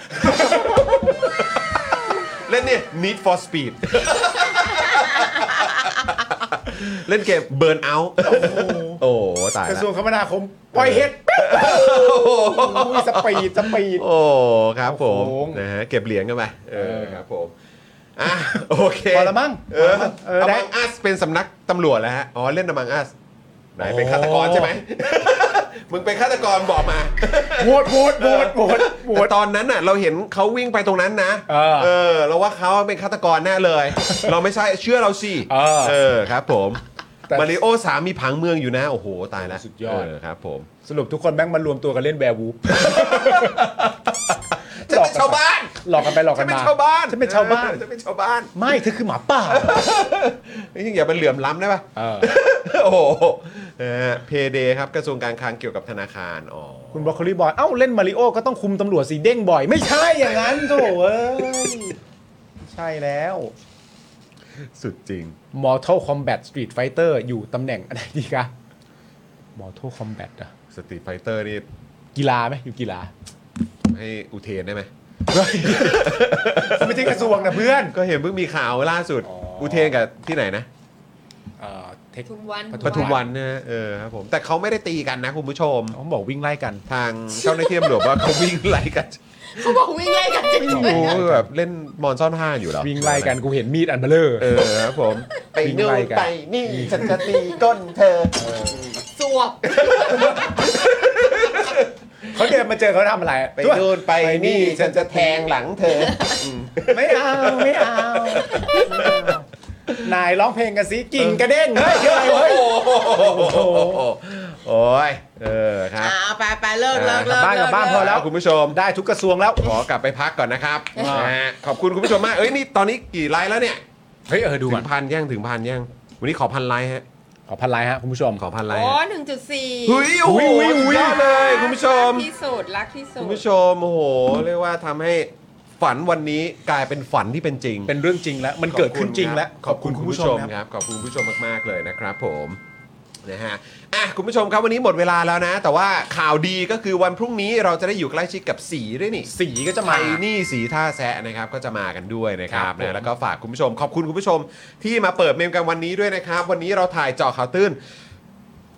A: เล่นเนี่ย Need for Speed เล่นเกม Burn Out โอ้โหตาย
C: กระ
A: แล้
C: ทรว
A: ว
C: งคมนาคมปล่อยเฮ็ดปิ๊บอุ้ยสปีดสปีด
A: โอ้ครับผม
C: โอ้โห
A: นะฮะเก็บเหรียญกันไปเออครับผมอ่ะโอเค
C: พอละมั้ง
A: เออ
C: เออ
A: อ
C: ได้
A: มังอัสเป็นสำนักตำรวจแล้วฮะ อ๋อ เล่นอมังอัสไหนเป็นฆาตกร ใช่ไหม มึงเป็นฆาตกรบอกมา
C: โหวตโหวตโหวตโหวตโหว
A: แต่
C: ต
A: ตอนนั้นน่ะเราเห็นเขาวิ่งไปตรงนั้นนะ
C: เออ
A: เราว่าเขาเป็นฆาตกรแน่เลย เราไม่ใช่เชื่อเราสิ
C: เออ
A: ครับผม
C: แต่
A: มาริโอสามมีผังเมืองอยู่นะ โอ้โห ตายแล้ว
C: สุดยอด
A: เครับผม
C: สรุปทุกคนแม่งมารวมตัวกันเล่นแวร์วูฟ
A: ฉันเป็นชาวบ้าน
C: หลอกกันไปหลอก
A: ฉั
C: กัน น
A: เป็น
C: มา
A: ชาวบ้าน
C: ฉันเป็นชาวบ้าน
A: เออฉันเป็นชาวบ้าน
C: ไม่เธอคือหมาป่า
A: เฮ้ยอย่าเป็นเหลื่อมล้ำได้ปะ
C: เออ
A: โอ้โหเพเดครับกระทรวงการคลังเกี่ยวกับธนาคารอ๋อ
C: คุณบรอกโคลีบอย เอ้า เล่นมาริโอก็ต้องคุมตำรวจสีเด้งบ่อย ไม่ใช่อย่างนั้นโถเอ้ยใช่แล้ว
A: สุดจริง
C: Mortal Kombat Street Fighter อยู่ตำแหน่ง อะไรดีคะ Mortal Kombat อะ
A: สตรีทไฟเตอร์นี่
C: กีฬาไหมอยู่กีฬา
A: ให้อุเทนได้ไหม
C: ไม่ใช่กระทรวงนะเพื่อน
A: ก็เห็นเพิ่งมีข่าวล่าสุด
C: อ๋ออุ
A: อุเทนกับที่ไหนนะ
C: เอ่อเทค
E: ทุกวัน
A: ปทุมวันนะฮะเออครับผมแต่เขาไม่ได้ตีกันนะคุณผู้ชม
C: เขาบอกวิ่งไล่กัน
A: ทางเจ้าหน้าที่ตำรวจว่าเขาวิ่งไล่กัน
E: เขาบอกวิ่งไล่กันจริง
A: โอ้โหแบบเล่นมอนซ่อนห้าอยู่เหรอ
C: วิ่งไล่กันกูเห็นมีดอันเบลเลอร์
A: เออครับผม
C: ไปนู่นไป
A: นี่ฉันจะตีก้นเธอ
E: สวบ
C: เขาเดินมาเจอเขาทำอะไร
A: ไปนู่นไปนี่ฉันจะแทงหลังเธอ
C: ไม่เอาไม่เอา นายร้องเพลงกันสิกิ่งกระเด้งเฮ้ยเฮ้ยเฮ้ย
A: โอ้ยเออครับ
H: อ่าไปไปเลิกเลิกเลิก
C: บ้านกลับบ้าน
H: เลิก
C: พอแล้ว
A: คุณผู้ชม
C: ได้ทุกกระทรวงแล้ว
A: ขอกลับไปพักก่อนนะครับ
C: อ่าน
A: ะฮะขอบคุณคุณผู้ชมมากเอ้ยนี่ตอนนี้กี่ไลค์แล้วเนี่ย
C: เฮ้ยเออดู
A: ถึ
C: ก่อน
A: งพันยังถึงพันยังวันนี้ขอพันไลค์ฮะ
C: ขอพันไลค์ฮะคุณผู้ชม
A: ขอพันไลค์
E: โอ้
A: ฮะ
E: หนึ่งจุดสี่
A: เฮ้ยโอ้โหสุดยอดเลยคุณผู้ชม
E: ที่สุดรักที่สุ
A: คุ
E: ด
A: ณผู้ชมโอ้โห เรียกว่าทำให้ฝันวันนี้กลายเป็นฝันที่เป็นจริง
C: เป็นเรื่องจริงแล้ว มันเกิดขึ้นจริงแล้ว
A: ขอบคุณคุณผู้ชมครับ ขอบคุณคุณผู้ชมมาก ๆ เลยนะครับผมนะฮะอ่ะคุณผู้ชมครับวันนี้หมดเวลาแล้วนะ แต่ว่าข่าวดีก็คือวันพรุ่งนี้เราจะได้อยู่ใกล้ชิดกับสีด้วยนี่
C: สีก็จะมา
A: ไทยนี่สีท่าแซะนะครับก็จะมากันด้วยนะครับ
C: ครับผม
A: นะแล้วก็ฝากคุณผู้ชม ขอบคุณคุณผู้ชมที่มาเปิดเมมกันวันนี้ด้วยนะครับ วันนี้เราถ่ายเจาะข่าวตื้น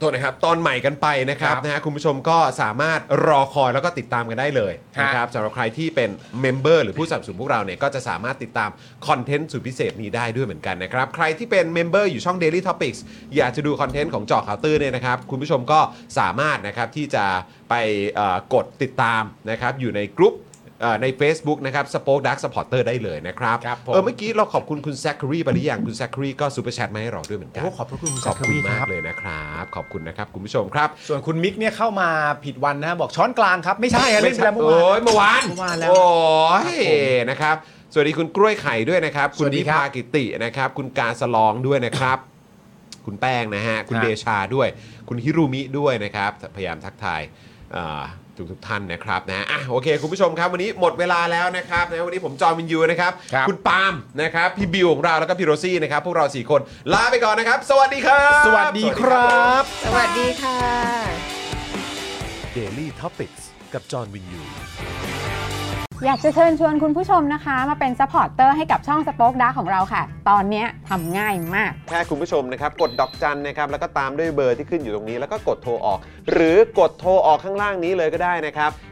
A: โทษนะครับตอนใหม่กันไปนะครับ
C: ครับ
A: นะฮะคุณผู้ชมก็สามารถรอคอยแล้วก็ติดตามกันได้เลย
C: ครับ
A: นะครับสำหรับใครที่เป็นเมมเบอร์หรือผู้สนับสนุนพวกเราเนี่ยก็จะสามารถติดตามคอนเทนต์สุดพิเศษนี้ได้ด้วยเหมือนกันนะครับใครที่เป็นเมมเบอร์อยู่ช่อง Daily Topics อยากจะดูคอนเทนต์ของเจาะข่าวตื้นเนี่ยนะครับคุณผู้ชมก็สามารถนะครับที่จะไปเอ่อกดติดตามนะครับอยู่ในกลุ่ม เอ่อใน Facebook นะครับ Spoke Dark Supporter ได้เลยนะครับ
C: ครับผม
A: เออเมื่อกี้เราขอบคุณคุณแซคคารีไปหรือยังคุณแซคคารีก็ซูเปอร์แชทมาให้เราด้วยเหมือนกัน
C: โอ้ขอบพระคุณ
A: ขอบ
C: คุณ
A: คุ
C: มาม
A: ณากก
C: เลย
A: เลยนะครับ ขอบคุณนะครับ คุณผู้ชมครับ
C: ส่วนคุณมิกเนี่ยเข้ามาผิดวันนะ บอกช้อนกลางครับ ไม่ใช่ฮะเล่นไปแล้วเมื่อวา
A: โอ้
C: น
A: ยเมื่อวาน
C: เมื่อวานแล้ว
A: โอ้ยนะครับ สวัสดีคุณกล้วยไข่ด้วยนะครับ
C: ส
A: คุณ
C: วัสดี
A: นิ
C: ครับ
A: พากิตินะครับ คุณการสลองด้วยนะครับ คุณแป้งนะฮะ คุณ
C: ครับ
A: เดชาด้วย คุณฮิรุมิด้วยนะครับ พยายามทักทายเอ่อทุกทุกๆท่านนะครับนะอ่ะโอเค คุณผู้ชมครับ วันนี้หมดเวลาแล้วนะครับนะวันนี้ผมจอห์นวินยูนะครับ
C: ครับ
A: คุณปาล์มนะครับ พี่บิวของเราแล้วก็พี่โรซี่นะครับ พวกเราสี่คนลาไปก่อนนะครับ สวัสดีครับ
C: สวัสดีครับ
H: สวัสดีค่ะ
D: Daily Topics กับจอห์นวินยู
G: อยากจะเชิญชวนคุณผู้ชมนะคะ มาเป็นซัพพอร์ตเตอร์ให้กับช่องสป็อคดาของเราค่ะ ตอนเนี้ยทำง่ายมาก
A: แค่คุณผู้ชมนะครับ กดดอกจันนะครับ แล้วก็ตามด้วยเบอร์ที่ขึ้นอยู่ตรงนี้ แล้วก็กดโทรออก หรือกดโทรออกข้างล่างนี้เลยก็ได้นะครับ